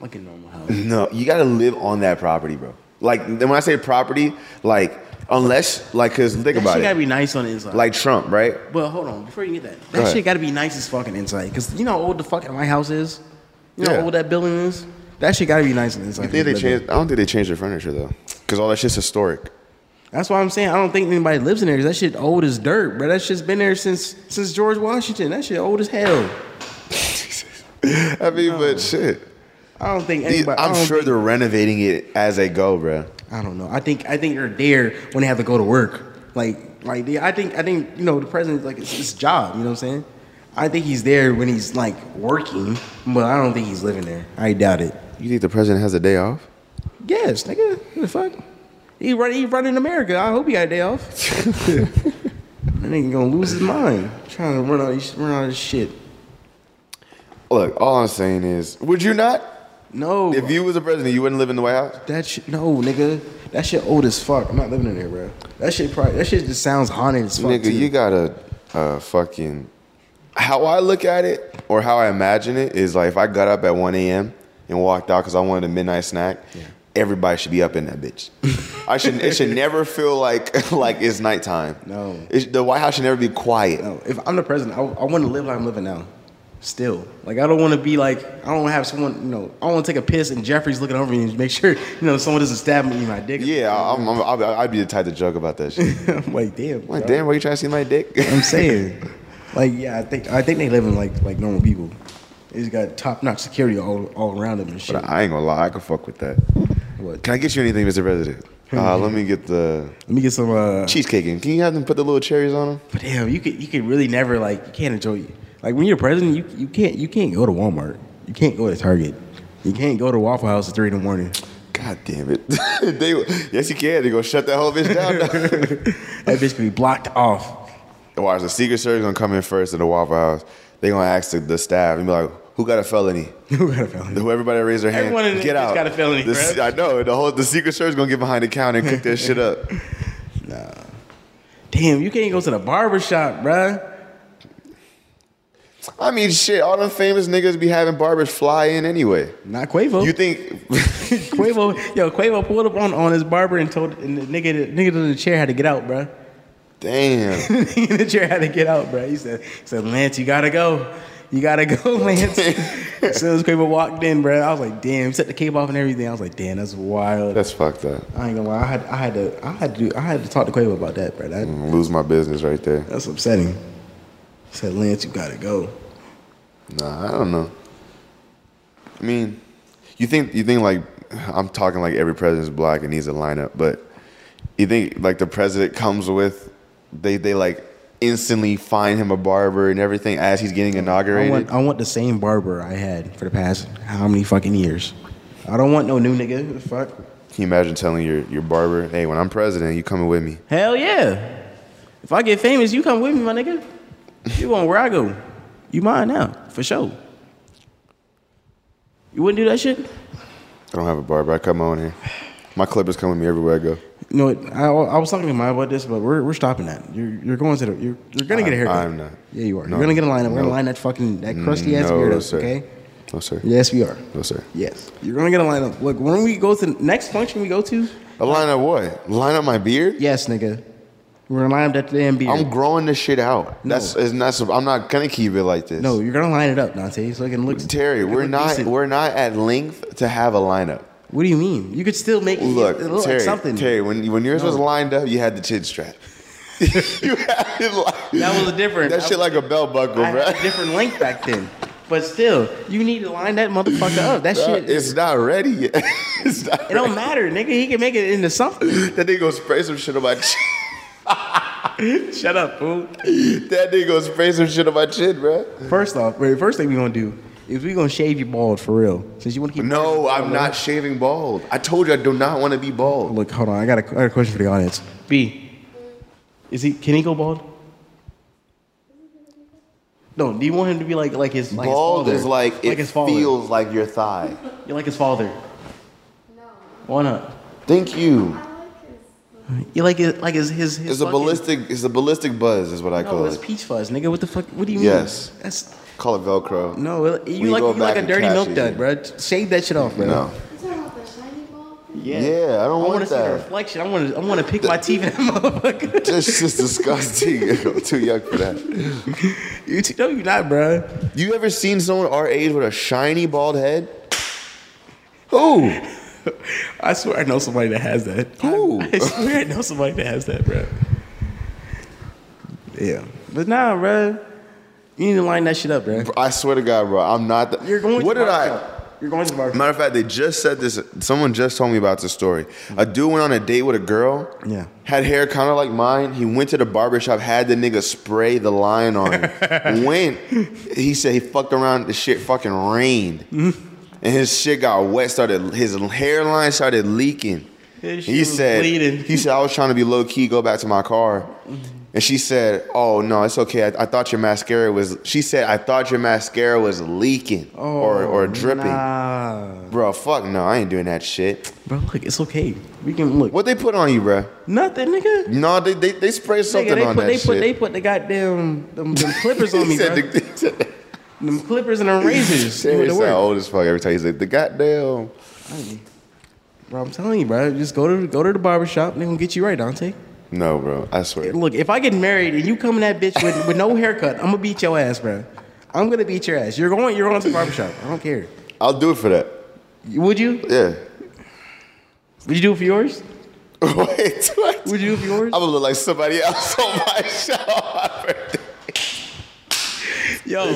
Like a normal house.
No, you gotta live on that property, bro. Like then when I say property, like unless like cause think
That
about
shit
it.
gotta be nice on the inside.
like Trump, right?
but hold on, before you get that,
Go
that
ahead.
shit gotta be nice as fucking inside. Cause you know how old the fucking White House is. You know
Yeah.
how old that building is. That shit gotta be nice on the inside.
I think they
Living.
changed I don't think they changed their furniture though. Cause all that shit's historic. (laughs)
That's why I'm saying I don't think anybody lives in there. 'cause That shit old as dirt, bro. That shit's been there since since George Washington. That shit old as hell.
I mean, but shit.
I don't think
The-
anybody.
I'm
I don't
sure
think-
they're renovating it as they go, bro.
I don't know. I think I think they're there when they have to go to work. Like like they, I think I think you know the president's like it's his job. You know what I'm saying? I think he's there when he's like working, but I don't think he's living there. I doubt it.
You think the president has a day off?
Yes, nigga. What the fuck? He run he running America. I hope he got a
(laughs)
day off. that nigga gonna lose his mind trying to run out of- run out of this shit.
Look, all I'm saying is, would you not?
No.
If you was a president, you wouldn't live in the White House?
That shit, no, nigga. That shit old as fuck. I'm not living in there, bro. That shit probably. That shit just sounds haunted as fuck.
Nigga,
too.
you gotta uh, fucking. How I look at it or how I imagine it is like if I got up at 1 a.m. and walked out because I wanted a midnight snack, everybody should be up in that
(laughs)
bitch. I should. It should never feel like (laughs) like it's nighttime.
No.
It, the White House should never be quiet.
No, if I'm the president, I, want to live like I'm living now. Still, like I don't want to be like I don't have someone. You know, I don't want to take a piss and Jeffrey's looking over me and make sure you know someone doesn't stab me in my dick.
Yeah, I- I'm, I'm, I'll, I'd be the type to joke about that shit.
(laughs) I'm like damn.
Like,
bro.
damn, why you trying to see my dick? (laughs)
I'm saying, like yeah, I think I think they living like like normal people. They just got top notch security all all around them and shit.
But I ain't gonna lie, I can fuck with that.
What?
Can I get you anything, Mr. President? Uh, let me get the
Let me get some. uh
cheesecake. In. Can you have them put the little cherries on them?
But damn, you could you could really never like you can't enjoy like when you're president you you can't you can't go to Walmart you can't go to Target you can't go to Waffle House at three in the morning (laughs)
God damn it! (laughs) they yes, you can. They gonna shut that whole bitch down. (laughs)
that bitch could be blocked off. (laughs)
Watch the Secret Service gonna come in first at the Waffle House. They gonna ask the, the staff and be like, "Who got a felony?"
Who got a felony?
Whoever everybody raise their hand,
Everyone in this
get
bitch
out.
got a felony,
The se-
bruh.
I know. The whole the Secret Service gonna get behind the counter and cook that shit up.
Damn, you can't go to the barber shop, bruh.
I mean, shit. All them famous niggas be having barbers fly in anyway.
Not Quavo.
You think (laughs)
(laughs) Quavo, yo, Quavo pulled up on, on his barber and told and the nigga the nigga in the chair had to get out, bruh.
Damn.
The nigga (laughs) in the chair had to get out, bruh. He said, he said, Lance, you gotta go. You gotta go, (laughs) Lance. as soon as Quavo walked in, bruh, I was like, damn, set the cape off and everything. I was like, damn, that's wild.
That's fucked up.
I ain't gonna lie. I had, I had to, I had to, do, I had to talk to Quavo about that, bro. That,
Lose my business right there.
That's upsetting. said Lance, you gotta go.
Nah, I don't know. I mean, you think you think like I'm talking like every president's black and needs a lineup, but you think like the president comes with they they like instantly find him a barber and everything as he's getting
I
inaugurated.
want, I want the same barber I had for the past how many fucking years. I don't want no new nigga. The Fuck.
Can you imagine telling your, your barber, hey, when I'm president, you coming with me?
Hell yeah. If I get famous, you come with me, my nigga. You going where I go? You mine now for sure. You wouldn't do that shit.
I don't have a barber. I cut my own hair. My clippers come with me everywhere I go.
You know, what? I, I was talking to Maya about this, but we're, we're stopping that. You're, you're going to the you're, you're gonna get a
I-
haircut.
I'm not.
Yeah, you are.
No.
you're gonna get a lineup. We're
No.
gonna line that fucking that crusty ass
no,
beard up.
sir.
Okay.
No sir.
Yes, we are.
No sir.
Yes, you're gonna get a lineup. Look, when we go to the next function we go to,
A lineup what? Line up my beard?
yes, nigga, we're gonna line up that damn beard.
I'm growing this shit out.
No.
That's it's not. I'm not gonna keep it like this.
no, you're gonna line it up, Dante. So it can look. it
Terry,
can
we're
look
not
decent.
we're not at length to have a lineup.
What do you mean? You could still make it
Look,
it look
Terry,
like something.
Terry, when when yours was
No.
lined up, you had the chin strap. (laughs) you had it like
That was different.
That
I
shit
was-
like a belt buckle,
I
bro.
had a
(laughs)
different length back then, but still, you need to line that motherfucker up. That shit, it
It's not ready yet. (laughs) it's not. Ready.
don't matter, nigga. He can make it into something.
(laughs) That nigga gonna spray some shit on my chin. (laughs)
Shut up, fool.
That nigga gonna spray some shit on my chin, bro.
First off, wait, first thing we gonna do if we gonna shave you bald for real, since you want to keep
No, I'm not shaving bald. I told you I do not want to be bald.
Look, hold on. I got a, I got a question for the audience. B, is he? Can he go bald? No. Do you want him to be like like his like
bald
his father?
is like, it
his father?
feels like your thigh.
You're like his father. Why not?
Thank you.
You like it like his his. his
It's a
fucking-
ballistic. It's a ballistic buzz. Is what I
No,
call
that's
it.
peach fuzz, nigga. What the fuck? What do you mean?
Yes.
That's
Call it Velcro.
no. You
We
like
go
you like
back
a
and
dirty
catch
milk
it.
dud, bro. Shave that shit off, bro.
No.
You talking about the shiny ball?
Yeah.
Yeah, I don't
I want
want
to see the
that. (laughs)
reflection. I want to. I want to pick my teeth in that (laughs) motherfucker.
That's just disgusting. (laughs) I'm too young for that.
You t- no, you not, bro.
You ever seen someone our age with a shiny bald head? Who?
(laughs) I swear I know somebody that has that.
Who?
(laughs) I, I swear I know somebody that has that, bro. Yeah, but nah, bro. You need to line that shit up, bro.
I swear to God, bro, I'm not. The,
You're going.
What
to
did I?
barbershop. You're going to the barbershop.
Matter of fact, they just said this. Someone just told me about this story. A dude went on a date with a girl.
Yeah.
Had hair kind of like mine. He went to the barbershop, had the nigga spray the line on
(laughs)
him. went. He said he fucked around. The shit fucking rained. and his shit got wet. Started his hairline started leaking.
His shit
He
was
said.
bleeding. Mm-hmm.
He said I was trying to be low key. Go back to my car. And she said, "Oh no, it's okay. I, I thought your mascara was." She said, "I thought your mascara was leaking or or dripping."
Oh, Nah,
Bro, fuck no, I ain't doing that shit.
bro. Look, it's okay. We can look.
What they put on you, bro?
Nothing, nigga.
No, they they, they sprayed something
Nigga, they
on
put
that
they
shit.
put they put the goddamn
(laughs)
them, them clippers on
He
me,
said
bro.
the- (laughs) he said-
them clippers
(laughs)
and them razors. They were
Terry
the
sound
worst.
old as fuck every time he said the goddamn.
Bro, I'm telling you, bro. Just go to go to the barber shop. They gonna get you right, Dante.
No, bro, I swear.
Look, if I get married and you come in that bitch with, with no (laughs) haircut, I'm gonna beat your ass, bro. I'm gonna beat your ass. You're going. You're going to the barber shop. I don't care.
I'll do it for that.
Would you?
Yeah. (laughs)
Would you do it for yours?
Wait, what?
Would you do it for yours?
I would look like somebody else on my (laughs) show.
Yo,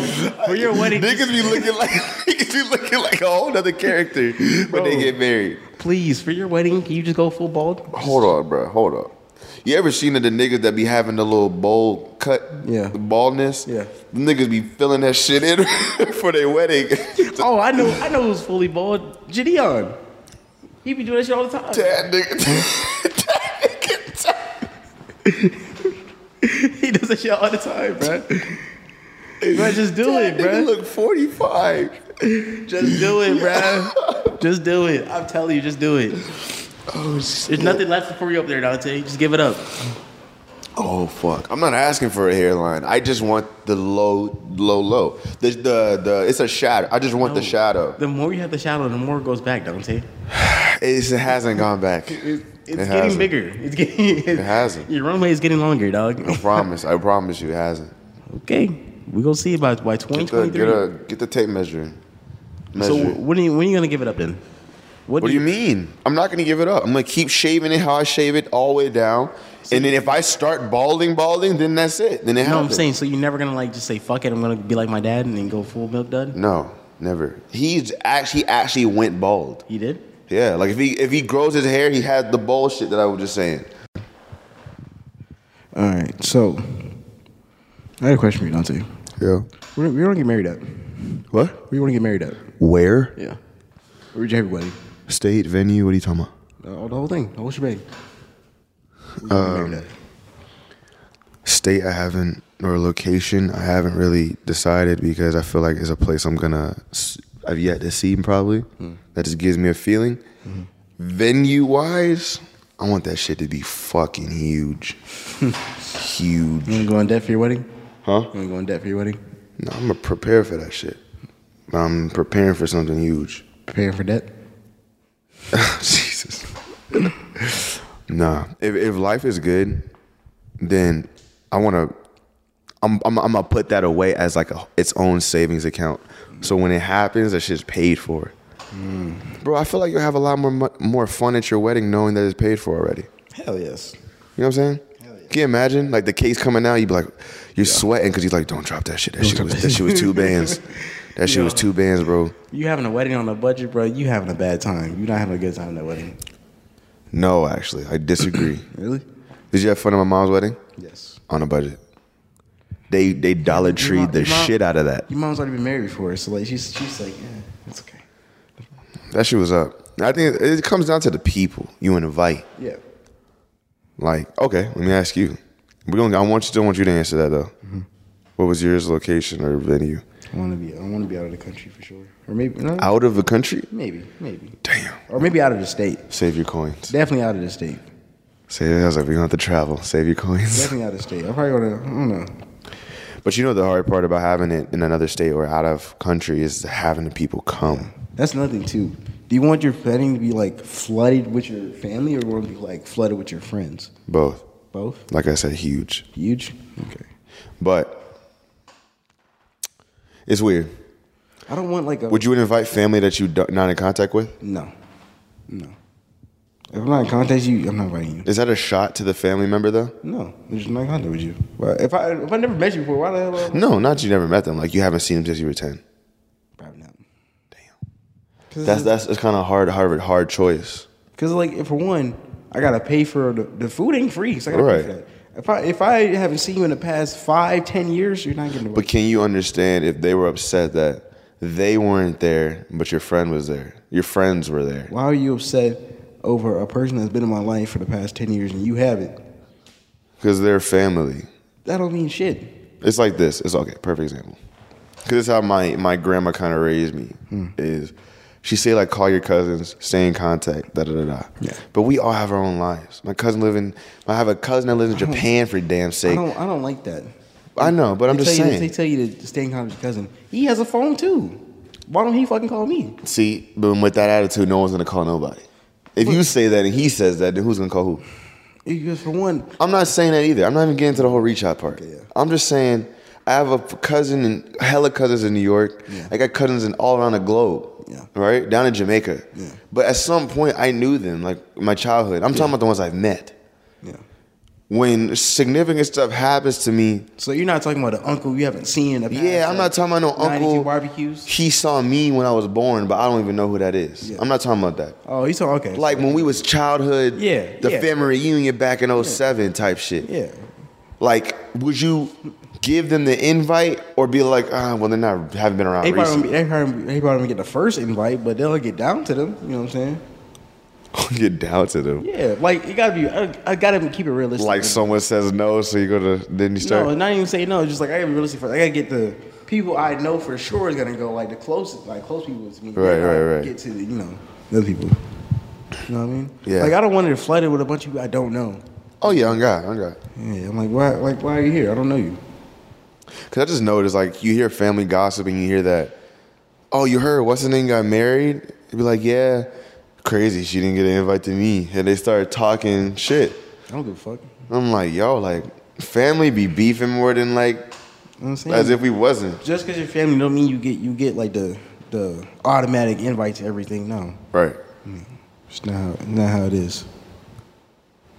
for your wedding,
niggas be looking like (laughs) niggas be looking like a whole other character when
Bro.
they get married.
please. For your wedding, can you just go full bald?
Hold on, bro. Hold on. You ever seen that the niggas that be having the little bowl cut,
Yeah.
the baldness?
Yeah.
The niggas be filling that shit in (laughs) for their wedding. (laughs) that
(laughs) Oh, I know. I know who's fully bald. Gideon. He be doing that shit all the time.
nigga. (laughs) that nigga.
(laughs) He does that shit all the time, bro. Bro, just do it,
that nigga
bro.
look 45.
Just do it, bro. Just do it. I'm telling you, just do it.
Oh, shit.
There's nothing left for you up there, Dante. Just give it up.
Oh, fuck. I'm not asking for a hairline. I just want the low, low, low. The, the, the, it's a shadow. I just want the
No.
shadow.
The more you have the shadow, the more it goes back, Dante.
It's, it hasn't gone back.
It's,
It
it's getting
hasn't.
bigger. It's getting. (laughs) It
hasn't.
Your runway is getting longer, dog.
I promise. I promise you it hasn't.
Okay, we gonna see about by
Get the,
2023.
get, a, get the tape measure. measure.
so when are you, when are you gonna give it up then?
What do you mean? I'm not gonna give it up. I'm gonna keep shaving it how I shave it all the way down. and then if I start balding, balding, then that's it. Then it
No,
happens.
I'm saying so. You're never gonna like just say fuck it. I'm gonna be like my dad and then go full milk dud.
No, never. He's actually actually went bald.
He did.
Yeah, like if he if he grows his hair, he had the bullshit that I was just saying.
All right, so I had a question for you, Dante.
Yeah.
Where, where you want to get married at?
What?
Where you want to get married at?
Where?
Yeah. Where'd you have your wedding?
State venue? What are you talking about?
Uh, the whole thing, the whole shebang. Um,
State I haven't or location I haven't really decided because I feel like it's a place I'm gonna s- I've yet to see probably that just gives me a feeling. Venue wise, I want that shit to be fucking (laughs) huge, huge.
you want to go in debt for your wedding?
Huh?
You want to go in debt for your wedding?
No, I'm gonna prepare for that shit. I'm preparing for something huge. (laughs)
Preparing for debt?
Jesus. nah. If if life is good, then I want to. I'm, I'm I'm gonna put that away as like a, its own savings account. So when it happens, that shit's paid for. Bro, I feel like you'll have a lot more mu- more fun at your wedding knowing that it's paid for already.
Hell yes.
You know what I'm saying? Can you imagine? Like the case coming out, you'd be like, you're 'cause sweating because he's like, don't drop that shit. That shit
drop
was
that
that shit was two bands. That shit
Yeah.
was two bands, bro.
You having a wedding on a budget, bro? You having a bad time. You not having a good time at that wedding.
No, actually, I disagree.
Really?
Did you have fun at my mom's wedding?
Yes.
on a budget. They they Dollar Tree
mom-
the
your mom-
shit out of that.
Your mom's already been married before, so like she's she's like, yeah, it's okay.
That shit was up. I think it, it comes down to the people you invite.
Yeah.
Like, okay, let me ask you. We don't. I want you. Still want you to answer that though. What was yours, location or venue?
I wanna be I wanna be out of the country for sure. Or maybe no,
Out of the country?
maybe, maybe.
Damn.
Or maybe out of the state.
Save your coins.
Definitely out of the state.
Save. I was like, we don't have to travel. Save your coins.
Definitely out of the state. I probably wanna I don't know.
(laughs) But you know the hard part about having it in another state or out of country is having the people come.
That's another thing too. Do you want your wedding to be like flooded with your family, or want it to be like flooded with your friends?
Both.
Both.
Like I said, huge.
Huge. Okay.
But it's weird.
I don't want like a.
Would you invite family that you do- not in contact with?
No. No. If I'm not in contact with you, I'm not inviting you.
Is that a shot to the family member though?
No, I'm just not in contact with you. But if I if I never met you before, why the hell? Would I
No, not you never met them. Like you haven't seen them since you were ten.
Probably not. Damn.
That's that's it's kind of hard, hard, hard choice.
Because like, if for one, I gotta pay for the, the food ain't free, so I gotta pay for
Right.
that. If I if I haven't seen you in the past five ten years, you're not getting.
But can you understand if they were upset that they weren't there, but your friend was there? Your friends were there.
Why are you upset over a person that's been in my life for the past 10 years and you haven't?
Because they're family.
That don't mean shit.
It's like this. It's okay. Perfect example. Because it's how my, my grandma kind of raised me.
Hmm.
Is she say like call your cousins, stay in contact, da da da da.
Yeah.
But we all have our own lives. My cousin living. I have a cousin that lives in Japan for damn
I
sake. I,
don't, I don't like that.
know, but I'm
They
just
tell you-
saying.
they tell you to stay in contact with your cousin. He has a phone too. Why don't he fucking call me?
See, but with that attitude, no one's gonna call nobody. If you say that and he says that, then who's gonna call who?
Because for one,
I'm not saying that either. I'm not even getting to the whole reach out part.
yeah.
I'm just saying I have a f- cousin and hella cousins in New York. I got cousins in all around the globe.
Yeah.
Right? Down in Jamaica.
Yeah.
But at some point I knew them, like my childhood. I'm talking about the ones I've met.
yeah.
When significant stuff happens to me,
So you're not talking about an uncle you haven't seen in the past.
yeah, I'm
like,
not talking about no
92
uncle.
barbecues.
He saw me when I was born, but I don't even know who that is.
Yeah.
I'm not talking about that.
Oh, he's talking okay.
Like when we was childhood,
Yeah,
the
yeah.
family reunion back in 07 type shit.
yeah,
Like, would you give them the invite or be like, ah, well, they're not haven't been around
they probably,
recently.
won't be- they probably won't be- they probably won't get the first invite, but they'll get down to them. You know what I'm saying?
(laughs) Get down to them.
Yeah, like it gotta be. I, I gotta keep it realistic.
Like someone says no, so you go to then you start.
No, not even say no. Just like I gotta be realistic first. I gotta get the people I know for sure is gonna go. Like the closest, like close people to me.
Right,
Then I
right, right.
Get to the, you know those people. You know what I mean?
Yeah.
Like I don't want to flooded with a bunch of people I don't know.
oh yeah, I'm God, I'm God.
Yeah. I'm like, why? Like, why are you here? I don't know you.
Cause I just noticed like you hear family gossip and you hear that, oh, you heard what's the name got married? You'd be like, yeah, crazy. She didn't get an invite to me, and they start talking shit.
I don't give a fuck. You
I'm like, yo, like family be beefing more than like
know what I'm saying?
as if we wasn't.
Just because your family don't mean you get you get like the the automatic invite to everything. No,
Right.
it's not how, not how it is.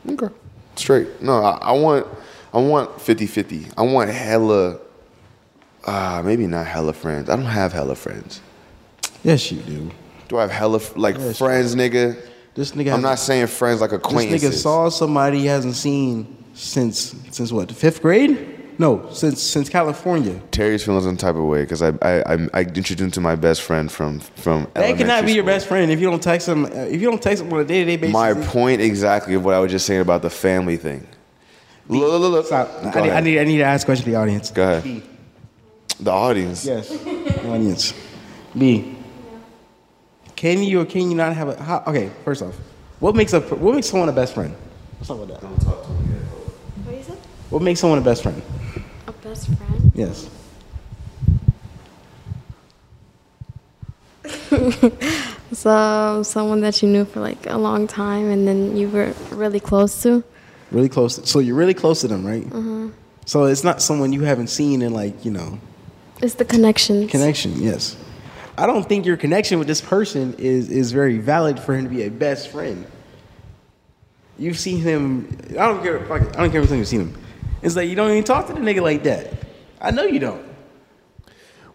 Okay. Straight. No, I, I want I want 50-50. I want hella uh maybe not hella friends. I don't have hella friends.
Yes, you do.
Do I have hella f- like
Yes.
friends, nigga?
This nigga.
I'm
has-
not saying friends like
This
acquaintances.
nigga saw somebody he hasn't seen since since what the fifth grade? No, since since California.
Terry's feeling some type of way because I I, I I introduced him to my best friend from from.
That
elementary
cannot be your
school.
best friend if you don't text him. uh, If you don't text him on a day to day basis.
My point exactly of what I was just saying about the family thing. Look, look, look, look.
Stop.
Go
I need, I
ahead.
need I need to ask a question to the audience.
Go ahead. The audience.
Yes, the audience. B. Can you or can you not have a? How, okay, first off, what makes a what makes someone a best friend? Let's talk about that.
What is it?
What makes someone a best friend?
A best friend?
Yes.
So someone that you knew for like a long time and then you were really close to.
Really close. So you're really close to them, right? Mm-hmm. So it's not someone you haven't seen in like you know
It's the connections.
Connection, yes. I don't think your connection with this person is is very valid for him to be a best friend. You've seen him. I don't care. Fuck it. I don't care if you've seen him. It's like you don't even talk to the nigga like that. I know you don't.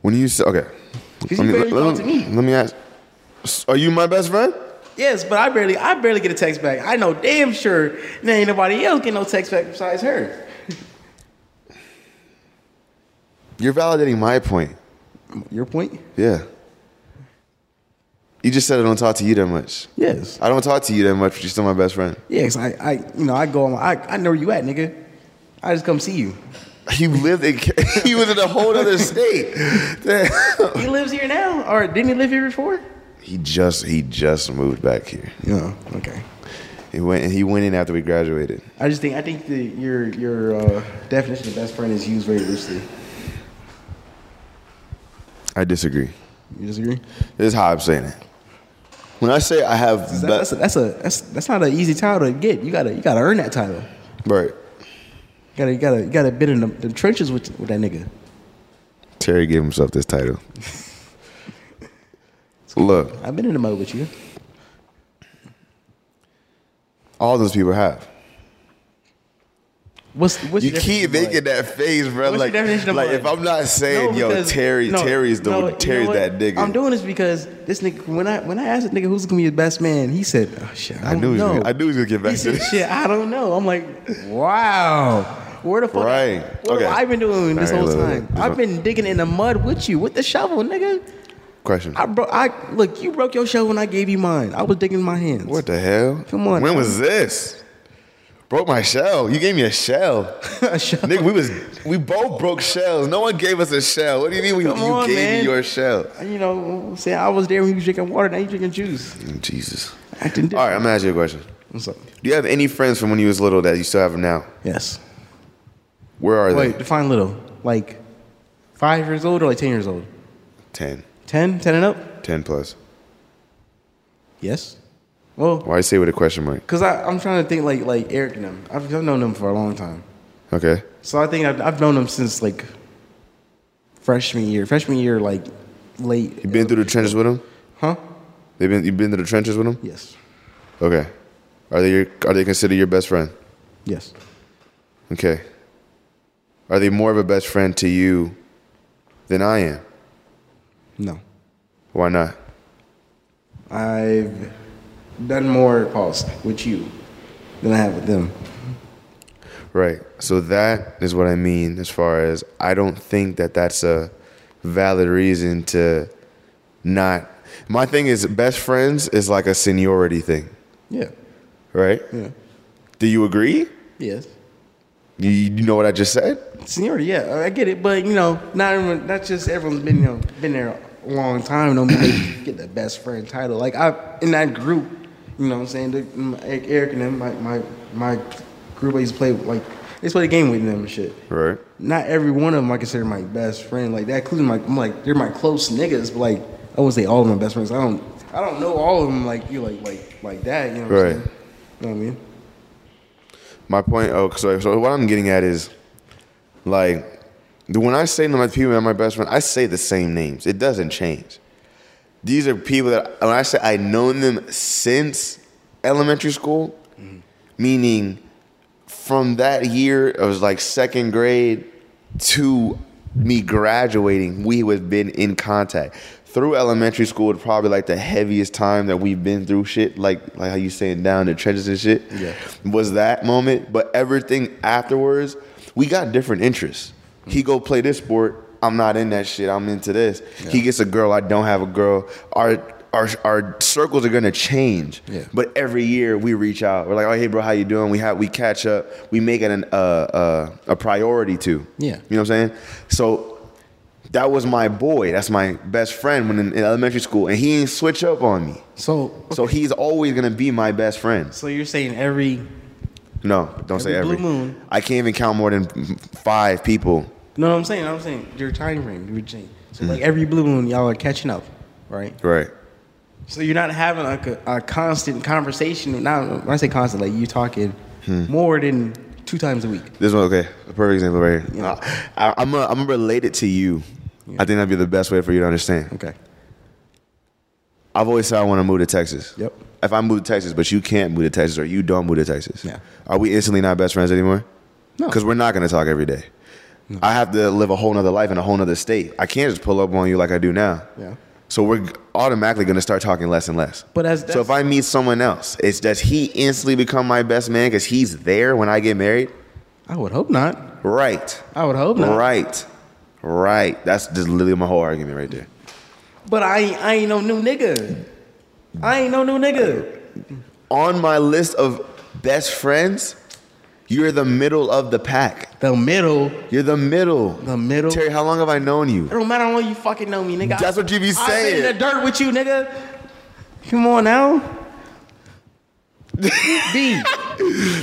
When you say okay,
'Cause you barely
let,
talk to me.
let me ask. Are you my best friend?
Yes, but I barely I barely get a text back. I know damn sure there ain't nobody else get no text back besides her.
You're validating my point.
Your point?
Yeah. You just said I don't talk to you that much.
Yes.
I don't talk to you that much, but you're still my best friend.
Yeah, 'cause I, I, you know, I go. on- I, I know where you at, nigga. I just come see you.
He lived in (laughs) he was in a whole other state. Damn.
He lives here now, or didn't he live here before?
He just he just moved back here.
Yeah. Okay.
He went he went in after we graduated.
I just think I think the, your your uh, definition of best friend is used very loosely.
I disagree.
You disagree?
This is how I'm saying it. When I say I have
That,
be-
that's a, that's a that's that's not an easy title to get. You gotta you gotta earn that title. You
right,
gotta you gotta you gotta been in the, the trenches with with that nigga.
Terry gave himself this title. Look,
I've been in the mud with you.
all those people have.
What's what's
You
the definition
keep
of mud?
making that face, bro.
What's
like,
your definition of
like
mud?
if I'm not saying,
No,
yo,
because-
Terry,
no,
Terry's the
no, you know
Terry's
what?
that nigga.
I'm doing this because this nigga when I when I asked this nigga who's gonna be his best man, he said, oh, shit, I,
I
don't
knew he was
know.
gonna- I knew he was gonna get back
He
to
said,
this.
Shit, I don't know. I'm like, wow. Where the fuck?
Right.
What
Okay.
have I been doing this
All right,
whole
look, look,
time?
look. This
I've
one-
been digging in the mud with you with the shovel, nigga.
Question.
I broke. I look. You broke your shovel when I gave you mine. I was digging in my hands.
What the hell?
Come on
When
now.
was this? Broke my shell. You gave me a shell.
(laughs) A shovel.
Nigga, we was we both broke shells. No one gave us a shell. What do you mean we,
Come
you
on,
gave
man.
me your shell?
You know, say I was there when you was drinking water. Now you drinking juice.
Jesus.
Acting
All right,
different.
I'm gonna ask you a question.
What's up?
Do you have any friends from when you was little that you still have now?
Yes.
Where are
Wait,
they?
define little. Like five years old or like ten years old?
10.
Ten? Ten and up?
10 plus.
Yes. Well,
Why you say with a question mark?
because I'm trying to think like like Eric and them. I've I've known them for a long time.
Okay.
So I think I've, I've known them since like freshman year. Freshman year, like late.
You been through the trenches with them?
Huh?
They been you been through the trenches with them?
Yes.
Okay. Are they your, are they considered your best friend?
Yes.
Okay. Are they more of a best friend to you than I am?
No.
Why not?
I've done more pause with you than I have with them.
Right. So that is what I mean as far as I don't think that that's a valid reason to not. My thing is best friends is like a seniority thing,
Yeah.
right?
Yeah.
Do you agree?
Yes.
You, you know what I just said?
Seniority, yeah, I get it, but you know, not everyone, not just everyone's been you know, been there a long time. No, they (coughs) get the best friend title. Like I in that group, you know, what I'm saying the- my- Eric and them, my my my group I used to play with, like they used to play the game with them and shit.
Right.
Not every one of them I consider my best friend like that, including my I'm like they're my close niggas, but like I wouldn't say all of my best friends. I don't I don't know all of them like you like like like that. You know what
Right.
I'm saying? You know what I mean?
My point, oh, so, so what I'm getting at is like, when I say to my people that my best friend, I say the same names. It doesn't change. These are people that, when I say I've known them since elementary school, meaning from that year, it was like second grade to me graduating, we have been in contact. Through elementary school, it's probably like the heaviest time that we've been through shit, like like how you saying down the trenches and shit.
Yeah.
Was that moment. But everything afterwards, we got different interests. He go play this sport, I'm not in that shit, I'm into this. He gets a girl, I don't have a girl. Our our, our circles are gonna change.
Yeah.
But every year we reach out. We're like, oh hey bro, how you doing? We have we catch up. We make it an uh, uh, a priority to. You
Yeah.
know what I'm saying? So that was my boy. That's my best friend when in, in elementary school, and he didn't switch up on me.
So
So he's always gonna be my best friend.
so you're saying every
No, don't say
Every
every.
blue moon.
I can't even count more than five people.
No, what I'm saying, I'm saying your time frame, your routine. So
Mm.
like every blue moon, y'all are catching up, right?
Right.
So you're not having like a, a constant conversation. Now, when I say constant, like you talking
Hmm.
more than two times a week.
This one, okay, a perfect example right here. Uh,
Yeah.
I, I'm a, I'm related to you. I think that'd be the best way for you to understand.
Okay.
I've always said I want to move to Texas.
Yep.
If I move to Texas, but you can't move to Texas or you don't move to Texas,
Yeah.
are we instantly not best friends anymore?
No.
Because we're not going to talk every day. I have to live a whole nother life in a whole nother state. I can't just pull up on you like I do now.
Yeah.
So we're automatically going to start talking less and less.
But as
so
that's-
if I meet someone else, it's does he instantly become my best man because he's there when I get married?
I would hope not.
Right.
I would hope not.
Right. Right. That's just literally my whole argument right there.
But I ain't, I ain't no new nigga. I ain't no new nigga.
On my list of best friends, you're the middle of the pack.
The middle.
You're the middle.
The middle?
Terry, how long have I known you?
(laughs) It don't matter how long you fucking know me, nigga.
That's what you be
I been in
saying.
the dirt with you, nigga. Come on
(laughs)
now. B.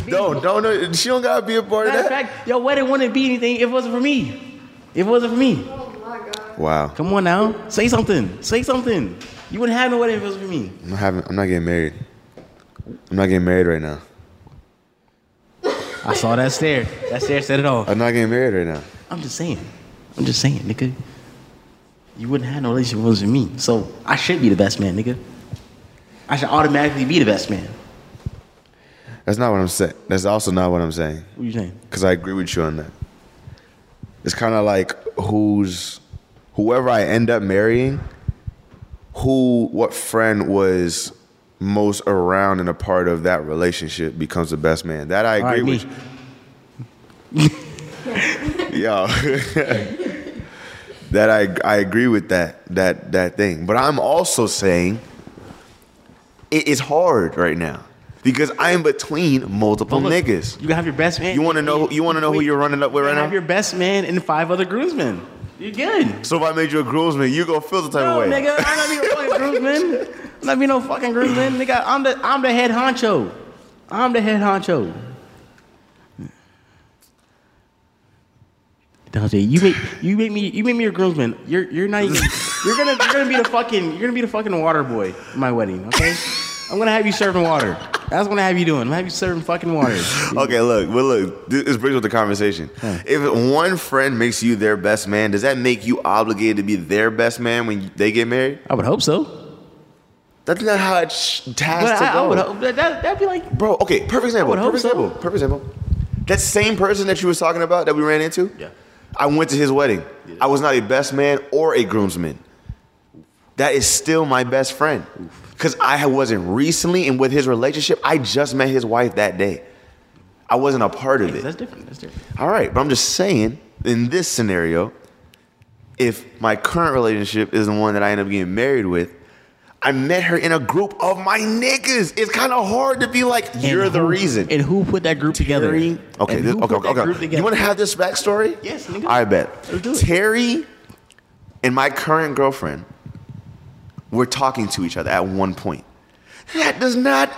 No, no, no. She don't gotta be a part of
Matter of
that.
fact, your wedding wouldn't be anything if it wasn't for me. If it wasn't for me.
Wow.
Come on now. Say something. Say something. You wouldn't have no wedding if it wasn't for me.
I'm not having. I'm not getting married. I'm not getting married right now.
I saw that stare. That stare said it all.
I'm not getting married right now.
I'm just saying. I'm just saying, nigga. You wouldn't have no relationship if it wasn't for me. So I should be the best man, nigga. I should automatically be the best man.
That's not what I'm saying. That's also not what I'm saying.
What you saying?
Because I agree with you on that. It's kind of like who's whoever I end up marrying, who what friend was most around and a part of that relationship becomes the best man. That I
All
agree
right, me.
with. you. (laughs) Yo. (laughs) that I I agree with that that that thing. But I'm also saying it is hard right now because I am between multiple
Look,
niggas.
You gotta have your best man.
You wanna know- you wanna know who you're running up with
You
right
gotta
now?
Have your best man and five other groomsmen. You're good.
So if I made you a groomsman, you gonna feel the type
No,
of way.
nigga, I'm not
(laughs)
be no fucking groomsman. I'm not be no fucking groomsman, nigga. I'm the I'm the head honcho. I'm the head honcho. Dante, you make you make me you make me your groomsman. You're you're not even, you're gonna you're gonna be the fucking you're gonna be the fucking water boy at my wedding, okay? I'm gonna have you serving water. That's what I'm gonna have you doing. I'm gonna have you serving
(laughs)
fucking water.
Okay, look, but look, th- this brings with the conversation. If one friend makes you their best man, does that make you obligated to be their best man when you- they get married?
I would hope so.
That's not how it sh-
But
has to
I, I
go.
would hope that that that'd be like
Bro, okay, perfect example.
would hope
Perfect example.
so.
Perfect example. That same person that you was talking about that we ran into.
Yeah.
I went to his wedding. I was not a best man or a groomsman. That is still my best friend. Because I wasn't recently and with his relationship, I just met his wife that day. I wasn't a part of it.
that's different. That's different.
All right, but I'm just saying, in this scenario, if my current relationship is the one that I end up getting married with, I met her in a group of my niggas. It's kind of hard to be like, you're
And
the
who-
reason.
And who put that group together?
Terry. Okay,
And
this,
who
okay,
put that
okay,
group
okay.
together?
You want to have this backstory?
Yes, nigga.
I bet.
Let's do it.
Terry and my current girlfriend were talking to each other at one point. That does not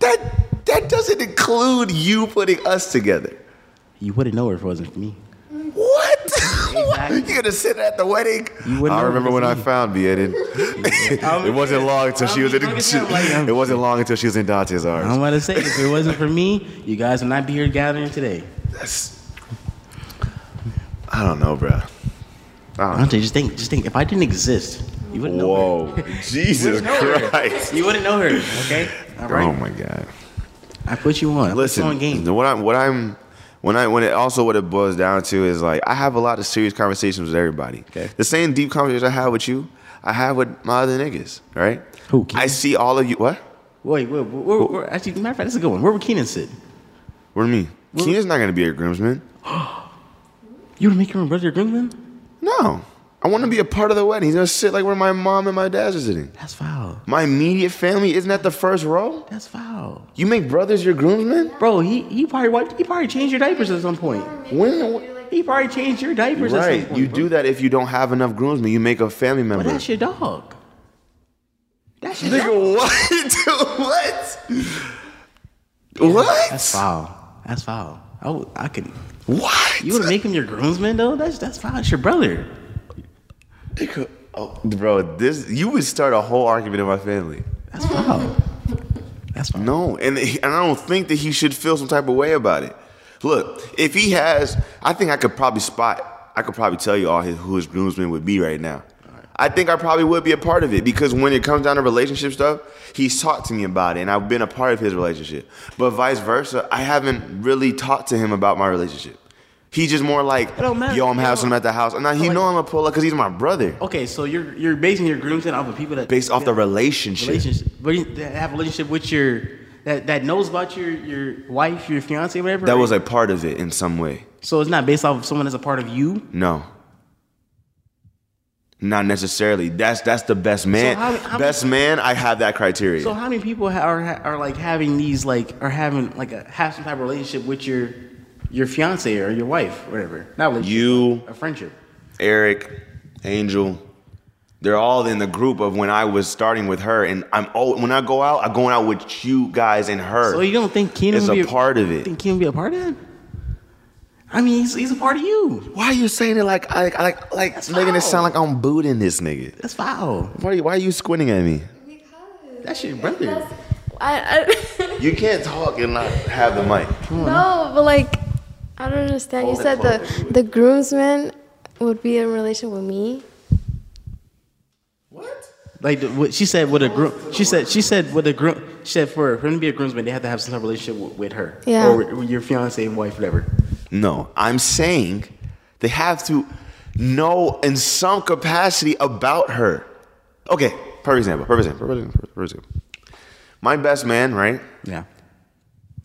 that that doesn't include you putting us together.
You wouldn't know her if it wasn't for me.
What? (laughs)
Exactly.
You're gonna sit at the wedding?
You wouldn't
I
know
remember
if
when
it's
I
me.
found Beaden.
(laughs)
it wasn't long until she was in.
I'll be
she-
drunk as hell,
(laughs)
like-
it wasn't long until she was in Dante's
I'm
arms.
about to say, if it wasn't for me, you guys would not be here gathering today.
That's- I don't know, bro. I don't
Dante, just think, just think, if I didn't exist, you wouldn't know
Whoa, (laughs) Jesus
Wouldn't know her.
Christ!
her. You wouldn't know her, okay? All right.
Oh my God!
I put you on. I put you
Listen,
on game.
what I'm, what I'm, when I, when it also what it boils down to is like I have a lot of serious conversations with everybody.
Okay.
The same deep conversations I have with you, I have with my other niggas. Right?
Who, Keith?
I see all of you. What?
Wait, wait, wait, where, where, actually, matter of fact, that's a good one. Where would Keenan sit?
What do you mean? Keenan's not gonna be a groomsman.
You would make your own brother groomsman?
No, I want to be a part of the wedding. He's gonna sit like where my mom and my dad's are sitting.
That's foul.
My immediate family isn't that the first row?
That's foul.
You make brothers your groomsmen?
Bro, he, he probably wiped, he probably changed your diapers at some point.
When?
He probably changed your diapers at some
Right.
point.
You
bro.
do that if you don't have enough groomsmen. You make a family member.
But that's your dog. That's your dog.
Nigga, what? (laughs) what? What?
That's foul. That's foul. I, would, I could.
What?
You would make him your groomsman though. That's that's foul. It's your brother.
Nigga, oh, bro, this you would start a whole argument in my family.
That's foul. That's foul.
No, and he- and I don't think that he should feel some type of way about it. Look, if he has, I think I could probably spot. I could probably tell you all his, who his groomsmen would be right now. I think I probably would be a part of it because when it comes down to relationship stuff, he's talked to me about it, and I've been a part of his relationship. But vice versa, I haven't really talked to him about my relationship. He's just more like,
don't matter.
yo, I'm
It
having
don't-
some at the house, and now he
Like- Oh.
know I'm gonna pull up because he's my brother,
Okay, so you're you're basing your groomsman off of people that
based off the relationship.
relationship, but you- that have a relationship with your that that knows about your your wife, your fiance, whatever.
That
right?
was a part of it in some way.
so it's not based off of someone that's a part of you.
No, Not necessarily. That's that's the best man.
how- how-
best man. I have that criteria.
So how many people ha- are ha- are like having these like are having like a have some type of relationship with your your fiance or your wife, whatever. Not relationship,
you,
a friendship.
Eric, Angel, they're all in the group of when I was starting with her, and I'm oh when I go out, I'm going out with you guys and her.
So you don't think Keenan
It's
would
a
be
part of
you
it.
Think Keenan would be a part of that? I mean, he's, he's a part of you.
why are you saying it like I like like like making it sound like I'm booting this nigga?
That's foul.
Why why are you squinting at me?
That's your brother.
I, I (laughs)
You can't talk and not have the mic.
no, but like I don't understand. You said the the groomsman would be in relation with me.
Like the- what she said, with a groom. She said she said with a groom. She said for for him to be a groomsman, they have to have some type of relationship with, with her
Yeah.
or with, with your fiance and wife, whatever.
No, I'm saying they have to know in some capacity about her. Okay, for example, for example, for example, for example. My best man, right,
Yeah.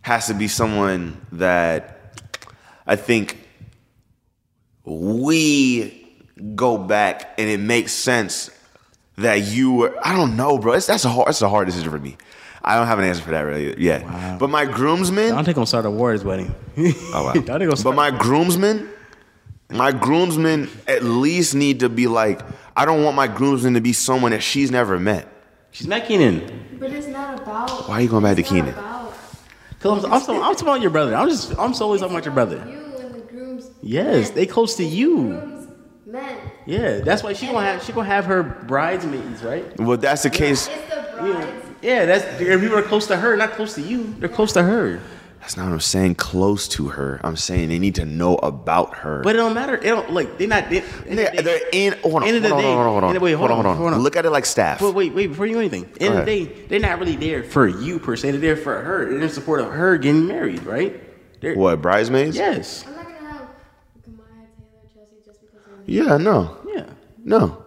has to be someone that I think we go back and it makes sense that you were. I don't know, bro. It's, that's a hard. That's a hard decision for me. I don't have an answer for that really yet. But my groomsmen,
I don't think I'm gonna start a war at his wedding.
Oh,
(laughs)
wow.
I don't think I'm gonna
But
start-
my groomsmen, my groomsmen at least need to be like, I don't want my groomsmen to be someone that she's never met.
she's not Keenan.
But it's not about.
Why are you going back to Keenan?
Cause I'm, I'm, so- I'm talking about your brother. I'm just I'm solely talking about your brother.
You and the grooms.
Yes, they close to you.
Men.
Yeah, that's why she gonna have she gonna have her bridesmaids, right?
Well, that's the case.
It's the
Yeah, yeah. That's if people are close to her, not close to you. They're close to her,
That's not what I'm saying. Close to her. I'm saying they need to know about her.
but it don't matter. It don't like they're not. They,
they're, they're in. Hold on.
End of the
hold on,
day-
hold on, hold on,
end of- wait, hold
hold on,
on, hold on.
Look at it like staff.
But wait, wait, before you do anything, end of the day,
ahead.
they're not really there for you per se. They're there for her. They're in support of her getting married, right? They're,
What bridesmaids?
Yes.
I'm not gonna have Kamaya Taylor Chelsea just because I'm
Yeah. No.
Yeah.
No.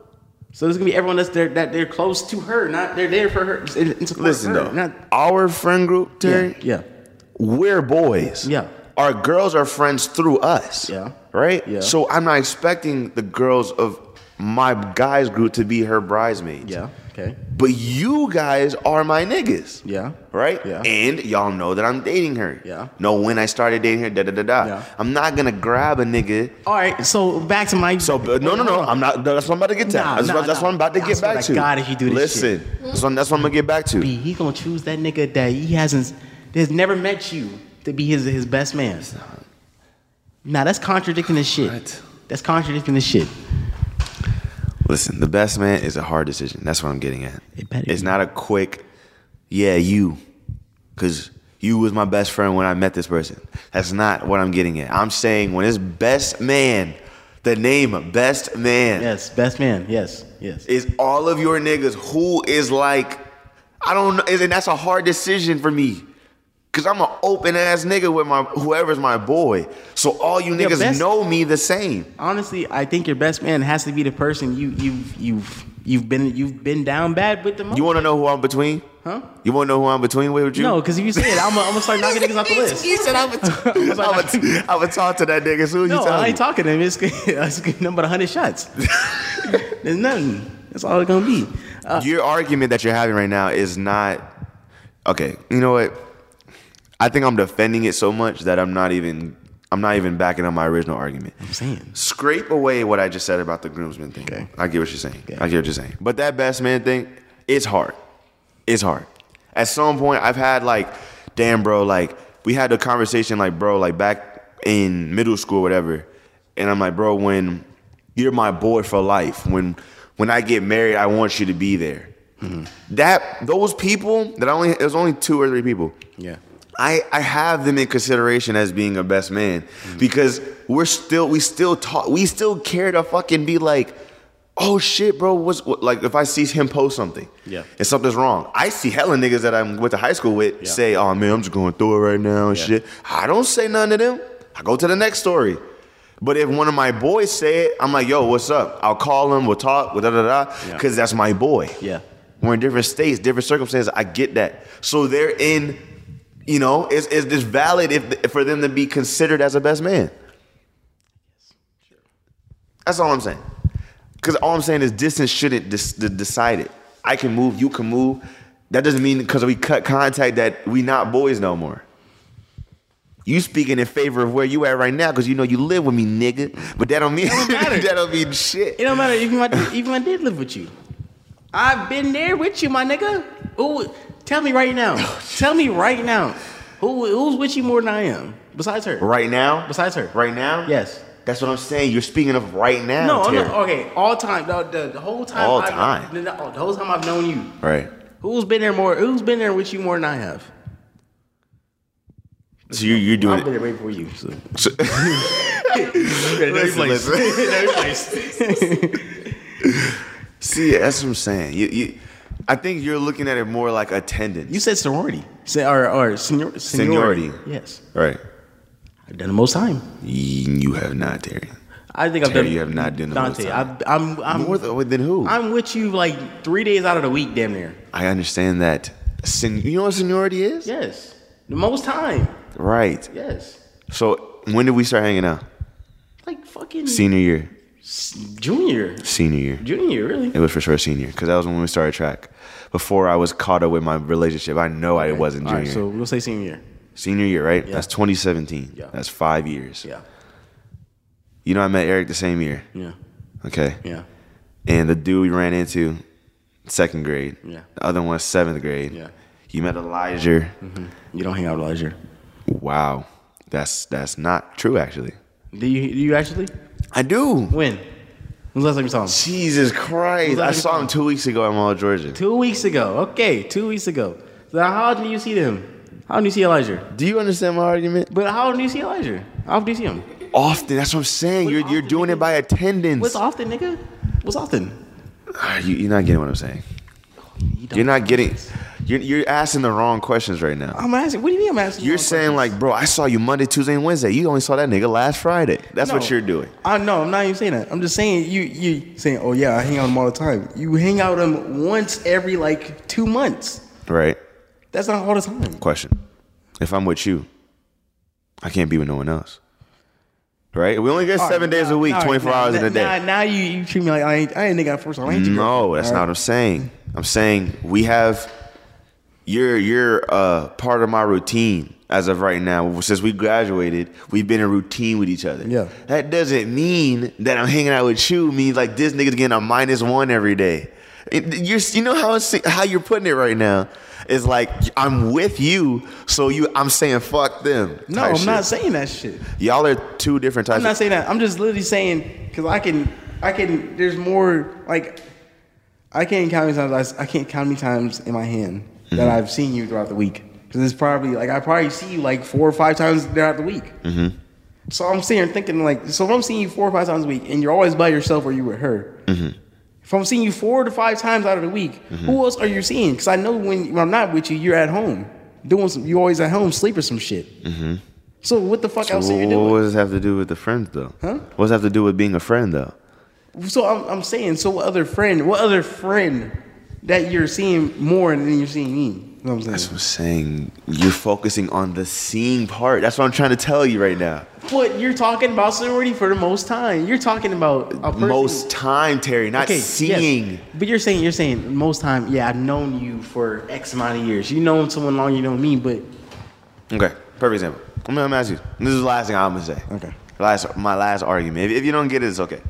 So there's gonna be everyone that's there that they're close to her, not they're there for her. in- in support of
Listen
her,
though.
Not,
Our friend group, Terry.
yeah. Yeah.
we're boys.
Yeah.
Our girls are friends through us.
Yeah.
Right?
Yeah.
So I'm not expecting the girls of my guys group to be her bridesmaids.
Yeah. Okay.
But you guys are my niggas.
Yeah.
Right?
Yeah.
And y'all know that I'm dating her.
Yeah.
Know when I started dating her, da da da da.
Yeah.
I'm not gonna grab a nigga.
All right. So back to my.
So but no no no, I'm not that's what I'm about to get to.
Nah,
that's
nah,
what, that's
nah.
what I'm about to
I
get
swear
back
to
to.
God, if you do this shit.
Listen, that's what that's what I'm gonna get back to.
be. He gonna choose that nigga that he hasn't has never met you to be his his best man. Now that's contradicting the shit.
What?
That's contradicting the shit.
Listen, the best man is a hard decision. That's what I'm getting at.
It better
it's
be.
not a quick, yeah, you, because you was my best friend when I met this person. That's not what I'm getting at. I'm saying when it's best man, the name best man
Yes, best man. Yes, yes.
is all of your niggas who is like, I don't know, and that's a hard decision for me. Cause I'm an open ass nigga with my whoever's my boy, so all you
Yeah,
niggas
best-
know me the same.
Honestly, I think your best man has to be the person you you've you've you've been you've been down bad with the most.
You want to know who I'm between?
Huh?
You want to know who I'm between with? You
No, because if you say it, I'm gonna I'm gonna start knocking niggas off the list.
He said I would, I
(laughs)
would, I would talk to that nigga as soon as
No,
he tells
I
me.
ain't talking to him. It's, (laughs) it's nothing but
(laughs)
hundred shots. There's nothing. That's all it's gonna be. Uh,
Your argument that you're having right now is not okay. You know what? I think I'm defending it so much that I'm not even I'm not even backing up my original argument.
I'm saying.
Scrape away what I just said about the groomsman thing.
Okay.
I get what you're saying.
Okay.
I get what you're saying. But that best man thing, it's hard. It's hard. At some point, I've had like, damn, bro, like we had a conversation, like, bro, like back in middle school, or whatever. And I'm like, bro, when you're my boy for life, when when I get married, I want you to be there.
Mm-hmm.
That those people that I only it was only two or three people.
Yeah.
I, I have them in consideration as being a best man
Mm.
because we're still we still talk we still care to fucking be like oh shit bro what's what, like if I see him post something
Yeah.
and something's wrong I see hella niggas that I'm went to high school with
Yeah.
say oh man I'm just going through it right now and
Yeah.
shit I don't say none to them I go to the next story but if one of my boys say it I'm like yo what's up I'll call him we'll talk da da da
Yeah.
because that's my boy
Yeah.
we're in different states, different circumstances. I get that. So they're in, you know, it's, it's just valid if for them to be considered as a best man. That's all I'm saying. Because all I'm saying is distance shouldn't dis- de- decide it. I can move, you can move. That doesn't mean because we cut contact that we not boys no more. You speaking in favor of where you at right now because you know you live with me, nigga. But that don't mean (laughs) that don't mean shit.
It don't matter even if I, even if I did live with you. I've been there with you, my nigga. Ooh, tell me right now. tell me right now. Who who's with you more than I am? Besides her.
Right now,
Besides her.
right now,
Yes.
That's what I'm saying. You're speaking of right now.
No, I'm
Terry.
not, okay. All time. The, the, the whole time.
All
I've-
time.
The, the whole time I've known you.
Right.
Who's been there more? Who's been there with you more than I have?
So you're, you're doing
I've
it.
been there way before you. So. (laughs)
(laughs) Listen, listen. See, that's what I'm saying. You, you, I think you're looking at it more like attendance.
You said sorority. Say or or senior, seniority.
Seniority.
Yes.
right.
I've done the most time.
You have not, Terry.
I think I've
Terry,
done.
you have not done the most
Dante,
time.
I, I'm I'm
More than, than who? i
I'm with you like three days out of the week, damn near.
understand that. Sen- you know what seniority is?
Yes. The most time.
Right.
Yes.
So when did we start hanging out?
Like fucking
Senior year.
s- junior.
Senior year.
Junior, really.
It was for sure senior because that was when we started track. Before I was caught up with my relationship, I know I wasn't
All
junior.
right, so we'll say senior year.
senior year, right? That's 2017.
Yeah.
That's five years.
Yeah.
You know, I met Eric the same year.
Yeah.
Okay.
Yeah.
And the dude we ran into, second grade.
Yeah.
The other one, seventh grade.
Yeah.
You met Elijah.
You don't hang out with Elijah.
Wow. That's that's not true actually.
Do you do you actually?
I do.
When? When's the last time you saw him?
Jesus Christ. I saw him two weeks ago at Mall of Georgia.
Two weeks ago. Okay, two weeks ago. So how often do you see him? How often do you see Elijah?
Do you understand my argument?
But how often do you see Elijah? How often do you see him?
Often, that's what I'm saying. You're you're
often,
doing it by attendance.
What's often, nigga? What's often?
You, you're not getting what I'm saying.
You don't-
You're not getting. You're, you're asking the wrong questions right now.
I'm asking. What do you mean I'm asking?
You're
wrong
saying
questions?
like, bro, I saw you Monday, Tuesday, and Wednesday. You only saw that nigga last Friday. That's
No.
what you're doing.
I know. I'm not even saying that. I'm just saying you. You saying, oh yeah, I hang out with him all the time. You hang out with him once every like two months.
Right.
That's not all the time.
Question. If I'm with you, I can't be with no one else. Right? We only get seven days a week,
All right,
24
now-
hours in a
now-
day.
Now, now you, you treat me like I ain't. I ain't nigga first. I ain't your
No,
girlfriend,
that's
all
not
right?
what I'm saying. I'm saying we have you're you're uh, part of my routine as of right now. Since we graduated, we've been in routine with each other.
Yeah.
That doesn't mean that I'm hanging out with you means like this nigga's getting a minus one every day. It- you're you know how it's, how you're putting it right now. is like I'm with you, so you I'm saying fuck them.
No,
type
I'm
shit.
not saying that shit.
Y'all are two different types.
I'm not
of,
saying that. I'm just literally saying because I can, I can. There's more like I can't count many times. I, I can't count many times in my hand that I've seen you throughout the week because it's probably like I probably see you like four or five times throughout the week. So I'm sitting here thinking like, so if I'm seeing you four or five times a week and you're always by yourself or you with her. If I'm seeing you four to five times out of the week, who else are you seeing? Because I know when, when I'm not with you, you're at home doing some. You're always at home sleeping some shit. So what the fuck else are you
Wh-
doing?
what does it have to do with the friends though?
Huh?
What does it have to do with being a friend though?
So I'm, I'm saying, so what other friend, what other friend that you're seeing more than you're seeing me? You know what I'm
That's what
saying?
I'm saying. You're focusing on the seeing part. That's what I'm trying to tell you right now.
But you're talking about sorority for the most time. You're talking about a person,
Most time, Terry, not
yes.
seeing.
But you're saying, you're saying most time, yeah, I've known you for X amount of years. You known someone long, you know me, but
Okay, perfect example. I'm gonna, I'm gonna ask you. This is the last thing I'm gonna say.
Okay.
Last, my last argument. If, if you don't get it, it's okay.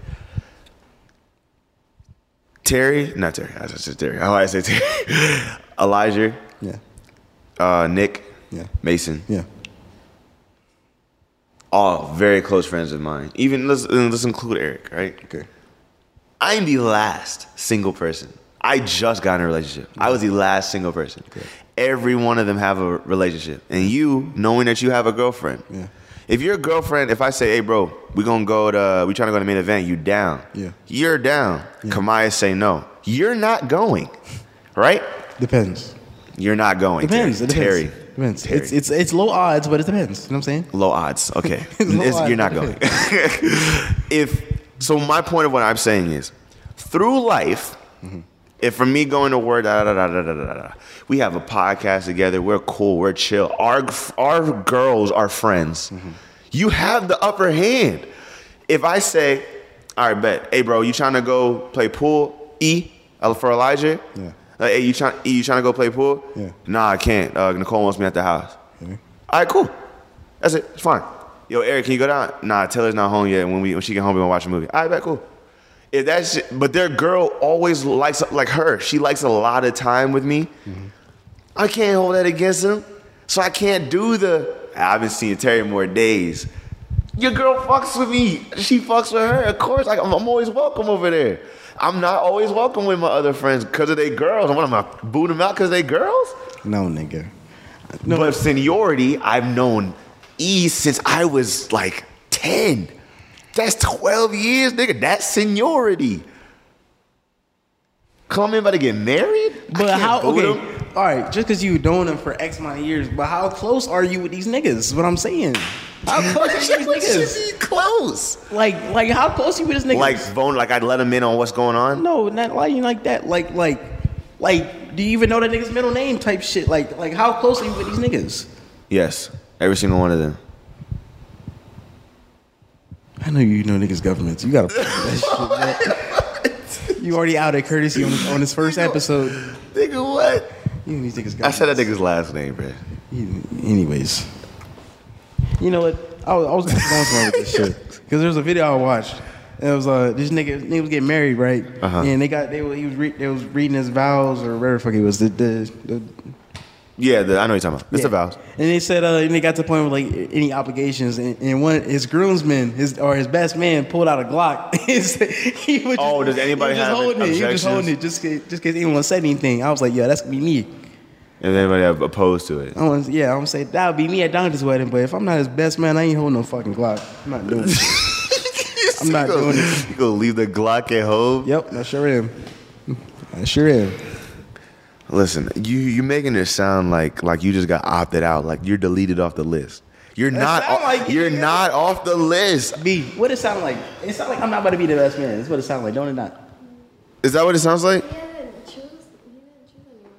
Terry, not Terry. I just said Terry. How I say Terry? (laughs) Elijah,
yeah,
uh, Nick,
Yeah.
Mason,
yeah.
all very close friends of mine. Even let's uh, let's include Eric, right?
Okay.
I'm the last single person. I just got in a relationship. I was the last single person. Every one of them have a relationship, and you knowing that you have a girlfriend.
Yeah.
If your girlfriend, if I say, "Hey, bro, we gonna go to, we trying to go to main event," you down?
Yeah.
You're down. Kamaya say no. You're not going, right?
Depends.
You're not going.
Depends.
Terry.
It depends.
Terry.
Depends.
Terry.
It's, it's, it's low odds, but it depends. You know what I'm saying?
Low odds. Okay.
It's (laughs) low
It's- you're not
odds.
going. (laughs) if so, my point of what I'm saying is, through life,
Mm-hmm.
if for me going to work, da, da, da, da, da, da, da, da, we have a podcast together. We're cool. We're chill. Our our
Mm-hmm.
girls are friends. You have the upper hand. If I say, All right, bet. Hey, bro, you trying to go play pool? E uh, for Elijah.
Yeah.
Like, hey, you trying? E, you trying to go play pool?
Yeah.
Nah, I can't. Uh, Nicole wants me at the house.
Yeah.
All right, cool. That's it. It's fine. Yo, Eric, can you go down? Nah, Taylor's not home yet. When we when she get home, we gonna watch a movie. All right, bet, cool. If that shit, but their girl always likes like her. She likes a lot of time with me.
Mm-hmm.
I can't hold that against him. So I can't do the. I haven't seen Terry more days. Your girl fucks with me. She fucks with her. Of course, like I'm, I'm always welcome over there. I'm not always welcome with my other friends because of they girls. What am I booing them out because they girls?
No, nigga.
but seniority, I've known E since I was like 10. That's 12 years, nigga. That's seniority. Come in about to get married? I
But
can't
how?
boo
Okay.
them.
All right. Just because you known them for X amount of years, but how close are you with these niggas? Is what I'm saying. (laughs) How close
(laughs)
are you
Shit, we
with these
should be close.
niggas? Like, like how close you with this niggas?
Like, bone, like I'd let him in on what's going on.
no, not like like that. Like, like, like. Do you even know that nigga's middle name? Type shit. Like, like how close are you with these niggas?
Yes, every single one of them.
I know you know niggas' governments. You gotta fuck with that shit. man. (laughs) You already out of courtesy on this, on this first episode.
Nigga, what?
You know these niggas' governments.
I said that nigga's last name, bro.
You- Anyways, you know what? I was, I was going somewhere with this shit
(laughs)
because there was a video I watched. And it was uh, this nigga, nigga was getting married, right?
Uh-huh.
And they got they were he was re- they was reading his vows or whatever the fuck it was. The, the, the
Yeah, the, I know what you're talking about. It's
yeah.
the vows.
And they said uh, and they got to the point with like any obligations. And, and one his groomsman, his or his best man, pulled out a Glock. (laughs) he was just,
Oh, does anybody
he was just
have
holding it? He was just
objections?
holding it just 'cause- just because anyone said anything. I was like, yeah, that's gonna be me.
If anybody have opposed to it.
I want yeah, I'm gonna say that would be me at Dante's wedding, but if I'm not his best man, I ain't holding no fucking Glock. I'm not doing it. (laughs) I'm not
You gonna-
doing
(laughs)
it.
You gonna leave the Glock at home?
Yep, I sure am. I sure am.
Listen, you you making it sound like like you just got opted out, like you're deleted off the list. You're not
sound
off,
like it,
you're
nigga.
not off the list.
B, what it sound like? It sound like I'm not about to be the best man. That's what it sound like, don't it not?
Is that what it sounds like?
He didn't choose. He didn't choose anyone.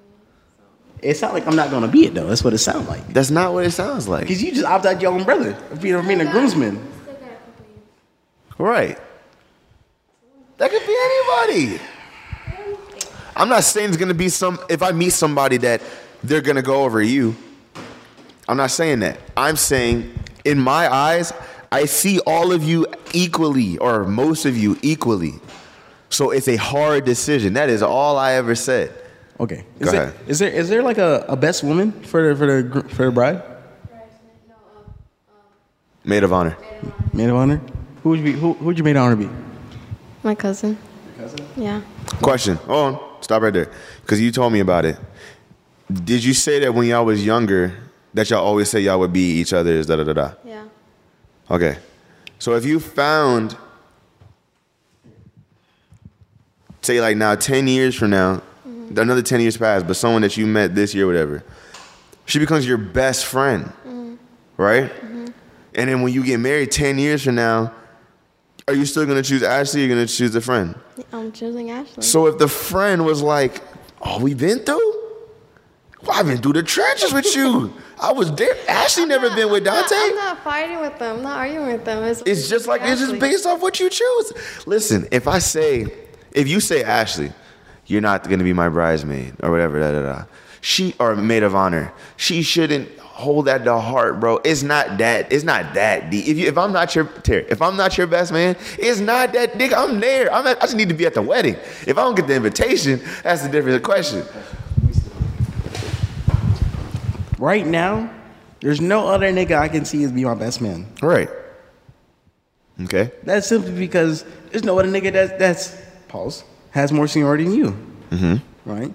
It sound like I'm not gonna be it though. That's what it sound like.
That's not what it sounds like.
Cause you just opt out your own brother of being, of being a groomsman.
We still got a couple years.
Right. That could be anybody. I'm not saying it's gonna be some. If I meet somebody that they're gonna go over you, I'm not saying that. I'm saying in my eyes, I see all of you equally, or most of you equally. So it's a hard decision. That is all I ever said.
Okay.
Go
Is there-
ahead.
is there is there like a, a best woman for the for the gr- for the bride?
No,
Maid of honor.
Maid of honor? Who would you be who who would your maid of honor be?
my cousin. Yeah.
Question. Hold on. Stop right there. Because you told me about it. Did you say that when y'all was younger that y'all always say y'all would be each other's da da da da?
Yeah.
Okay. So if you found, say, like now 10 years from now,
Mm-hmm.
another 10 years passed, but someone that you met this year, whatever, she becomes your best friend,
Mm-hmm.
right? And then when you get married 10 years from now, are you still gonna choose Ashley or you're gonna choose the
Mm-hmm.
friend?
I'm choosing Ashley.
So if the friend was like, "All we been through? Well, I've been through the trenches with you. I was there. Ashley never been with
I'm not-
Dante.
I'm not fighting with them. I'm not arguing with them. It's,
It's just like it's just
Ashley.
based off what you choose. Listen, if I say, if you say Ashley, you're not gonna be my bridesmaid or whatever, da da da. She or maid of honor. She shouldn't hold that to heart, bro. It's not that. It's not that deep. If you, if I'm not your Terry, if I'm not your best man, it's not that dick. I'm there. I'm at, I just need to be at the wedding. If I don't get the invitation, that's a different question.
Right now, there's no other nigga I can see as be my best man.
Right. Okay.
That's simply because there's no other nigga that that's pause has more seniority than you. Mm-hmm. Right. And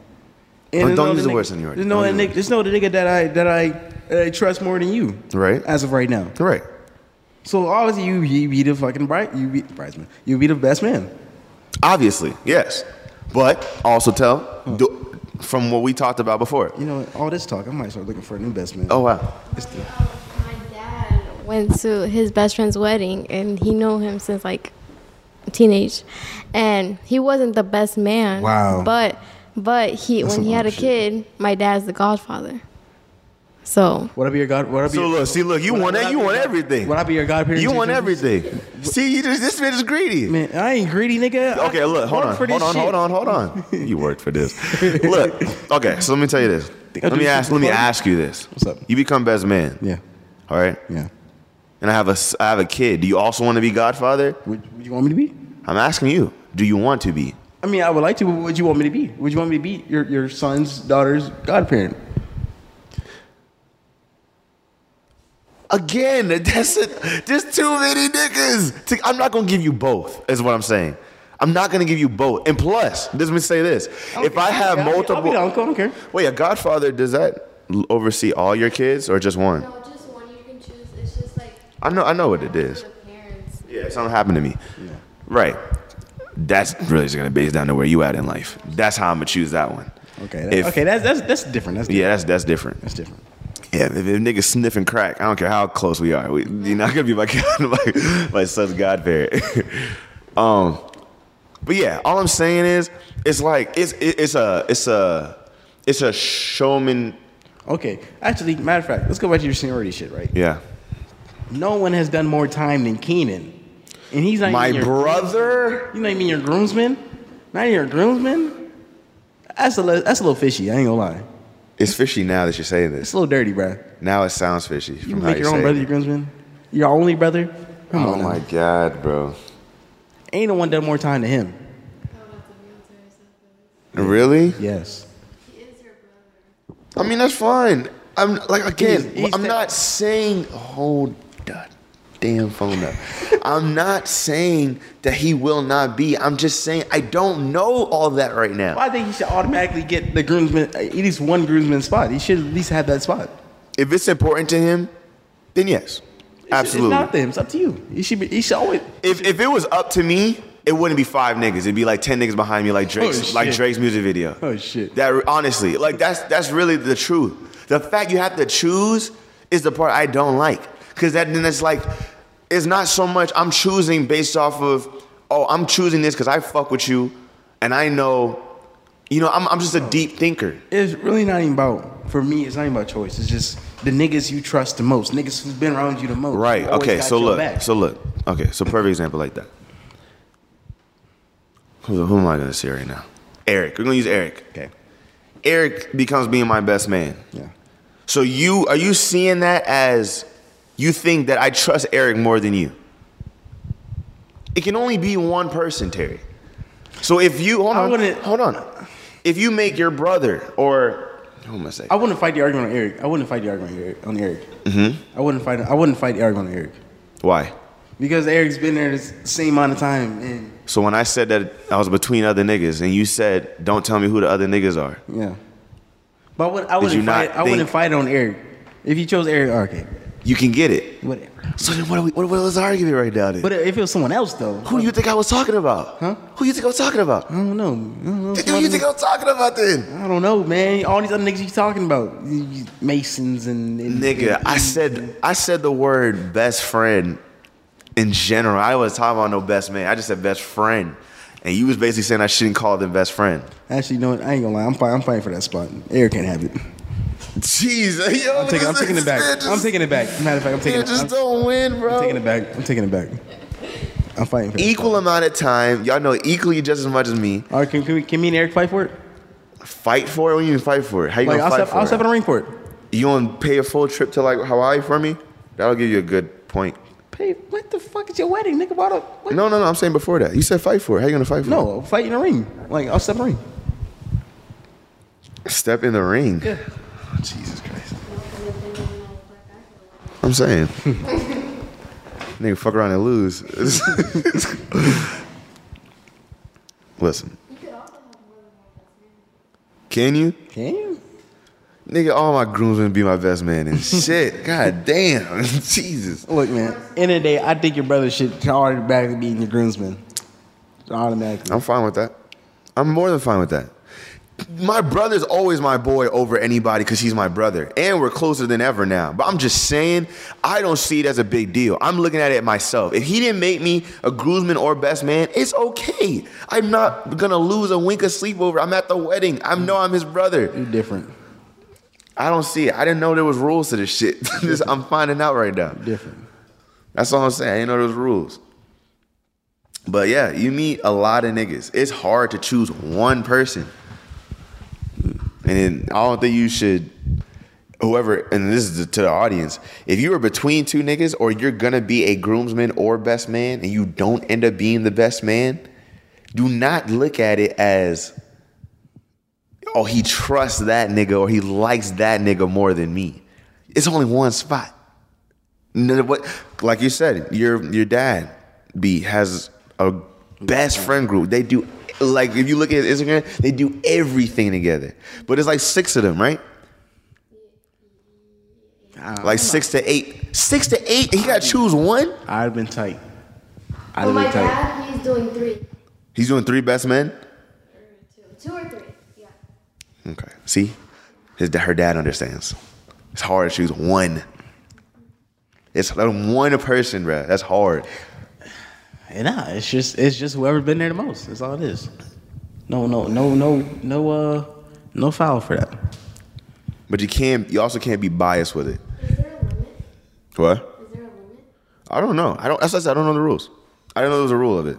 there's
don't
no
use
other
the word
nigga-
seniority.
There's no
Don't
other
use the
nigga. There's no other nigga that I that I that I trust more than you.
Right.
As of right now.
Right.
So obviously you you be the fucking bride. You be bridesman. You be the best man.
Obviously, yes. But also tell do, from what we talked about before.
You know all this talk. I might start looking for a new best man.
Oh wow.
It's the-
My dad went to his best friend's wedding, and he knew him since like teenage, and he wasn't the best man.
Wow.
But but he
That's
when
some
he had a
old shit.
kid, my dad's the godfather. So
Would I be your god? Would I be?
So
your,
look, see, look, you want that, you want everything.
would I be your godparent?
You
to
want
Jesus?
everything. See, you just this man is greedy.
Man, I ain't greedy, nigga. I
Okay, look, hold
work
on,
for
hold
this
on,
shit.
hold on, hold on.
(laughs)
You worked for this. Look, okay, so let me tell you this. Let me ask, let me ask you this.
What's up?
You become best man.
Yeah,
All right.
yeah.
And I have a, s- I have a kid. Do you also want to be godfather?
Would, would you want me to be?
I'm asking you. Do you want to be?
I mean, I would like to. But what would you want me to be? Would you want me to be your your son's daughter's godparent?
Again, (laughs) that's it. There's too many niggas. To- I'm not gonna give you both. Is what I'm saying. I'm not gonna give you both. And plus, let me say this: if I have
Yeah, I'll be- I'll be the
multiple,
uncle. I don't care.
wait, a godfather does that l- oversee all your kids or just one?
no, just one you can choose. It's just like
I know, I know what it is.
parents.
Yeah, something happened to me. Right. That's really just gonna base down to where you at in life. That's how I'm gonna choose that one.
Okay, that,
If-
okay, that's that's that's different. That's different.
Yeah, that's that's different.
that's different.
Yeah, if, if niggas sniffing crack, I don't care how close we are. We, you're not gonna be my (laughs) god, my, my son's godparent. (laughs) um, but yeah, all I'm saying is, it's like it's it, it's a it's a it's a showman.
Okay, actually, matter of fact, let's go back to your seniority shit, right?
Yeah,
No one has done more time than Keenan, and he's not
my
even your-
brother.
You know what I mean? Your groomsman? Not even your groomsman? That's a, li- that's a little fishy. I ain't gonna lie.
It's fishy now that you're saying
It's
this.
a little dirty, bruh.
Now it sounds fishy.
You make your own brother your groomsman? Your only brother? Come
Oh
on.
my
now.
god, bro.
Ain't no one done more time to him.
Really?
Yes.
I mean, that's fine. I'm like again.
He's- he's
I'm
the-
not saying hold that damn phone
(laughs)
up. I'm not saying that he will not be. I'm just saying I don't know all that right now.
Well, I think he should automatically get the groomsman, at least one groomsman spot. He should at least have that spot.
If it's important to him, then yes,
It's not up
absolutely.
to him. It's up to you. He should, be, he should always.
If if it was up to me, it wouldn't be five niggas. It'd be like ten niggas behind me, like Drake's,
Oh, shit.
like Drake's music video.
Oh, shit.
That honestly, like that's that's really the truth. The fact you have to choose is the part I don't like, because that then it's like it's not so much I'm choosing based off of oh I'm choosing this because I fuck with you, and I know, you know I'm I'm just a
Oh.
deep thinker.
It's really not even about, for me, it's not even about choice. It's just the niggas you trust the most, niggas who's been around you the most.
Right.
Always
Okay.
got
So
your
look.
back.
So look. Okay. So perfect example like that. Who, who am I gonna say right now? Eric. We're gonna use Eric.
Okay.
Eric becomes being my best man.
Yeah.
So you are you seeing that as you think that I trust Eric more than you? It can only be one person, Terry. So if you hold
I
on,
wouldn't-
hold on. If you make your brother or who am I saying?
I wouldn't fight the argument on Eric. I wouldn't fight the argument on Eric. On Eric. Mm-hmm. I wouldn't fight. I wouldn't fight the argument on Eric
Why?
because Eric's been there the s- same amount of time, and
So when I said that I was between other niggas, and you said, "Don't tell me who the other niggas are."
yeah. But what, I wouldn't
you not
fight. I wouldn't
think-
fight on Eric. If you chose Eric, okay,
You can get it.
whatever.
So then, what, are we, what was the argument right now? Then?
But if it was someone else though,
who do you think I was talking about?
Huh?
Who you think I was talking about?
I don't know. I don't know.
Who
Some
you
other-
think I was talking about then?
I don't know, man. All these other niggas you talking about, You- you- Masons and, and
Nigga,
and-
I said I said the word best friend in general. I was talking about no best man. I just said best friend, and you was basically saying I shouldn't call them best friend.
Actually, you know what? I ain't gonna lie. I'm fighting. I'm fighting for that spot. Eric can't have it.
Jeez, yo,
I'm taking. I'm taking it back. I'm taking it back. Matter of fact, I'm taking.
Man,
It, I'm,
just don't win, bro.
I'm taking it back. I'm taking it back. I'm fighting for that spot.
Equal amount of time. Y'all know equally just as much as me.
All right, can, can, we, can me and Eric fight for it?
Fight for it. What do you mean fight for it? How you
Like,
gonna
I'll
fight
step, I'll
for it?
step in the ring for it.
you gonna pay a full trip to like Hawaii for me? That'll give you a good point.
Hey, what the fuck is your wedding, nigga? Why the, what?
No, no, no. I'm saying before that. You said fight for it. How you gonna fight for
No, I'll fight in the ring. Like, I'll step in the ring.
it? Step in the ring.
Yeah.
Jesus Christ. I'm
(laughs)
saying. Nigga, fuck around and lose. (laughs) Listen. Can you?
Can you?
Nigga, all my groomsmen be my best man
(laughs)
and shit. God damn. (laughs) Jesus.
Look, man, end of the day, I think your brother should automatically be your groomsman. Automatically.
I'm fine with that. I'm more than fine with that. My brother's always my boy over anybody because he's my brother. And we're closer than ever now. But I'm just saying, I don't see it as a big deal. I'm looking at it myself. If he didn't make me a groomsman or best man, it's okay. I'm not going to lose a wink of sleep over. I'm at the wedding. I know I'm his brother.
You're different.
I don't see it. I didn't know there was rules to this shit. (laughs) This- I'm finding out right now.
Different.
That's all I'm saying. I didn't know there was rules. But yeah, you meet a lot of niggas. It's hard to choose one person. And then I don't think you should whoever and this is to the audience. If you are between two niggas or you're gonna be a groomsman or best man and you don't end up being the best man, do not look at it as oh he trusts that nigga or he likes that nigga more than me. It's only one spot. No, what? Like you said, your your dad B has a best friend group. They do like if you look at his Instagram, they do everything together. But it's like six of them, right? Like six to eight, six to eight. He got to choose one.
I'd have been tight. I'd
Oh
have
my
been tight.
God, he's doing three,
He's doing three best men.
two, two or three. Yeah.
Okay, see, his da- her dad understands. It's hard to choose one. It's like one person, bruh. That's hard.
And nah, it's just it's just whoever been there the most. That's all it is. No, no, no, no, no, uh, no foul for that.
But you can't. You also can't be biased with it.
Is there a limit?
What?
Is there a limit?
I don't know. I don't. That's, that's, I don't know the rules. I didn't know there was a rule of it.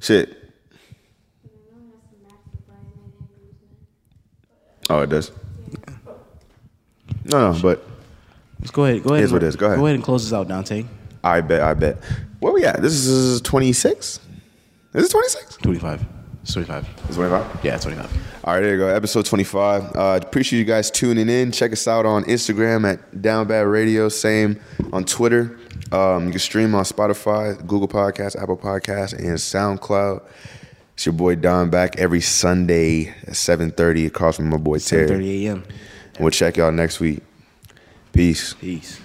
Shit. Oh, it does. No, no, but
Let's go ahead. Go ahead.
Here's
and-
what it is. Go ahead.
Go ahead and close this out, Dante.
I bet. I bet. Where we at? This is twenty six. Is it twenty six?
Twenty-five. It's twenty-five.
Twenty five.
Yeah, it's twenty-five.
All right, there you go. Episode 25. Uh, appreciate you guys tuning in. Check us out on Instagram at Down Bad Radio. Same on Twitter. Um, you can stream on Spotify, Google Podcasts, Apple Podcasts, and SoundCloud. It's your boy Don back every Sunday at 7.30 across from my boy Terry.
Thirty a.m.
We'll check y'all next week. Peace.
Peace.